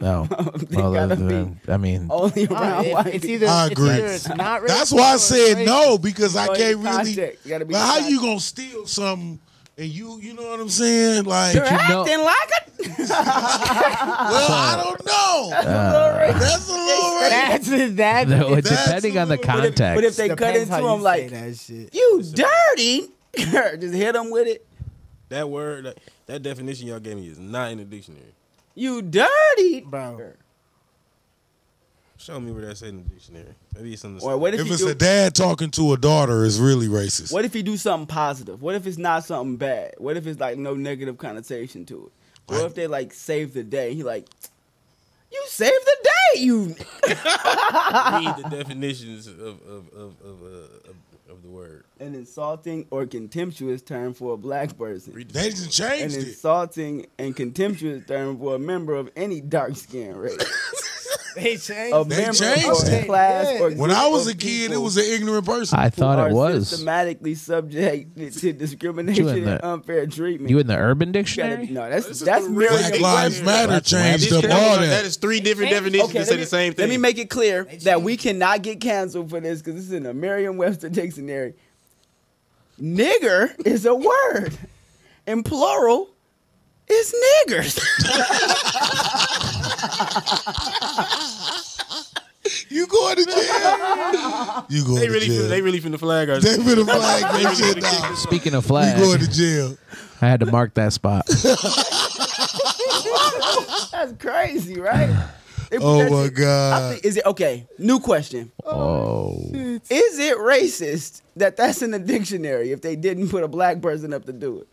No. They Well, gotta Oh, uh, I mean, Only All right, around uh, it- white Oh, it's people. either I it's agree. either it's not racist That's why I or said it's no because I Well, can't you really. contact. You gotta be But how you contact. gonna steal something and you you know what I'm saying? Like, You're you know- acting like a well, I don't know. That's a little racist. right. (laughs) (laughs) That's that. no, it depending on the But if- but context. But if they cut depends into how you him say like that shit. you dirty, (laughs) just hit him with it. That word, that, that definition y'all gave me is not in the dictionary. You dirty. (laughs) bro. Show me where that's in the dictionary. Maybe it's in the. Or what if, If he it's do, a dad talking to a daughter, it's really racist. what if he do something positive? What if it's not something bad? What if it's like no negative connotation to it? What if they like save the day? He like, you saved the day, you. (laughs) read the definitions of of of of, uh, of, of the word. An insulting or contemptuous term for a black person. Read the They just an changed it. insulting and contemptuous term for a member of any dark skin race, (coughs) They changed. a They member changed of a it. class or Yeah. When group I was of a kid, it people was an ignorant person. I who thought are it was. systematically subjected to discrimination in and the- unfair treatment. You in the Urban You gotta- Dictionary? no, that's This is that's the Merriam- real- Black Lives Matter That's changed whack. up all that that. is three different definitions Okay, that let say me- the same thing. Let me make it clear that we cannot get canceled for this because this is in a Merriam-Webster dictionary. Nigger is a word, and plural is niggers. (laughs) You going to jail? You going They to really, jail? finna, they really finna flag our. They finna (laughs) flag They that really shit finna down. kick Speaking of You going flag, to jail? I had to mark that spot. That's crazy, right? They put Oh that my shit- I god! think- is it okay? New question: Oh, Is it racist that that's in the dictionary if they didn't put a black person up to do it?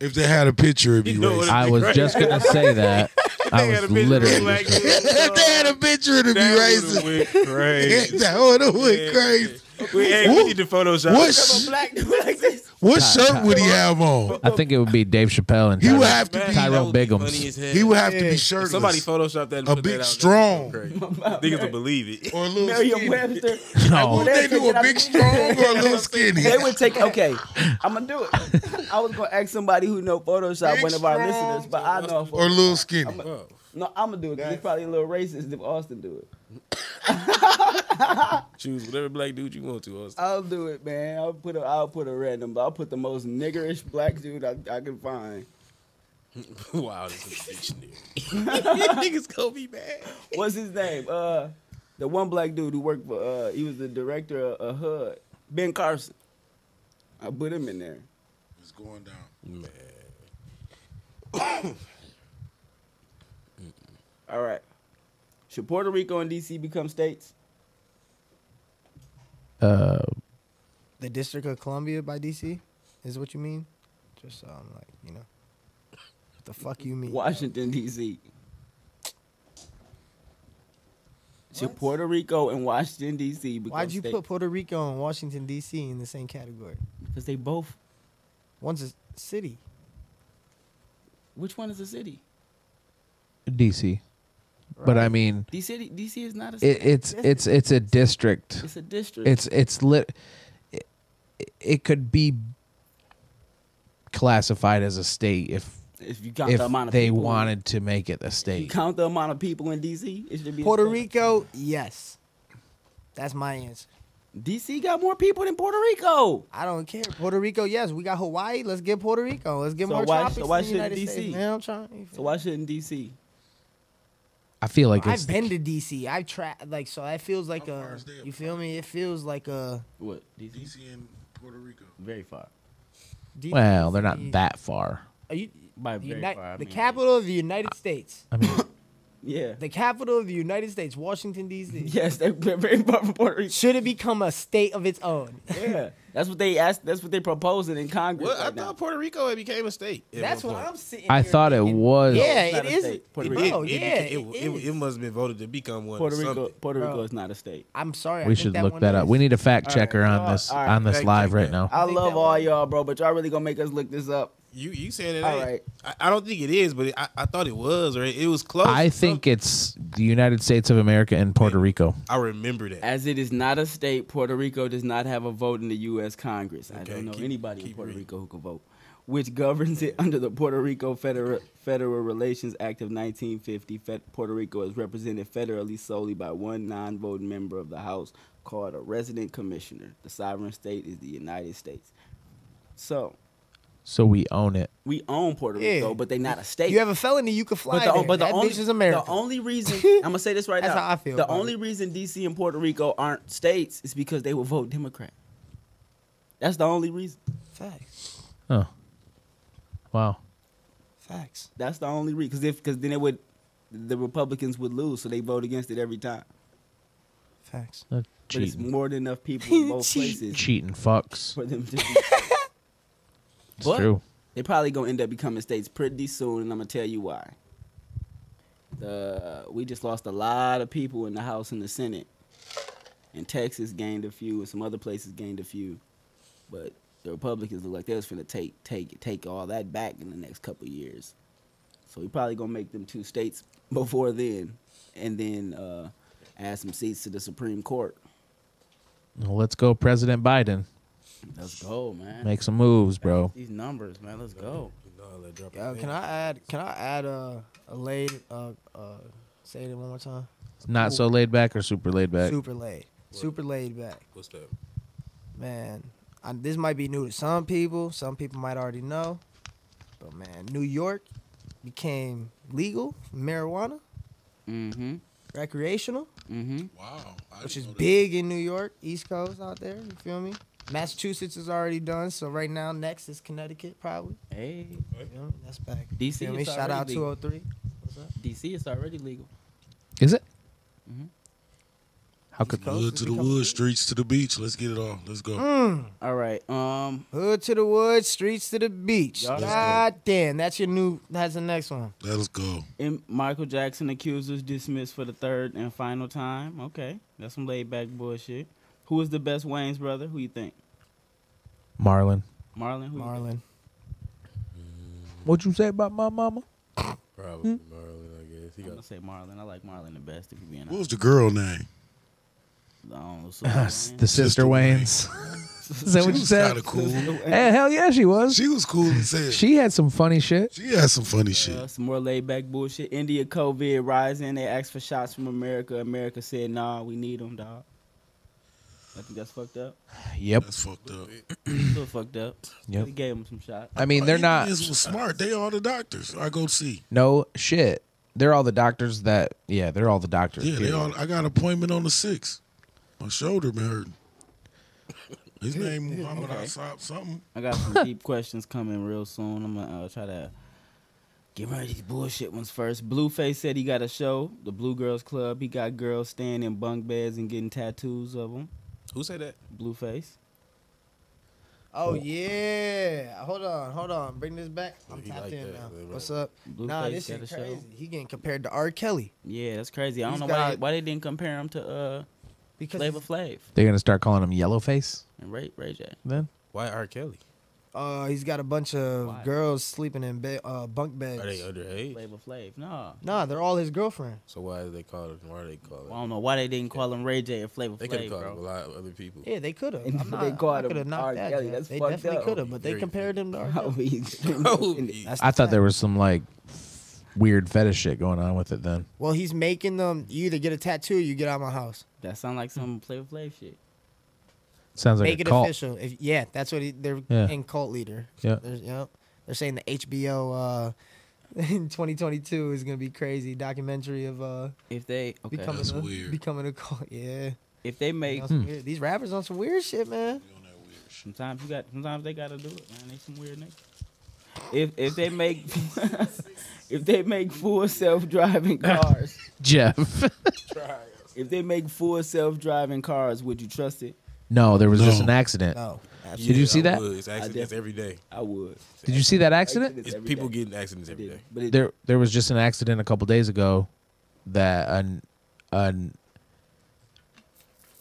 If they had a picture, it'd be You know racist. what I was just gonna say that. I They had a was picture of literally. black just- (laughs) kids. If they had a picture, it'd be That would've racist. went crazy. (laughs) That would've went crazy. We, hey, we Who- need to Photoshop. What, If a sh- black (laughs) dude like this, what shirt would he have on? I think it would be Dave Chappelle and He would Tyler- have to be. That Tyrone would be Biggums. funny as hell. He would have to be If shirtless. Somebody photoshopped that. And A put big that out, strong. That's crazy. (laughs) Niggas would believe it. or a little skinny. Merriam-Webster, No. Would they do a big strong or a little skinny? they would take. Okay, I'm gonna do it. I was gonna ask somebody who know Photoshop, Big one of our strong listeners, but I know. (laughs) Or a little skinny. Oh, no, I'm gonna do it. 'cause It's probably a little racist if Austin do it. choose whatever black dude you want to. Austin. I'll do it, man. I'll put a. I'll put a random. I'll put the most niggerish black dude I, I can find. (laughs) wow, this is a dictionary. Niggas gonna be mad. What's his name? Uh, the one black dude who worked for. Uh, he was the director of, of HUD. Ben Carson. I put him in there. It's going down. Man. (coughs) All right. Should Puerto Rico and DC become states? Uh, The District of Columbia by DC is what you mean? Just so I'm like, you know, what the fuck you mean? Washington D.C. Should Puerto Rico and Washington D.C. become Why'd you states? put Puerto Rico and Washington D.C. in the same category? Because they both. One's a city. Which one is a city? DC, but I mean, D city. D.C. is not a city. it, it's it's it's a district. it's a district. It's it's lit. It, it could be classified as a state if if you count if the amount of they people in- wanted to make it a You state. count the amount of people in DC. It should be a Puerto state. Rico, yes. That's my answer. DC got more people than Puerto Rico. I don't care. Puerto Rico, yes. We got Hawaii. Let's get Puerto Rico. Let's get So more why- tropics so in why the shouldn't United DC? States. Man, I'm trying. So why shouldn't DC? I feel like it's I've been to DC. I've tried. Like so, that feels like How far a. is that? You feel me? It feels like a. What DC? DC and Puerto Rico. Very far. DC well, they're not that far. Are you, By the very Uni- far, I the mean- capital of the United States. I mean, (laughs) Yeah. (laughs) The capital of the United States, Washington D.C. Yes, they're very far from Puerto (laughs) Rico. Should it become a state of its own? Yeah, that's what they asked. That's what they proposing in (laughs) Congress Well, I right now. thought Puerto Rico it became a state. at (laughs) That's one what point. I'm sitting. I here thought it thinking. was. Yeah, It's not it a is. state. Puerto It Rico. did. Oh, Bro, It yeah, beca- it it, it, is. it must have been voted to become one. Puerto or Rico. something. Puerto Rico Bro. is not a state. I'm sorry. I We think should that look one that is. up. We need a fact All right, checker on y'all- this all right, on this fact live check right that. now. I think love that all one- y'all, bro, but y'all really gonna make us look this up. You you saying it? All ain't. right. I, I don't think it is, but it, I, I thought it was, or it, it was close. I think it's the United States of America and Puerto Rico. I remember that. As it is not a state, Puerto Rico does not have a vote in the U.S. Congress. I Okay, don't know keep- anybody in keep Puerto reading. Rico who can vote, which governs it under the Puerto Rico Federal, Federal Relations Act of 1950. Fe- Puerto Rico is represented federally solely by one non voting member of the House called a resident commissioner. The sovereign state is the United States. So So we own it. we own Puerto Yeah. Rico, but they're not a state. You have a felony, you can fly. But the, there. but the that only bitch is America. the only reason I'm gonna say this right (laughs) That's now. how I feel The about only it. reason DC and Puerto Rico aren't states is because they will vote Democrat. That's the only reason. Facts. Oh, wow. Facts. That's the only reason. Because if because then it would the Republicans would lose, so they vote against it every time. Facts. They're But it's cheating, more than enough people in both Cheat. places cheating fucks. for them to. Be, It's But- true. they probably gonna end up becoming states pretty soon, and I'm gonna tell you why. The we just lost a lot of people in the House and the Senate, and Texas gained a few, and some other places gained a few, but the Republicans look like they was finna take take take all that back in the next couple years. So we probably gonna make them two states (laughs) before then, and then uh, add some seats to the Supreme Court. Well, let's go, President Biden. Let's go, man. Make some moves, bro. These numbers, man. Let's go. No, let drop Yo, can I add? Can I add a a laid? Uh, uh, say it one more time. Not so laid back or super laid back. Super laid. Super laid back. What's that? man, I, this might be new to some people. Some people might already know, but man, New York became legal for marijuana, Mm-hmm. recreational, Mm-hmm. Wow. I which didn't is know that. big in New York, East Coast out there. You feel me? Massachusetts is already done, so right now next is Connecticut probably. Hey, You feel me? That's back. DC Feel me? is Shout out already legal. 203. DC is already legal. Is it? Mm-hmm. Mhm. How could Wood to the wood, streets to the beach. Let's get it on. Let's go. All right. Um. Mm. Hood to the woods, streets to the beach. Y'all- God damn, that's your new. That's the next one. Let's go. and Michael Jackson accusers dismissed for the third and final time. Okay, that's some laid back bullshit. Who is the best Wayne's brother? Who you think? Marlon. Marlon. Who you think? Marlon. What you say about my mama? Hmm? Probably Marlon, I guess. He I'm got gonna say Marlon. I like Marlon the best. If you're being What honest. was the girl name? I don't know, so Uh, the Wayne. sister, Waynes. (laughs) Is that what She you was said? kind of cool. Eh, hell yeah, she was. She, She was cool and said she, had some funny shit. had some funny Uh, shit. some more laid back bullshit. India COVID rising. They asked for shots from America. America said, "Nah, we need them, dog." I think that's fucked up. Yep. That's fucked up. Still fucked up. Yep. They gave them some shots. I mean, they're not. Indians was smart. They are the doctors. I go see. No shit. They're all the doctors that. Yeah, they're all the doctors. Yeah, they period. all. I got an appointment on the sixth. My shoulder been hurting. His name Muhammad Asab something. I got some (laughs) deep questions coming real soon. I'm gonna uh, try to get rid of these bullshit ones first. Blueface said he got a show, the Blue Girls Club. He got girls staying in bunk beds and getting tattoos of them. Who said that? Blueface. Oh yeah. Hold on, hold on. Bring this back. I'm He tapped like in that, now. man. What's up? Blueface nah, this got shit a show. crazy. He getting compared to R. Kelly Yeah, that's crazy. I don't He's know why they, got- why they didn't compare him to (laughs) uh because Flavor Flav They're gonna start calling him Yellowface and Ray Ray J. then. Why R. Kelly? uh he's got a bunch of Why? girls sleeping in bed uh bunk Are they beds. underage? Flavor Flav. No. nah, they're all his girlfriend. So why is they called Why are they called? I don't know why they didn't call him Ray J or Flavor They could have Flav, called him a bro. lot of other people. Yeah, they could have. And I'm they not. called I could have him knocked R. that. Kelly. down. That's they fucked definitely up. could have, but they Very compared him to R. How Kelly. we (laughs) (laughs) Oh, That's I the thought there fact. was some like weird fetish shit going on with it then. Well, he's making them. You either get a tattoo, or you get out of my house. That sound like some Flavor Flav shit. Sounds like Make a it cult. official. If yeah, that's what he, they're Yeah. in cult leader. Yeah. (laughs) There's, yep. They're saying the HBO uh, (laughs) in 2022 is gonna be crazy documentary of uh, If they okay. becoming That's a weird. becoming a cult. Yeah, if they Hmm. make That's weird. these rappers on some weird shit, man. Sometimes you got. Sometimes they gotta do it, man. They some weird niggas. If if they make (laughs) if they make full self driving cars, Jeff. (laughs) if they make full self driving cars, would you trust it? no, there was just No. an accident. No, absolutely. Did you see I that? would. It's accidents definitely- every day. I would. Did you see that accident? Accidents It's every people day. getting accidents every I day. did, but it, There there was just an accident a couple days ago that an an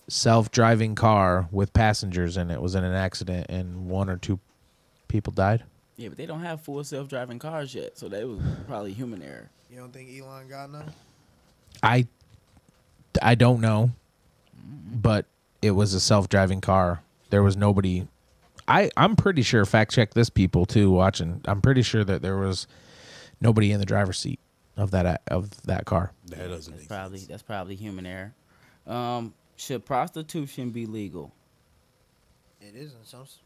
self-driving car with passengers in it was in an accident and one or two people died. yeah, but they don't have full self driving cars yet, so that was probably human error. You don't think Elon got none? I I don't know, but it was a self-driving car. There was nobody. I I'm pretty sure. Fact check this, people too watching. I'm pretty sure that there was nobody in the driver's seat of that of that car. That doesn't That's make probably sense. that's probably human error. Um, should prostitution be legal? It is in some. s-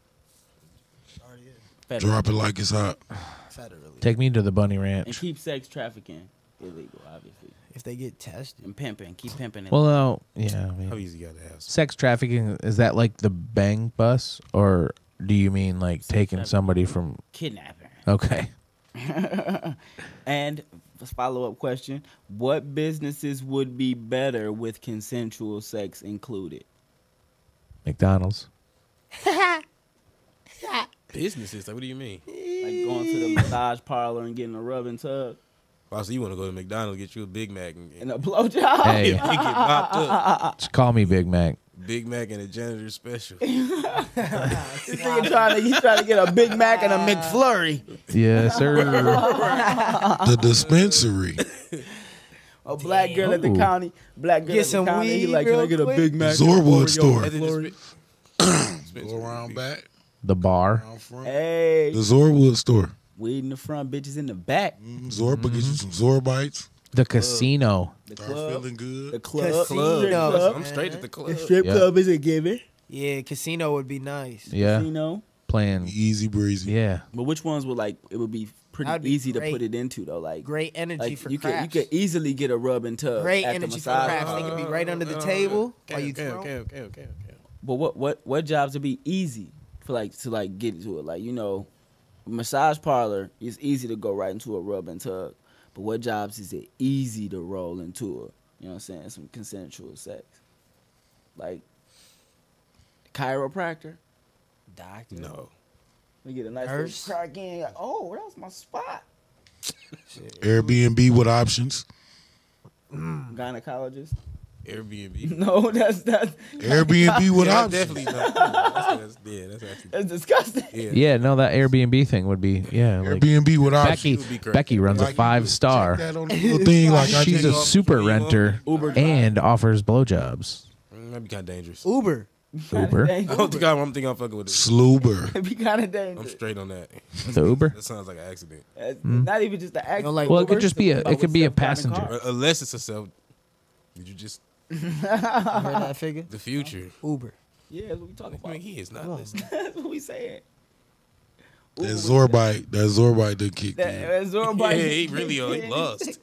Already is Federal Drop it like it's hot. Uh, federally. Take me to the bunny and ranch. keep sex trafficking illegal, obviously, If they get tested, and pimping. Keep pimping. Well, no, yeah. I How mean, easy you got to have? sex trafficking is that like the bang bus, or do you mean like taking trafficking. somebody from? kidnapping. Okay, (laughs) and follow up question: What businesses would be better with consensual sex included? McDonald's. Businesses, like, what do you mean? Like going to the massage parlor and getting a rub and tub Oh, so you want to go to McDonald's, get you a Big Mac, and, and a (laughs) blowjob. Oh, If Hey, you get popped up, just call me Big Mac. Big Mac and a janitor (laughs) special. This nigga trying to he's trying to get a Big (laughs) Mac and a McFlurry. Yes, (laughs) sir. uh, The dispensary. A black girl at the Ooh. county, black girl Get at the some county. He weed like, can I real get a quick? Big Mac? and a Zorwood Oreo store. and McFlurry?" Go around back. The bar. Around front. Hey, The Zorwood store. weed in the front, bitches in the back. Zorba get you some Zorbites. The casino. The Start club, Mm-hmm. feeling good. the club, Casino. strip club. I'm straight at the club. The strip Yeah. club is a given, Yeah, casino would be nice. Yeah. you know. Playing. Easy breezy. Yeah. But which ones would like it would be pretty That'd be easy to great. put it into though? Like Great energy like for you could you crafts. could easily get a rub and tub Great at the energy for massage. crafts. They could be right under the table while you Uh, okay, throw. okay, okay, okay, okay. But what what what jobs would be easy for like to like get into it? Like you know, massage parlor is easy to go right into a rub and tug. But what jobs is it easy to roll into a you know what I'm saying? Some consensual sex, like chiropractor. Doctor. No. We get a nice Nurse. little crack in. Like, oh, that was my spot. Airbnb with options. Gynecologist. (laughs) Airbnb. No, that's that's Airbnb (laughs) with yeah, I options. definitely know. That's, that's, yeah, that's actually. that's disgusting. Yeah. Yeah. No, that Airbnb thing would be. Yeah. Like Airbnb with options. Becky. would be great. Becky runs a Like, you five Check star. that on the little thing. (laughs) Like I She's take a off- super Uber. renter Uber driver. and offers blowjobs. Mm, That'd be kind of dangerous. Uber. Uber. I don't think I'm, I'm thinking I'm fucking with this. Sloober. It'd be kind of I'm dangerous. straight on that. The Uber. That sounds like an accident. That's Not even just the act. know, like, Mm-hmm. Well, it could just be a- it could be a passenger. (laughs) Uh, Unless it's a self. Did you just You heard that figure? the future? Uber. Yeah, that's what we (laughs) talking I about. mean, he is not listening. (laughs) that's what we saying. That Zorbite. That Zorbite done kicked That, in. that Yeah, Zorobite- he (laughs) really uh, he lost.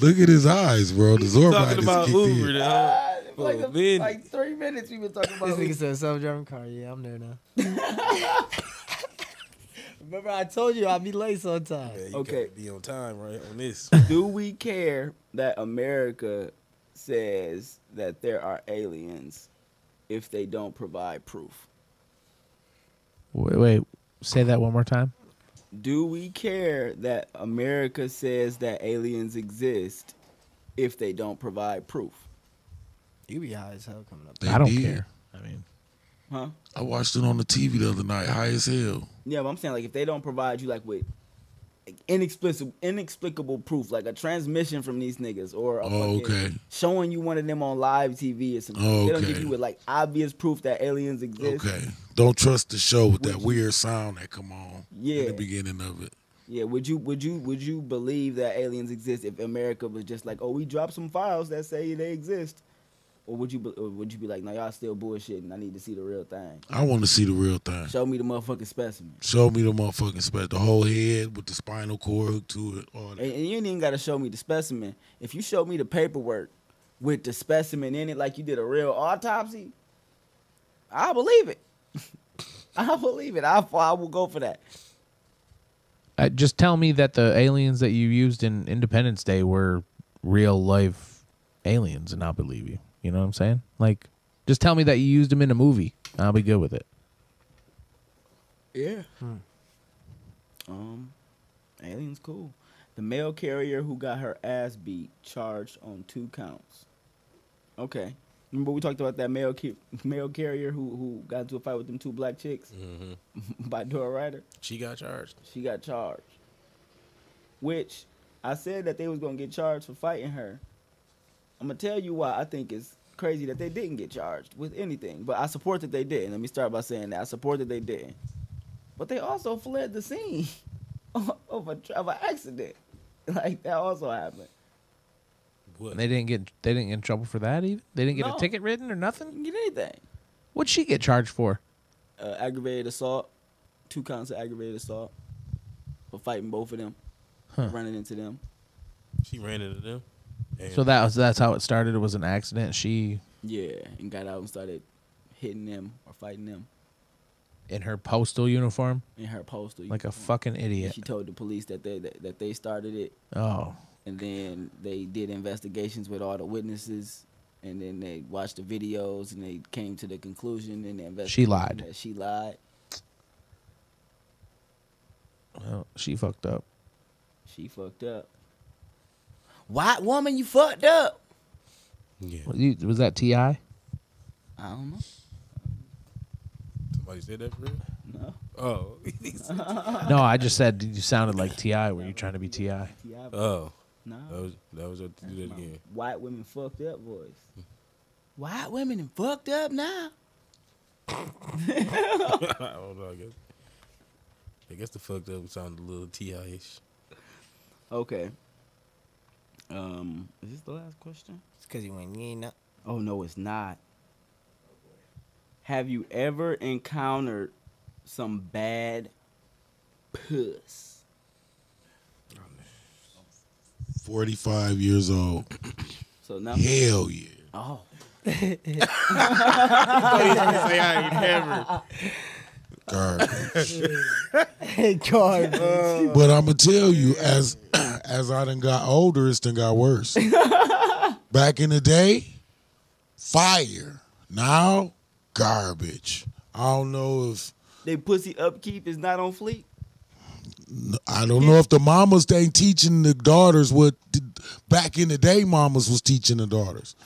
Look at his eyes, bro. The Zorbite Talking is about kicked Uber, in. the Ah, whole- like, the- Oh, man. like three minutes we been talking This about. nigga Uber. said self-driving car. Yeah, I'm there now. Remember, I told you I'd be late Yeah, sometime. you Okay. gotta Be on time, right? On this. Do we care that America says that there are aliens if they don't provide proof? Wait, wait, say that one more time. Do we care that America says that aliens exist if they don't provide proof? You be high as hell coming up. They I don't did. care. I mean, Huh? I watched it on the TV the other night. High as hell. Yeah, but I'm saying like if they don't provide you like with like, inexplicable inexplicable proof, like a transmission from these niggas or a Oh, fucking okay. showing you one of them on live TV or something. Oh, They don't okay. give you with like obvious proof that aliens exist. Okay. Don't trust the show with that weird sound that come on in Yeah. the beginning of it. Yeah, would you would you would you believe that aliens exist if America was just like, oh, we dropped some files that say they exist, or would you be- or would you be like, no, y'all still bullshitting? I need to see the real thing. I want to see the real thing. Show me the motherfucking specimen. Show me the motherfucking spat. The whole head with the spinal cord hooked to it. All that. And, and you ain't even got to show me the specimen. If you show me the paperwork with the specimen in it, like you did a real autopsy, I believe it. (laughs) I believe it. I, I will go for that. uh, just tell me that the aliens that you used in Independence Day were real life aliens, and I'll believe you. You know what I'm saying? Like, just tell me that you used them in a movie. and I'll be good with it. Yeah. Um, aliens cool. The mail carrier who got her ass beat charged on two counts. Okay. Remember we talked about that mail ca- (laughs) mail carrier who who got into a fight with them two black chicks Mhm. (laughs) by Dora Ryder. (laughs) She got charged. She got charged. Which I said that they was gonna get charged for fighting her. I'm gonna tell you why I think it's crazy that they didn't get charged with anything. But I support that they did. Let me start by saying that I support that they didn't. But they also fled the scene (laughs) of a of an accident. (laughs) Like that also happened. What? And they didn't get they didn't get in trouble for that even. They didn't get No. a ticket written or Didn't nothing. get anything. What'd she get charged for? Uh, aggravated assault, two counts of aggravated assault for fighting both of them, running into them. She ran into them. And So that was that's how it started. It was an accident. She Yeah, and got out and started hitting them or fighting them. in her postal uniform in her postal. like a fucking idiot. she told the police that they that, that they started it, Oh, and then they did investigations with all the witnesses, and then they watched the videos, and they came to the conclusion in the investigation lied. That she lied. well, she fucked up. She fucked up. White woman, you fucked up. Yeah. Was you- was that Ti? I don't know. Somebody said that for real? No. (laughs) Oh. No, I just said you sounded like Ti. Were you trying to be Ti? Yeah, I- oh. That no. was that was up to do that My again. White women fucked up voice. White Hmm. women and fucked up now. I don't know, I guess. I guess the fucked up sounded a little T I ish. Okay. Um, is this the last question? It's because you went, you ain't not. Oh no, it's not. Have you ever encountered some bad puss? 45 years old. So now, Hell yeah. oh, Garbage. God, but I'm gonna tell you, as (clears throat) as I done got older, it's done got worse. Back in the day, fire. Now, garbage. I don't know if they pussy upkeep is not on fleek. I don't know if the mamas ain't teaching the daughters what th- back in the day mamas was teaching the daughters.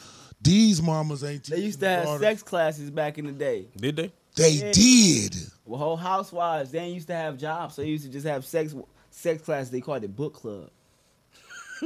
These mamas ain't They teaching used to the have daughters. sex classes back in the day. Did they? They Yeah. did. Well, whole housewives they ain't used to have jobs, so they used to just have sex sex classes. They called it book club. (laughs)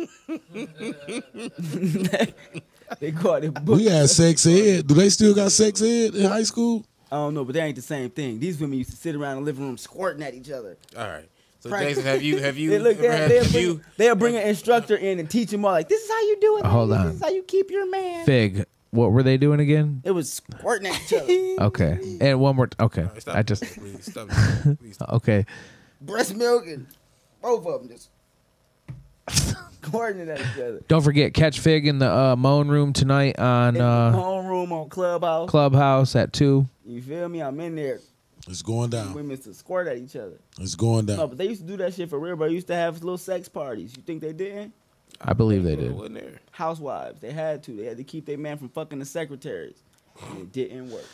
they called it book. We had sex ed. Do they still got sex ed in high school? I don't know, but they ain't the same thing. These women used to sit around in the living room squirting at each other. All right. So Frank- Jason, have you have (laughs) you They look ever had- at they'll have bring, (laughs) you they'll bring an instructor in and teach them all like this is how you do it. Hold ladies. on. This is how you keep your man. Fig, what were they doing again? It was squirting at each (laughs) other. Okay, and one more. Okay, All right, stop. I just please (laughs) stop. it. Please stop. okay. Breast milk and both of them just (laughs) squirting at each other. Don't forget catch Fig in the uh, moan room tonight on In the uh, homeroom on clubhouse. Clubhouse at two. you feel me? I'm in there. It's going down. Women to squirt at each other. It's going No, down. but they used to do that shit for real, bro. They used to have little sex parties. You think they didn't? I believe they It did. wasn't there. Housewives, they had to. They had to keep their man from fucking the secretaries. And it didn't work.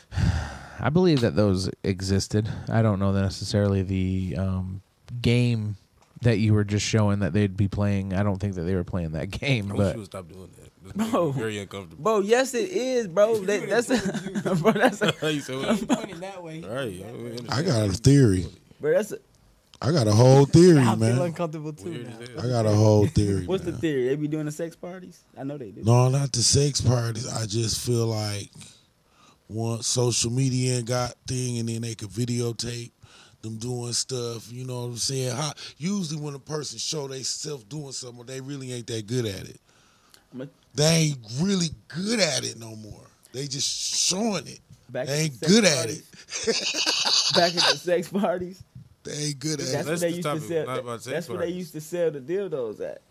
I believe that those existed. I don't know necessarily the um, game that you were just showing that they'd be playing. I don't think that they were playing that game, I wish but you would stop doing that. It's Bro. very uncomfortable. Bro, yes, it is, (laughs) bro. That, that's a, (laughs) bro, that's a, you said, well, Pointing that way. all right, I understand. I got a theory. bro, that's a, I got a whole theory, I feel man. uncomfortable too. Weird now. as I hell. got a whole theory. what's the man. theory? They be doing the sex parties? I know they do. No, not the sex parties. I just feel like once social media got thing, and then they could videotape them doing stuff. You know what I'm saying? How, usually, when a person show they self doing something, they really ain't that good at it. I'ma- They ain't really good at it no more. They just showing it. Back They at ain't the sex good at parties. (laughs) Back at the sex parties. They ain't good at That's, it. where That's they the used to topic, sell. not about sex that's where they parties. used to sell the dildos at.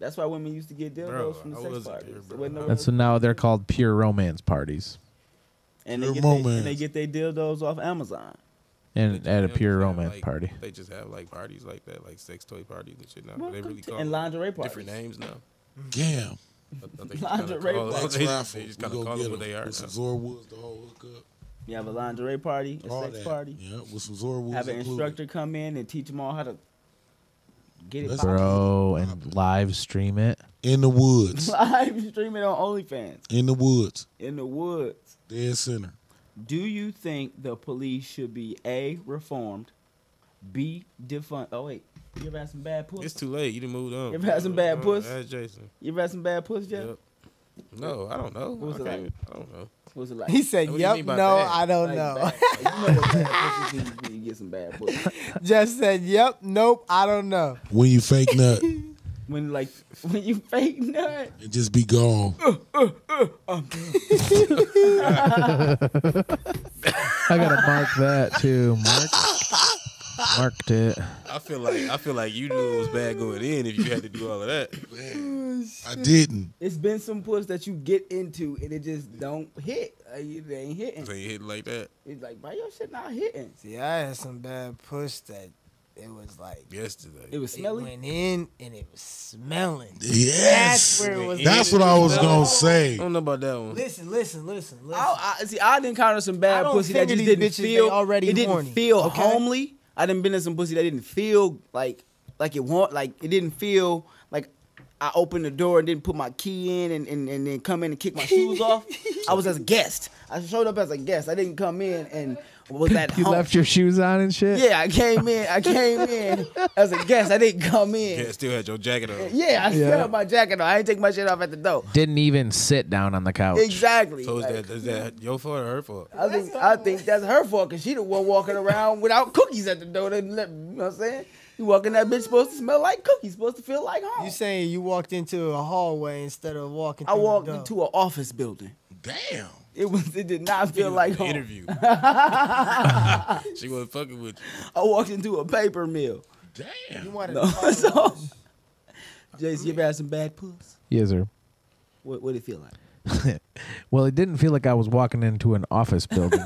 That's why women used to get dildos Bro, from the I sex wasn't parties. there, It bro. wasn't no that's other- now they're called pure romance parties and, they Your get they, romance. and they get their dildos off Amazon. They and just at a have- pure they have, romance like- party. They just have like parties like that, like sex toy parties and shit. Now they Welcome really to- call and them lingerie different parties. names now. I- Damn. I (laughs) think they kinda Lingerie call- parties. (laughs) They just, raffle. they just kind We of go call get them what 'em. they are. With some now. Zora Woods, the whole hookup. You have a lingerie party, a All sex that. party. Yeah, with some Zora Woods. Have an included. instructor come in and teach them all how to (laughs) get it Let's- popping. Bro, and live stream it. in the (laughs) woods. live streaming on OnlyFans In the woods. in the woods. Dead center. Do you think the police should be a reformed, b defund? Oh wait, you ever had some bad puss? It's too late. You done moved on. You ever had some bad Uh, puss? That's Jason. you ever had some bad puss, Jeff? Yep. No, I don't know. What was it I, can't like? even- I don't know. What was it (laughs) like? He said, What do you "Yep, mean no, by bad? I don't Like, know." (laughs) bad- like, you know what bad puss is when you get some (laughs) bad puss. Jeff said, "Yep, nope, I don't know." When you fake nut (laughs) and When like when you fake nut. just be gone. I gotta mark that too. Mark, marked it. I feel like I feel like you knew it was bad going in if you had to do all of that. I didn't. It's been some puss that you get into and it just don't hit. Uh, it ain't hitting. They ain't hitting like that. It's like, bro, your shit not hitting. See, I had some bad push that it was like Yesterday. It was it smelly. went in and it was smelling. Yes. That's where it was. That's what I was gonna say. I don't know about that one. Listen, listen, listen, listen. I, I see. I didn't encounter some I bad don't pussy that finger just these didn't bitches, they feel already It didn't horny, feel okay? homely. I didn't been in some pussy that didn't feel like like it want like it didn't feel like I opened the door and didn't put my key in and, and, and then come in and kick my shoes off. I was as a guest. I showed up as a guest. I didn't come in and (laughs) was that You home- left your shoes on and shit. Yeah, I came in. I came in as a guest. I didn't come in. Yeah, still had your jacket on. Yeah, I still Yeah. have my jacket on. I didn't take my shit off at the door. Didn't even sit down on the couch. Exactly. Oh, So is Like, that is that your fault or her fault? I think I think that's her fault because she the one walking around without cookies at the door. They let- You know what I'm saying? You walking that bitch supposed to smell like cookies, supposed to feel like home. you saying you walked into a hallway instead of walking? I through the walked door. into an office building. Damn. It was it did not feel like oh. The home. (laughs) interview. she wasn't fucking with you. I walked into a paper mill. You Damn. wanted No, to follow (laughs) so Jason, you ever had some bad puss? Yes, sir. What what it feel like? Well, it didn't feel like I was walking into an office (laughs) building.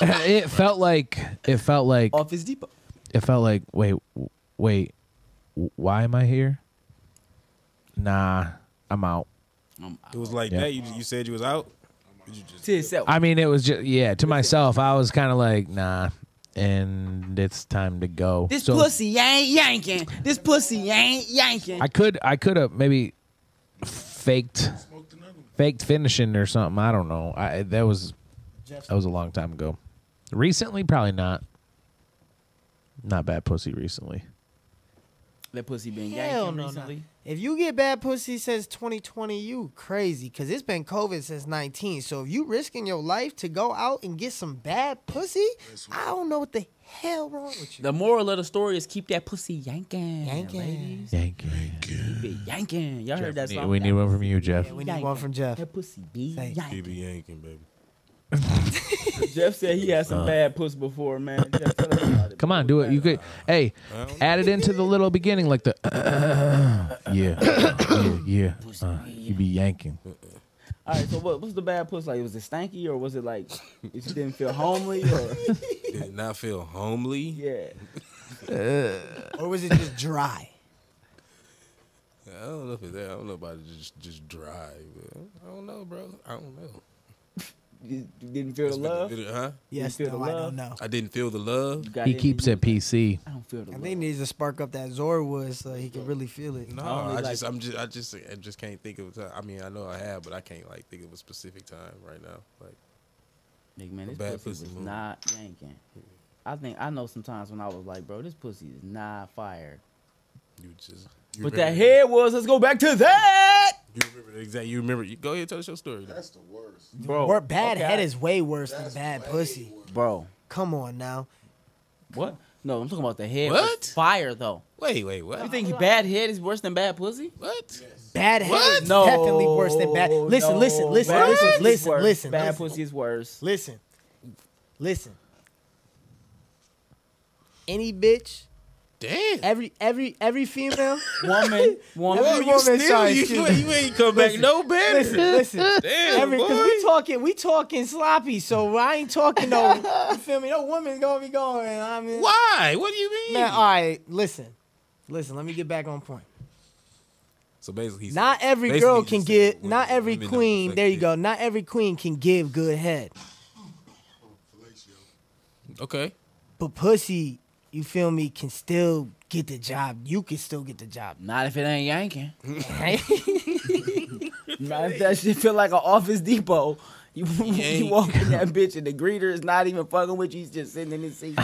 it felt like it felt like Office Depot. it felt like wait w- wait w- why am I here? Nah, I'm out. It was like Yeah. that. You you said you was out. You just To itself. I mean, it was just yeah. To myself, I was kind of like nah, and it's time to go. this So pussy ain't yanking. This pussy ain't yanking. I could I could have maybe faked Smoked another one. faked finishing or something. I don't know. I that was that was a long time ago. Recently, probably not. Not bad pussy recently. that pussy been Hell yanking no, no. recently. If you get bad pussy since 2020, you crazy. Cause it's been COVID since 19. So if you risking your life to go out and get some bad pussy, I don't know what the hell wrong with you. (laughs) The moral of the story is keep that pussy yanking. Yanking. ladies. Thank you. be yanking. Y'all heard that we, song? need, we need one from you, Jeff. Yeah, we need one from Jeff. That pussy be Say. you yanking. be yanking, baby. Jeff said he had some Uh-huh. bad puss before, man. Jeff, tell us about it. Come on, do it. You could. Hey, add it into the little beginning, like the. uh, (coughs) yeah, yeah, yeah. Uh, you be yanking. All right, so what, what's the bad puss like? Was it stanky or was it like it just didn't feel homely or Did not feel homely. yeah? Or was it just (laughs) dry? I don't know if it's that. I don't know about it. Just just dry. But I don't know, bro. I don't know. You you didn't feel It's the been a love. minute, huh? Yes, feel the no, I love? don't know. I didn't feel the love. You got He in keeps and you it was like, PC. I don't feel the I love. think he needs to spark up that Zorwood so he can really feel it. No, only I like- just, I'm just, I just, I just can't think of a time. I mean, I know I have, but I can't like think of a specific time right now. Like, Nigga, man, The this bad pussy, pussy was move. not yanking. I think I know sometimes when I was like, bro, this pussy is not fire. you just, you But remember- that head was. Let's go back to that, you remember the exact, you remember. You go ahead, tell us your story. That's the worst. bro. Or bad okay, head I- is way worse than That's bad way pussy. worse. bro. Come on now. What? No, I'm talking about the head. What? was Fire though. Wait, wait, what? You think bad head is worse than bad pussy? what? Bad head is No, definitely worse than bad. Listen, no, listen, listen, bad listen, pussy is listen, worse. listen, Bad listen. pussy is worse. Listen, listen. Any bitch, (laughs) Damn. every every every (laughs) female, Woman, woman. Every you woman, still, sorry, you, excuse you, me. ain't come back Listen, no better. (laughs) (laughs) Listen, listen. Damn, Every, boy. cause (laughs) we talking, we talking sloppy. So I ain't talking no. (laughs) You feel me? No woman's gonna be going. I mean, Why? What do you mean? man. All right, listen, listen. Let me get back on point. So basically, he's Not saying- every basically girl he's can just get. saying women- Not every women don't queen. suck There you dick. go. Not every queen can give good head. Okay. But pussy, you feel me? Can still get the job. You can still get the job. Not if it ain't (laughs) yanking. (laughs) Not if that shit feel like an office depot. You, (laughs) you Yank. walk (laughs) in that bitch and the greeter is not even fucking with you. He's just sitting in his (laughs) seat.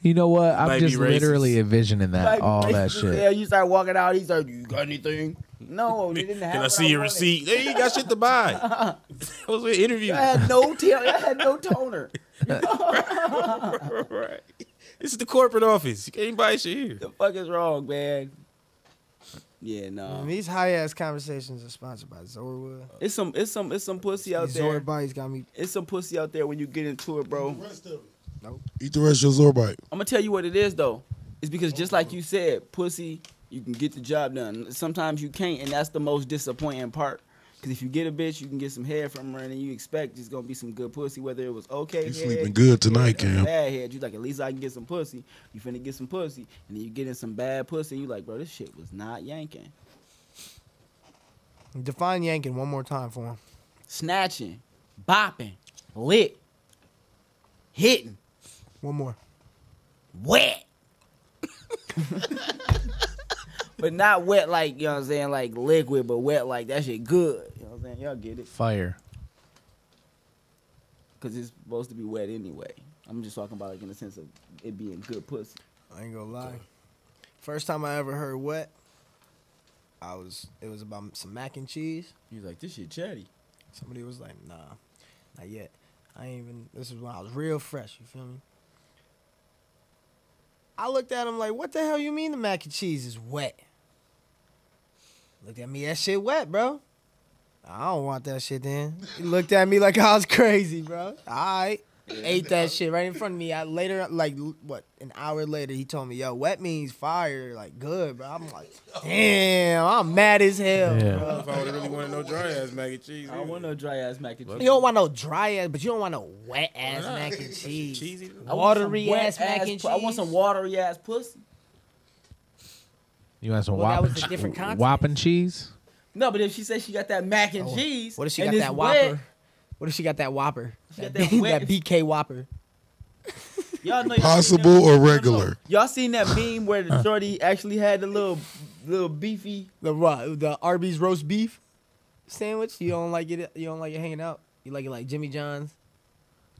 You know what? Might I'm be just literally racist. envisioning that Like, all that Yeah, shit. you start walking out. He's like, "You got anything?" No, Oh, they didn't have. Can I what see your wanted. receipt? There you got shit to (laughs) buy. (laughs) I was with interview. I (laughs) had no t- I had no toner. right. This is the corporate office. You can't buy shit here. The fuck is wrong, man? Yeah, no. Man, these high ass conversations are sponsored by Zorwood. It's some, it's some, it's some pussy out These there. Zorbites got me. It's some pussy out there when you get into it, bro. I'm Rest of it. Eat the rest of your Zorbite. gonna tell you what it is though. It's because just Oh. like you said, pussy, you can get the job done. Sometimes you can't, and that's the most disappointing part. Because if you get a bitch, you can get some head from her, and you expect it's gonna be some good pussy, whether it was okay. You head, sleeping good tonight, or Cam. Bad head. You like at least I can get some pussy. You finna get some pussy, and then you get in some bad pussy, and you like, bro, this shit was not yanking. Define yanking one more time for him. Snatching, bopping, lick, hitting, One more. wet. but not wet like, you know what I'm saying, like liquid, but wet like that shit good. You know what I'm saying? Y'all get it. Fire. Because it's supposed to be wet anyway. I'm just talking about like in the sense of it being good pussy. I ain't gonna lie. First time I ever heard wet, I was it was about some mac and cheese. You was like, this shit chatty. Somebody was like, "Nah, not yet." I ain't even. This is when I was real fresh. You feel me? I looked at him like, "What the hell you mean the mac and cheese is wet?" Looked at me, that shit wet, bro. I don't want that shit. Then he looked at me like (laughs) I was crazy, bro. All right, ate that shit right in front of me. I later, like what, an hour later, he told me, "Yo, wet means fire, like good, bro." I'm like, "Damn, I'm mad as hell." Yeah. Bro. If I would really wanted no dry ass mac and cheese, I don't want no dry ass mac and You cheese. don't want no dry ass, but you don't want no wet ass mac and cheese. cheesy. I want some watery wet ass mac and pu- I want some cheese. watery ass pussy. You want some Well, that whopping, was a different che- context. whopping cheese? No, but if she says she got that mac and cheese, Oh. What if she and got it's that wet, whopper? What if she got that whopper? She got That, that B- wet- that BK whopper. Y'all know y'all seen Possible that- or regular? Y'all seen (sighs) that meme where the shorty actually had the little, little beefy? The what? The Arby's roast beef sandwich. You don't like it. You don't like it hanging out. You like it like Jimmy John's.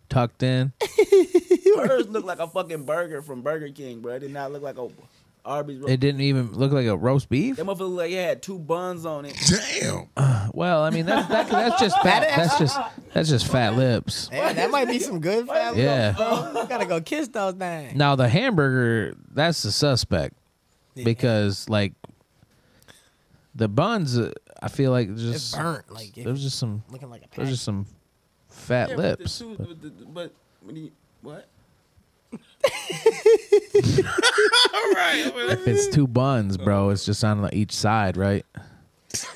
Tucked in. Hers looked like a fucking burger from Burger King, bro. It did not look like a Arby's. Roast. It didn't even look like a roast beef. That motherfucker looked like it had two buns on it. Damn. Well, I mean that's that, that's just fat. That's just that's just fat lips. Hey, that might be some good fat. Yeah. bro. You gotta go kiss those things. Now the hamburger, that's the suspect because like the buns, uh, I feel like it's just burnt. Like it there was just some looking like a there was patch. just some fat Yeah, but the lips. two- but the- but when you- what? (laughs) If it's two buns, bro, it's just on like, each side, right? (laughs)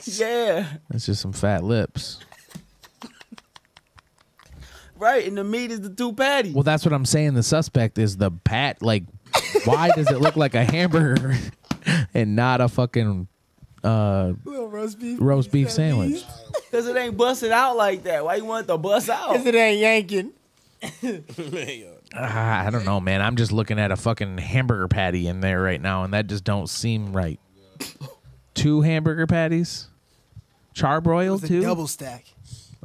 Yeah, It's just some fat lips. right. And the meat is the two patties. Well, that's what I'm saying. The suspect is the pat. Like, why does it look like a hamburger (laughs) and not a fucking uh, Little roast beef. roast beef sandwich? Cause it ain't busted out like that. Why you want it to bust out? Cause it ain't yanking. Ah, I don't know, man. I'm just looking at a fucking hamburger patty in there right now, and that just don't seem right. Two hamburger patties, It's charbroiled a too, double stack.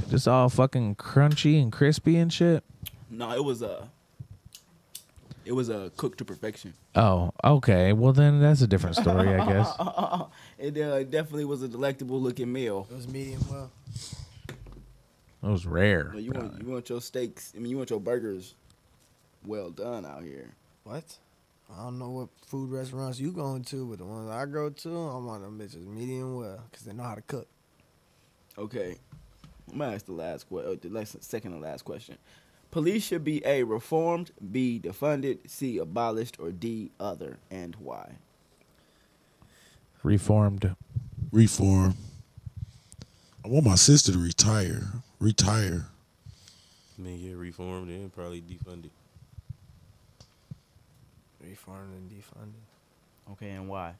just all fucking crunchy and crispy and shit. No, it was a. It was a cooked to perfection. Oh, okay. Well, then that's a different story, I guess. It uh, definitely was a delectable looking meal. It was medium well. It (laughs) was rare. But you want you want your steaks. I mean, you want your burgers well done out here. What? I don't know what food restaurants you going to, but the ones I go to, I want them bitches medium well, cause they know how to cook. Okay, I'm gonna ask the last question, the last, second and last question. Police should be a reformed, b defunded, c abolished, or d other, and why? Reformed. Reform. I want my sister to retire. Retire. Man, yeah, reformed and probably defunded. Reformed and defunded. Okay, and why?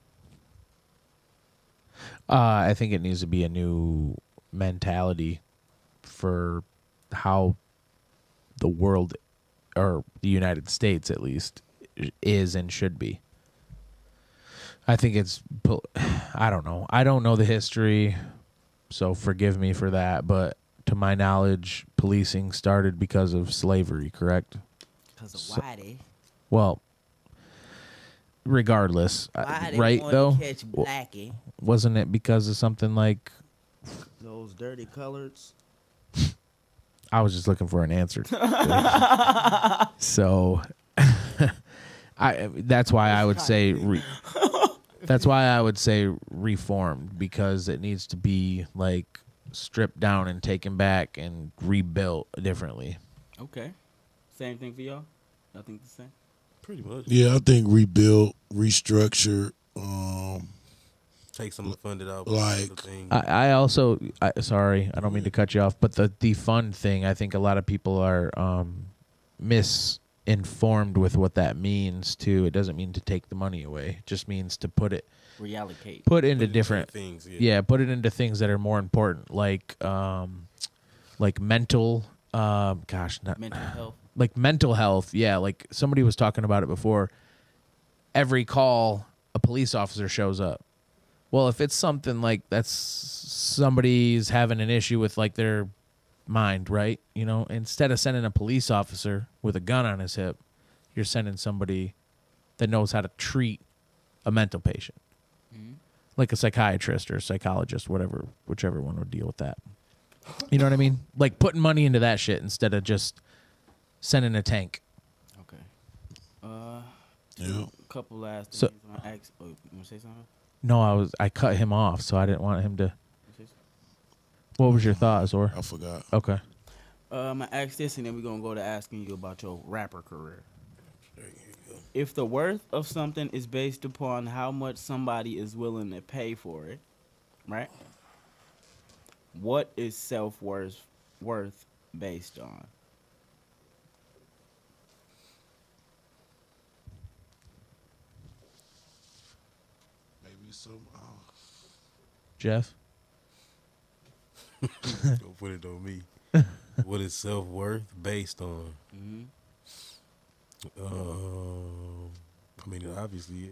Uh, I think it needs to be a new mentality for how the world, or the United States at least, is and should be. I think it's, pol- (sighs) I don't know. I don't know the history, so forgive me for that. But to my knowledge, policing started because of slavery, correct? Because So- of Whitey. Well, regardless, I- right though? Catch W- Blackie. Wasn't it because of something like Those dirty colors. I was just looking for an (laughs) answer. so (laughs) I that's why I would say (laughs) re, that's why I would say reformed because it needs to be like stripped down and taken back and rebuilt differently. Okay. Same thing for y'all. Nothing to say. Pretty much. Yeah, I think rebuild, restructure, um, Take some funded out. Like- thing. I, I also I, sorry, I don't mean to cut you off, but the defund thing, I think a lot of people are um, misinformed with what that means too. It doesn't mean to take the money away; it just means to put it Reallocate. put into into different things, yeah. put it into things that are more important, like um, like mental. Um, gosh, not Mental health. like mental health. Yeah, like somebody was talking about it before. Every call, a police officer shows up. Well, if it's something like that's somebody's having an issue with like their mind, right? You know, instead of sending a police officer with a gun on his hip, you're sending somebody that knows how to treat a mental patient. Like a psychiatrist or a psychologist, whatever, whichever one would deal with that. You know what I mean? Like putting money into that shit instead of just sending a tank. Okay. Uh, Yeah. couple last So- things. I wanna ask- oh, you want to say something? No, I was I cut him off, so I didn't want him to. What was your thoughts, or I forgot. okay? Uh, I'm gonna ask this, and then we're gonna go to asking you about your rapper career. If the worth of something is based upon how much somebody is willing to pay for it, right? What is self worth worth based on? Maybe some. Oh, Jeff, Don't put it on me. (laughs) what is self worth based on? Mhm. Mm-hmm. Um, I mean, obviously. Yeah.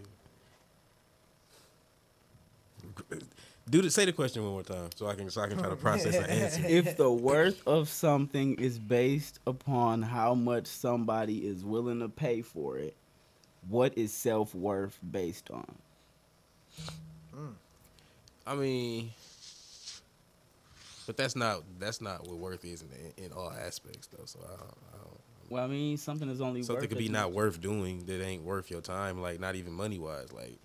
Do the, say the question one more time so I can so I can try to process an (laughs) answer. If the worth of something is based upon how much somebody is willing to pay for it, what is self worth based on? I mean, but that's not that's not what worth is in, in all aspects though. So I don't, I don't Well, I mean, something is only something worth could as be much- not worth doing that ain't worth your time, like not even money wise. Like,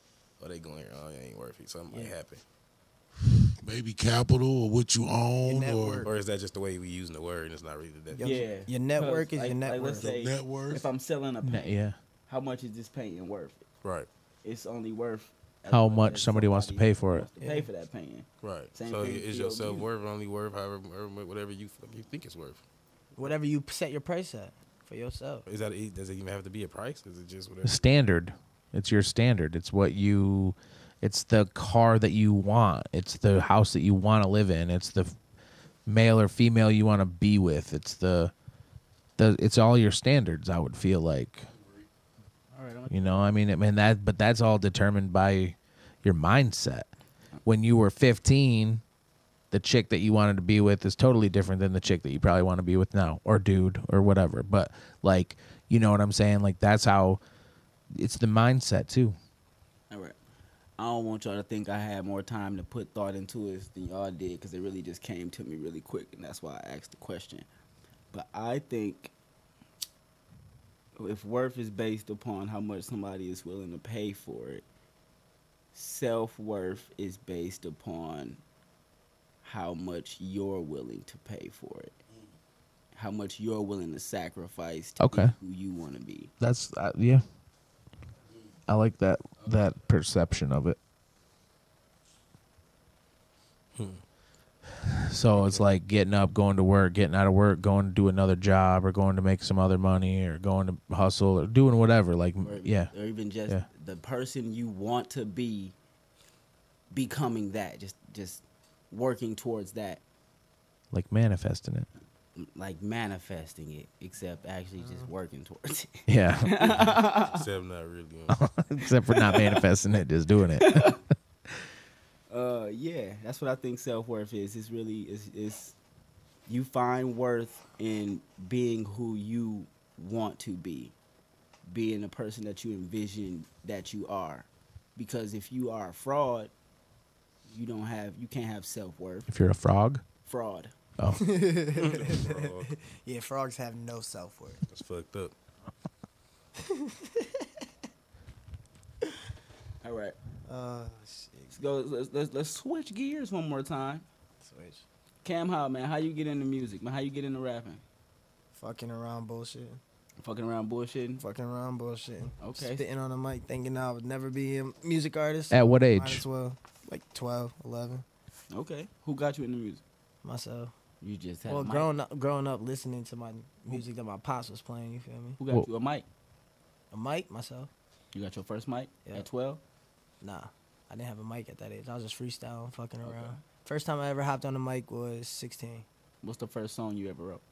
oh, they going here, oh, it ain't worth it. Something might Yeah. happen. maybe capital or what you own Your or network. Or is that just the way we using the word and it's not really the definition? Yeah. Your network Because, is your like- like, network. let's say net worth. If I'm selling a N- paint, yeah. how much is this painting worth? Right, It's only worth as How much as somebody wants to pay for it. wants to Pay for that painting. right. Same so thing with is your POD. self worth only worth however whatever you you think it's worth? Whatever you set your price at for yourself. Is that does it even have to be a price? Is it just whatever? The standard. It's your standard. It's what you. It's the car that you want. It's the house that you want to live in. It's the f- male or female you want to be with. It's the, the. It's all your standards. I would feel like. All right. I'm You know, I mean, I mean that, but that's all determined by your mindset. When you were 15, the chick that you wanted to be with is totally different than the chick that you probably want to be with now, or dude, or whatever. But like, you know what I'm saying? Like that's how it's the mindset too. All right. I don't want y'all to think I had more time to put thought into it than y'all did because it really just came to me really quick, and that's why I asked the question. But I think if worth is based upon how much somebody is willing to pay for it, self worth is based upon how much you're willing to pay for it, how much you're willing to sacrifice to Okay. be who you want to be. That's uh, yeah. I like that that perception of it. Hmm. So it's like getting up, going to work, getting out of work, going to do another job, or going to make some other money, or going to hustle, or doing whatever. Like or even, yeah, or even just Yeah. the person you want to be becoming that just just working towards that like manifesting it. like manifesting it except actually just working towards it Yeah, Except not really. um, (laughs) except for not manifesting it, just doing it. uh yeah that's what i think self-worth is it's really it's, it's you find worth in being who you want to be being the person that you envision that you are because if you are a fraud you don't have you can't have self-worth If you're a frog, fraud oh, frog. Yeah, frogs have no self worth. That's fucked up. all right Uh, shit. Let's go. Let's, let's, let's switch gears one more time. Switch. Cam, how man? How you get into music? Man, how you get into rapping? Fucking around bullshit. Fucking around bullshitting. Fucking around bullshit. Okay. Spitting on the mic, thinking I would never be a music artist. at what Might age? as well. like 12, 11, Okay. Who got you in the music? myself. You just had Well, a mic. growing up, growing up, listening to my music that my pops was playing. You feel me? Who got Well- you a mic? A mic myself? You got your first mic Yeah. at twelve. Nah, I didn't have a mic at that age. I was just freestyling, fucking around. First time I ever hopped on the mic was 16. What's the first song you ever wrote?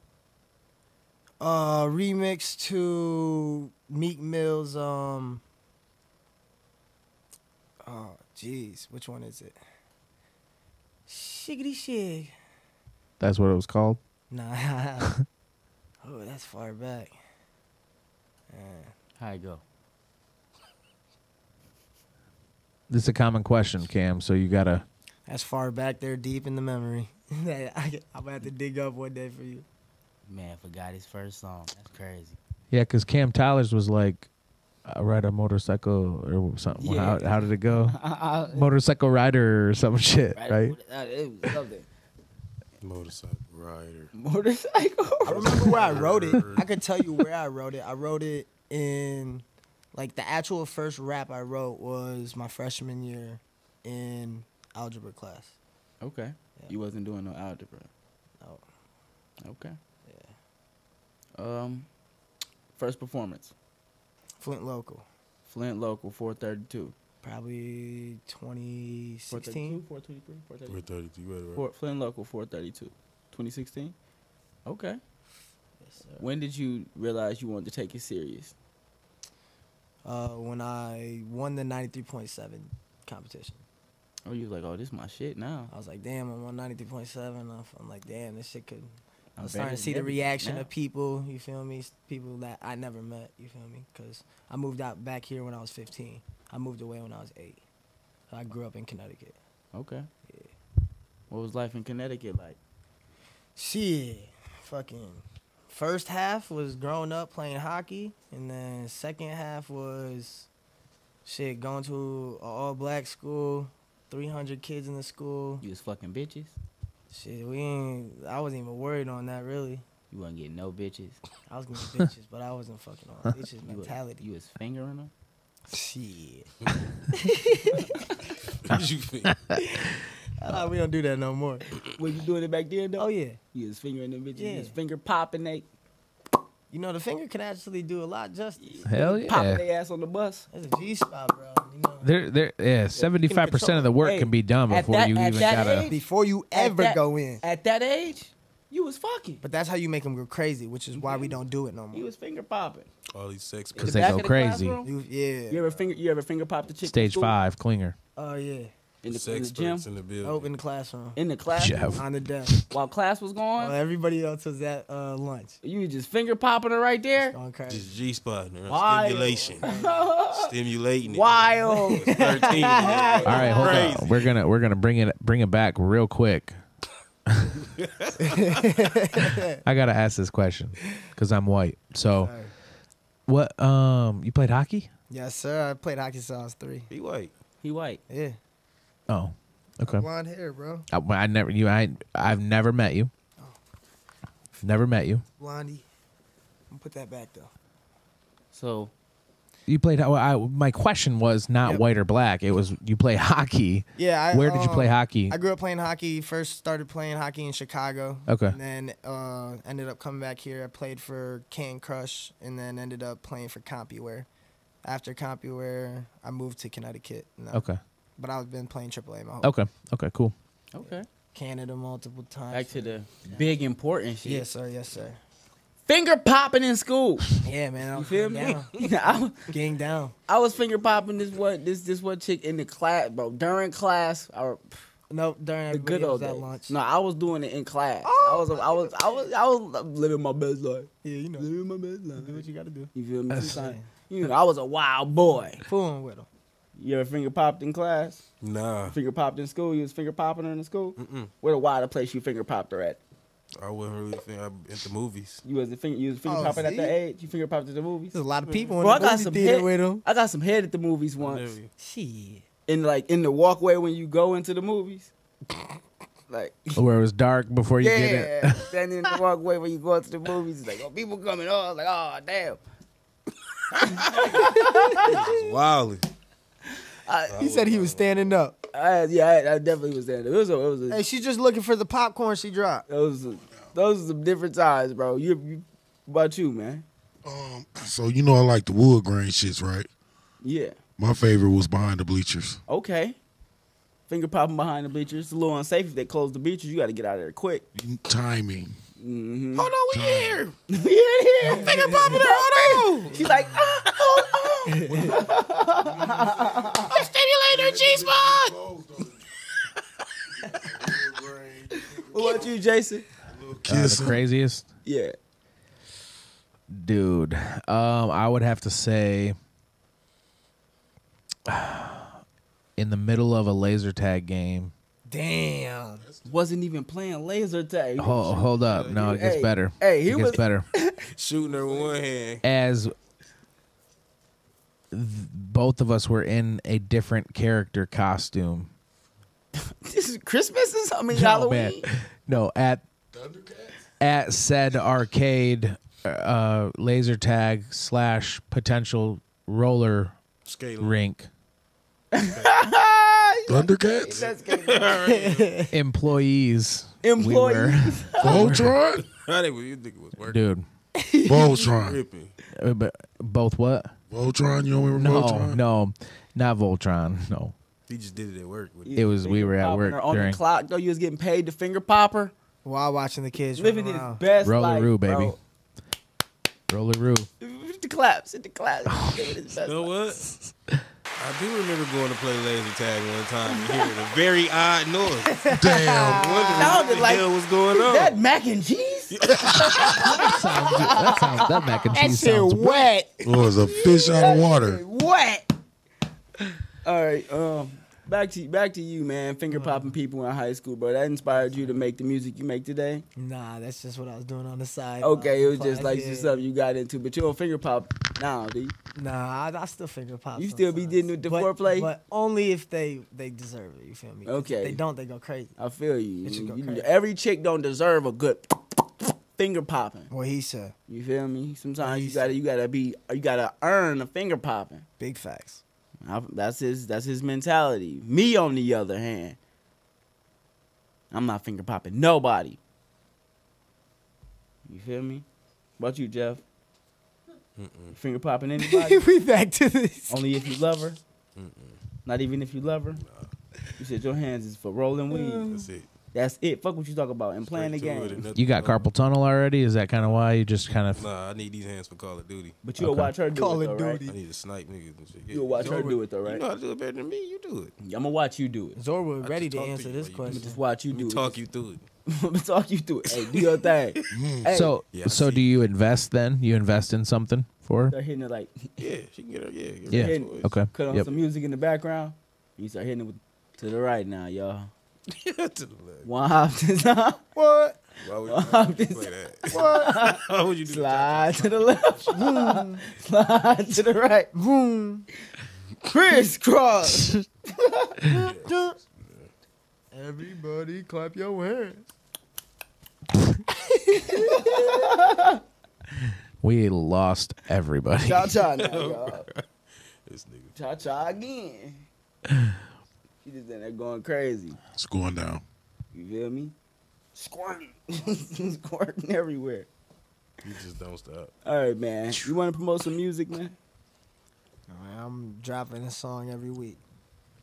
Uh, remix to Meek Mill's um. Oh, jeez, which one is it? Shiggity shig. That's what it was called. Nah. (laughs) oh, that's far back. Man. How it go? This is a common question, Cam. So you gotta. That's far back there, deep in the memory. (laughs) That I, I'm gonna have to dig up one day for you. Man, forgot his first song. That's crazy. Yeah, because Cam Tyler's was like, I ride a motorcycle or something. Yeah. How, how did it go? (laughs) I, motorcycle rider or some (laughs) shit, I, right? I, it was something. (laughs) Motorcycle rider. I Motorcycle. remember where I wrote it. I could tell you where I wrote it. I wrote it in, like, the actual first rap I wrote was my freshman year in algebra class. okay. Yeah. You wasn't doing no algebra. No. Okay. Oh. Yeah. Um, first performance, Flint Local, Flint (laughs) Local, four thirty-two. probably 2016. 423, 432. 432. You better Fort Flynn Local 432, 2016. Okay. Yes, When did you realize you wanted to take it serious? Uh, when I won the 93.7 competition. Oh, you was like, oh, this is my shit now. I was like, damn, I'm on 93.7. I'm- I'm like, damn, this shit could I'm I'm starting better to see than the everybody reaction now. of people. You feel me? S- People that I never met. You feel me? Because I moved out back here when I was 15. I moved away when I was eight. So I grew up in Connecticut. Okay. What was life in Connecticut like? Shit, fucking. First half was growing up playing hockey, and then second half was shit going to an all black school, 300 kids in the school. You was fucking bitches. Shit, we ain't. I wasn't even worried on that really. You wasn't getting no bitches. I was (laughs) getting bitches, but I wasn't fucking on (laughs) bitches You was, mentality. you was fingering them. Shit. (laughs) What you think? Ah, we don't do that no more. Were you doing it back then though? Oh yeah. You was fingering them bitches. You was Yeah. finger popping they You know the finger can actually do a lot justice. Hell popping Oh, yeah. they ass on the bus. That's a G spot, bro. You know. There, there, yeah. Seventy-five percent of the work Hey, can be done at before that- you at even that gotta. age- Before you At ever that- go in. At that age, you was fucking. But that's how you make them go crazy, which is why we don't do it no more. You was finger popping. All these sex (laughs) In the they back go of the crazy. classroom, You- yeah. You ever finger? You ever finger pop the chick? in Stage school? five, (laughs) clinger. oh yeah. in the, in the sex gym, in the building. Open the classroom. in the class, Jeff. On the (laughs) desk. while class was going. While everybody else was at uh, lunch. You was just finger popping her right there. Going crazy. Just G spotting Wild. (laughs) Stimulation. Stimulating it. Wild. It's 13. All (laughs) All right, hold on. We're gonna we're gonna bring it bring it back real (laughs) quick. (laughs) I gotta ask this question because I'm white. So, Sorry. what? Um, you played hockey? Yes, sir. I played hockey since I was three. Be white. (laughs) He white. Yeah. Oh, okay. Blonde hair, bro. I, I never you. I I've never met you. Never met you. Blondie. I'm gonna put that back though. So You played. ho- I, my question was not Yep. white or black. It was you play (laughs) hockey. Yeah. I, Where did you Oh. play um, hockey? I grew up playing hockey. First started playing hockey in Chicago. Okay. And then uh, ended up coming back here. I played for Can Crush, and then ended up playing for CompuWare. After CompuWare, I moved to Connecticut. and I- okay. But I've been playing AAA my whole Okay. Okay. (laughs) Cool. okay, Canada multiple times. back to the big important shit. Yes, sir. Yes, (laughs) sir. Finger popping in school. (laughs) Yeah, man. You I'm feel feel me? (laughs) Down. I, was- Getting down. I was finger popping this one this this one chick in the class, bro. During class, or No, during the everybody good old was at days. lunch. No, I was doing it in class. I was I was I was I was living my best life. Oh, Yeah, you know. Living my best life. Do what you gotta do. You feel me? Son? You know, I was a wild boy. Fooling with them. You ever finger popped in class? Nah, Finger popped in school. You was finger popping her in school. Mm-mm. Where the wild place you finger popped her at? I wasn't really thinking. I'm at the movies. You was the finger. You was finger Oh, popping at see? that age. You finger popped at the movies. There's a lot of people in Bro, I the got movie some theater hit- with them. I got some head at the movies once. Never- Shit. In like in the walkway when you go into the movies. Like Where it was dark before you get it. yeah, standing in the walkway when you go into the movies. It's like oh, people coming. Oh, I was like oh damn. It was wilding. He said he was standing up. I, yeah, I, I definitely was there. It was a, it was a, Hey, she's just looking for the popcorn she dropped. those are- those are some different times, bro. You, you what about you, man? Um, so you know I like the wood grain shits, right? Yeah. My favorite was behind the bleachers. Okay. Finger popping behind the bleachers. It's a little unsafe if they close the bleachers. You got to get out of there quick. (laughs) Timing. Mm-hmm. yeah, yeah. Finger popping her. Hold on. She's like, ah, oh, oh. Closed on it. Wood grain. What about you, Jason? Uh, the Kissing. craziest Yeah. dude. Um, I would have to say, (sighs) in the middle of a laser tag game. Damn. Wasn't even playing laser tag. Hold, hold up, no, it gets Hey, better. hey, he it gets was- better. Shooting her with one hand. as th- both of us were in a different character costume. This is Christmas or something? (laughs) No, Halloween? No, at at said arcade uh laser tag slash potential roller Skating. (laughs) rink Thundercats? That's good. employees. we were- Employees. Voltron? How they was, you think it was working? (laughs) dude. Voltron. Ripping. uh, But both what? Voltron, you don't remember No, Voltron? no, not Voltron. No, He just did it at work. With it was we were at work on during the clock though. You was getting paid to finger popper, While watching the kids living run his around. best Roller life, Roo, baby. bro. Roller Roo. Hit the claps, hit the claps. Oh, Living his best You know life. what? I do remember going to play laser tag one time and hearing a very odd noise. (laughs) Damn. Wondering what Sounded the like- hell was going on. That mac and cheese? That sounds that mac (laughs) and cheese sounds wet. It was a fish out of water. What? All right, um, back to back to you, man. Finger popping people in high school, bro. That inspired you to make the music you make today. Nah, that's just what I was doing on the side. Okay, it was Fuck, just like yeah. just something you got into, but you don't finger pop now, do you? Nah, I, I still finger pop. You still be sometimes. getting with the but, foreplay? but only if they they deserve it. You feel me? 'Cause if Okay. they don't, they go crazy. I feel you. It should go You- crazy. every chick don't deserve a good finger popping. Well, he said You feel me? Sometimes you gotta you gotta be you gotta earn a finger popping. big facts. I- That's his that's his mentality. Me on the other hand, I'm not finger popping nobody. You feel me? What about you, Jeff? Finger (laughs) popping anybody? (laughs) we back to (laughs) this. Only if you love her. Not even if you love her. You said your hands is for rolling weed. That's it. That's it. Fuck what you talk about and playing the Straight to it and game. nothing You got else. carpal tunnel already? Is that kind of why you just kind of? Nah, I need these hands for Call of Duty. But you'll Okay. watch her do Call it of though, right? Duty. I need to snipe niggas and shit. Yeah, You'll watch her Jordan, do it though, right? You know how to do it better than me. You do it. I'm gonna watch you do it. Zorba I ready just to talked to answer you, this bro. You question. Just watch you Let do me it. talk you through it. I'ma talk (laughs) you through it. Hey, do your thing. hey, So Yeah, I so see. do you invest then? You invest in something for? her? start hitting it like Yeah, she can get her. Yeah, get her Yeah. toys. (laughs) Okay. cut on Yep. some music in the background. You start hitting it with, to the right now, y'all. to the left. One hop to the What? Why (laughs) would you play that? Why would you do that? slide to (laughs) the left, slide to the right, Boom. (laughs) crisscross. Everybody, clap your hands. We lost everybody. Cha cha now, y'all. This nigga. Cha cha again. She just in there going crazy. It's going down. You feel me? Squirting, (laughs) squirting everywhere. You just don't stop. All right, man. You want to promote some music, man? I'm dropping a song every week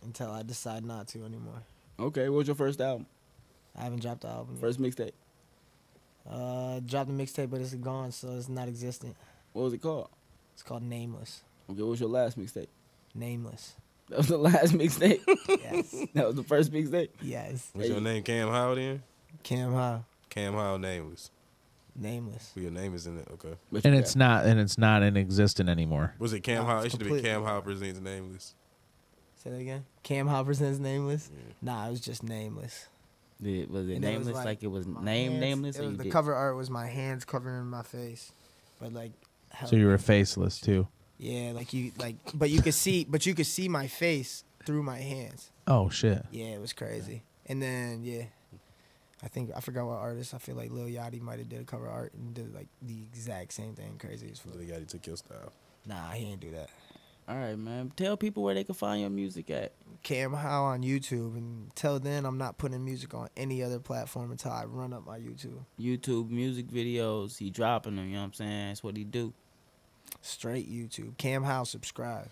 until I decide not to anymore. Okay, what was your first album? I haven't dropped the album. Yet. First mixtape. Uh, dropped the mixtape, but it's gone, so it's not existent. What was it called? It's called Nameless. Okay, what was your last mixtape? (laughs) Nameless. That was the last mixtape. Yes. that was the first mixtape. yes. What's your Hey. name? Cam Howell then? Cam High. Cam Howell nameless. Nameless. Well, your name is in it. Okay. But And you it's got- not and it's not in existent anymore. Was it Cam Nah, Howell? It it's should have been completely- Cam Howell presents nameless. Say that again. Cam Hopperson's Nameless. Nah, it was just Nameless. Did- was it And it was nameless? like like, it was My name hands- nameless. It or was, you the did- cover art was my hands covering my face, but like. held- So you were faceless too. Yeah, like you like, but you could see, but you could see my face through my hands. Oh shit. Yeah, it was crazy. And then yeah, I think I forgot what artist. I feel like Lil Yachty might have did a cover art and did like the exact same thing. Crazy as fuck. Lil Yachty took your style. Nah, he ain't do that. All right, man. Tell people where they can find your music at. Cam Howe on YouTube. And till then, I'm not putting music on any other platform until I run up my YouTube. YouTube music videos. He dropping them. You know what I'm saying? That's what he do. Straight YouTube. Cam Howe, subscribe.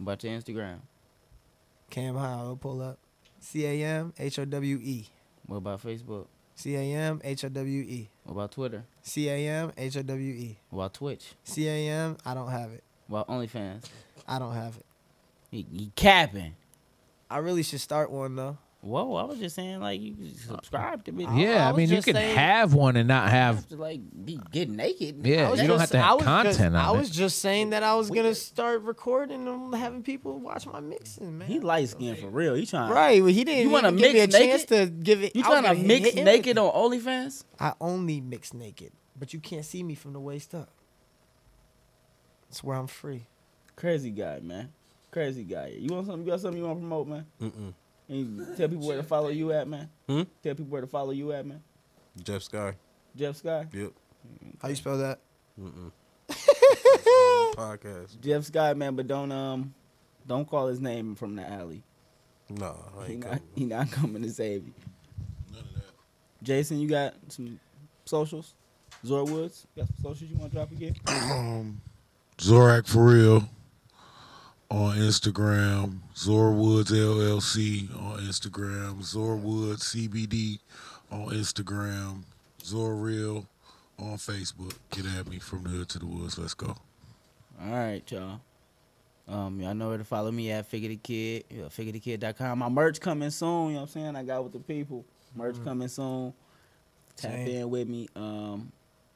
About your Instagram. Cam Howe, it'll pull up. C A M H O W E. What about Facebook? C A M H O W E. What about Twitter? C A M H O W E. What about Twitch? C A M, I don't have it. What about OnlyFans? I don't have it. He, he capping. I really should start one though. Whoa, I was just saying like you can subscribe to me. yeah, Uh, I, was mean, you just can saying- have one and not I have. have to like be get naked. Yeah, I was you don't just- have to I have was just- content I on was it. just saying that I was gonna start recording and having people watch my mixing, man. He light skinned for real. He trying right, but he didn't. You wanna even give me a mix naked? chance to give it. You I was trying to gonna mix hit him naked with- on OnlyFans? I only mix naked, but you can't see me from the waist up. That's where I'm free. Crazy guy, man. Crazy guy. You want something? You got something you want to promote, man? Mm-mm. And you tell people where to follow you at, man. Hmm? Tell people where to follow you at, man. Jeff Sky. Jeff Sky. Yep. How you spell that? Podcast. Jeff Sky, man. But don't um, don't call his name from the alley. No, I He ain't not, coming. he not (laughs) coming to save you. Jason, you got some socials? Zora Woods, you got some socials you want to drop again? Um, Zorak for real on Instagram. Zora Woods LLC on Instagram. Zora Woods CBD on Instagram. Zora Real on Facebook. Get at me from the hood to the woods. Let's go. All right, y'all. Um, y'all know where to follow me at Figure the Kid, you know, figurekid.com. My merch coming soon, you know what I'm saying? I got with the people. Merch coming soon. Tap Same. in with me. Um,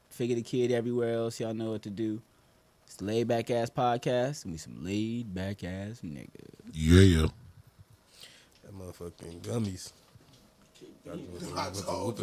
Figure the Kid everywhere else. Y'all know what to do. It's the laid back ass podcast, and we some laid back ass niggas. Yeah, yeah. That motherfucking gummies. Got you with the- with the whooping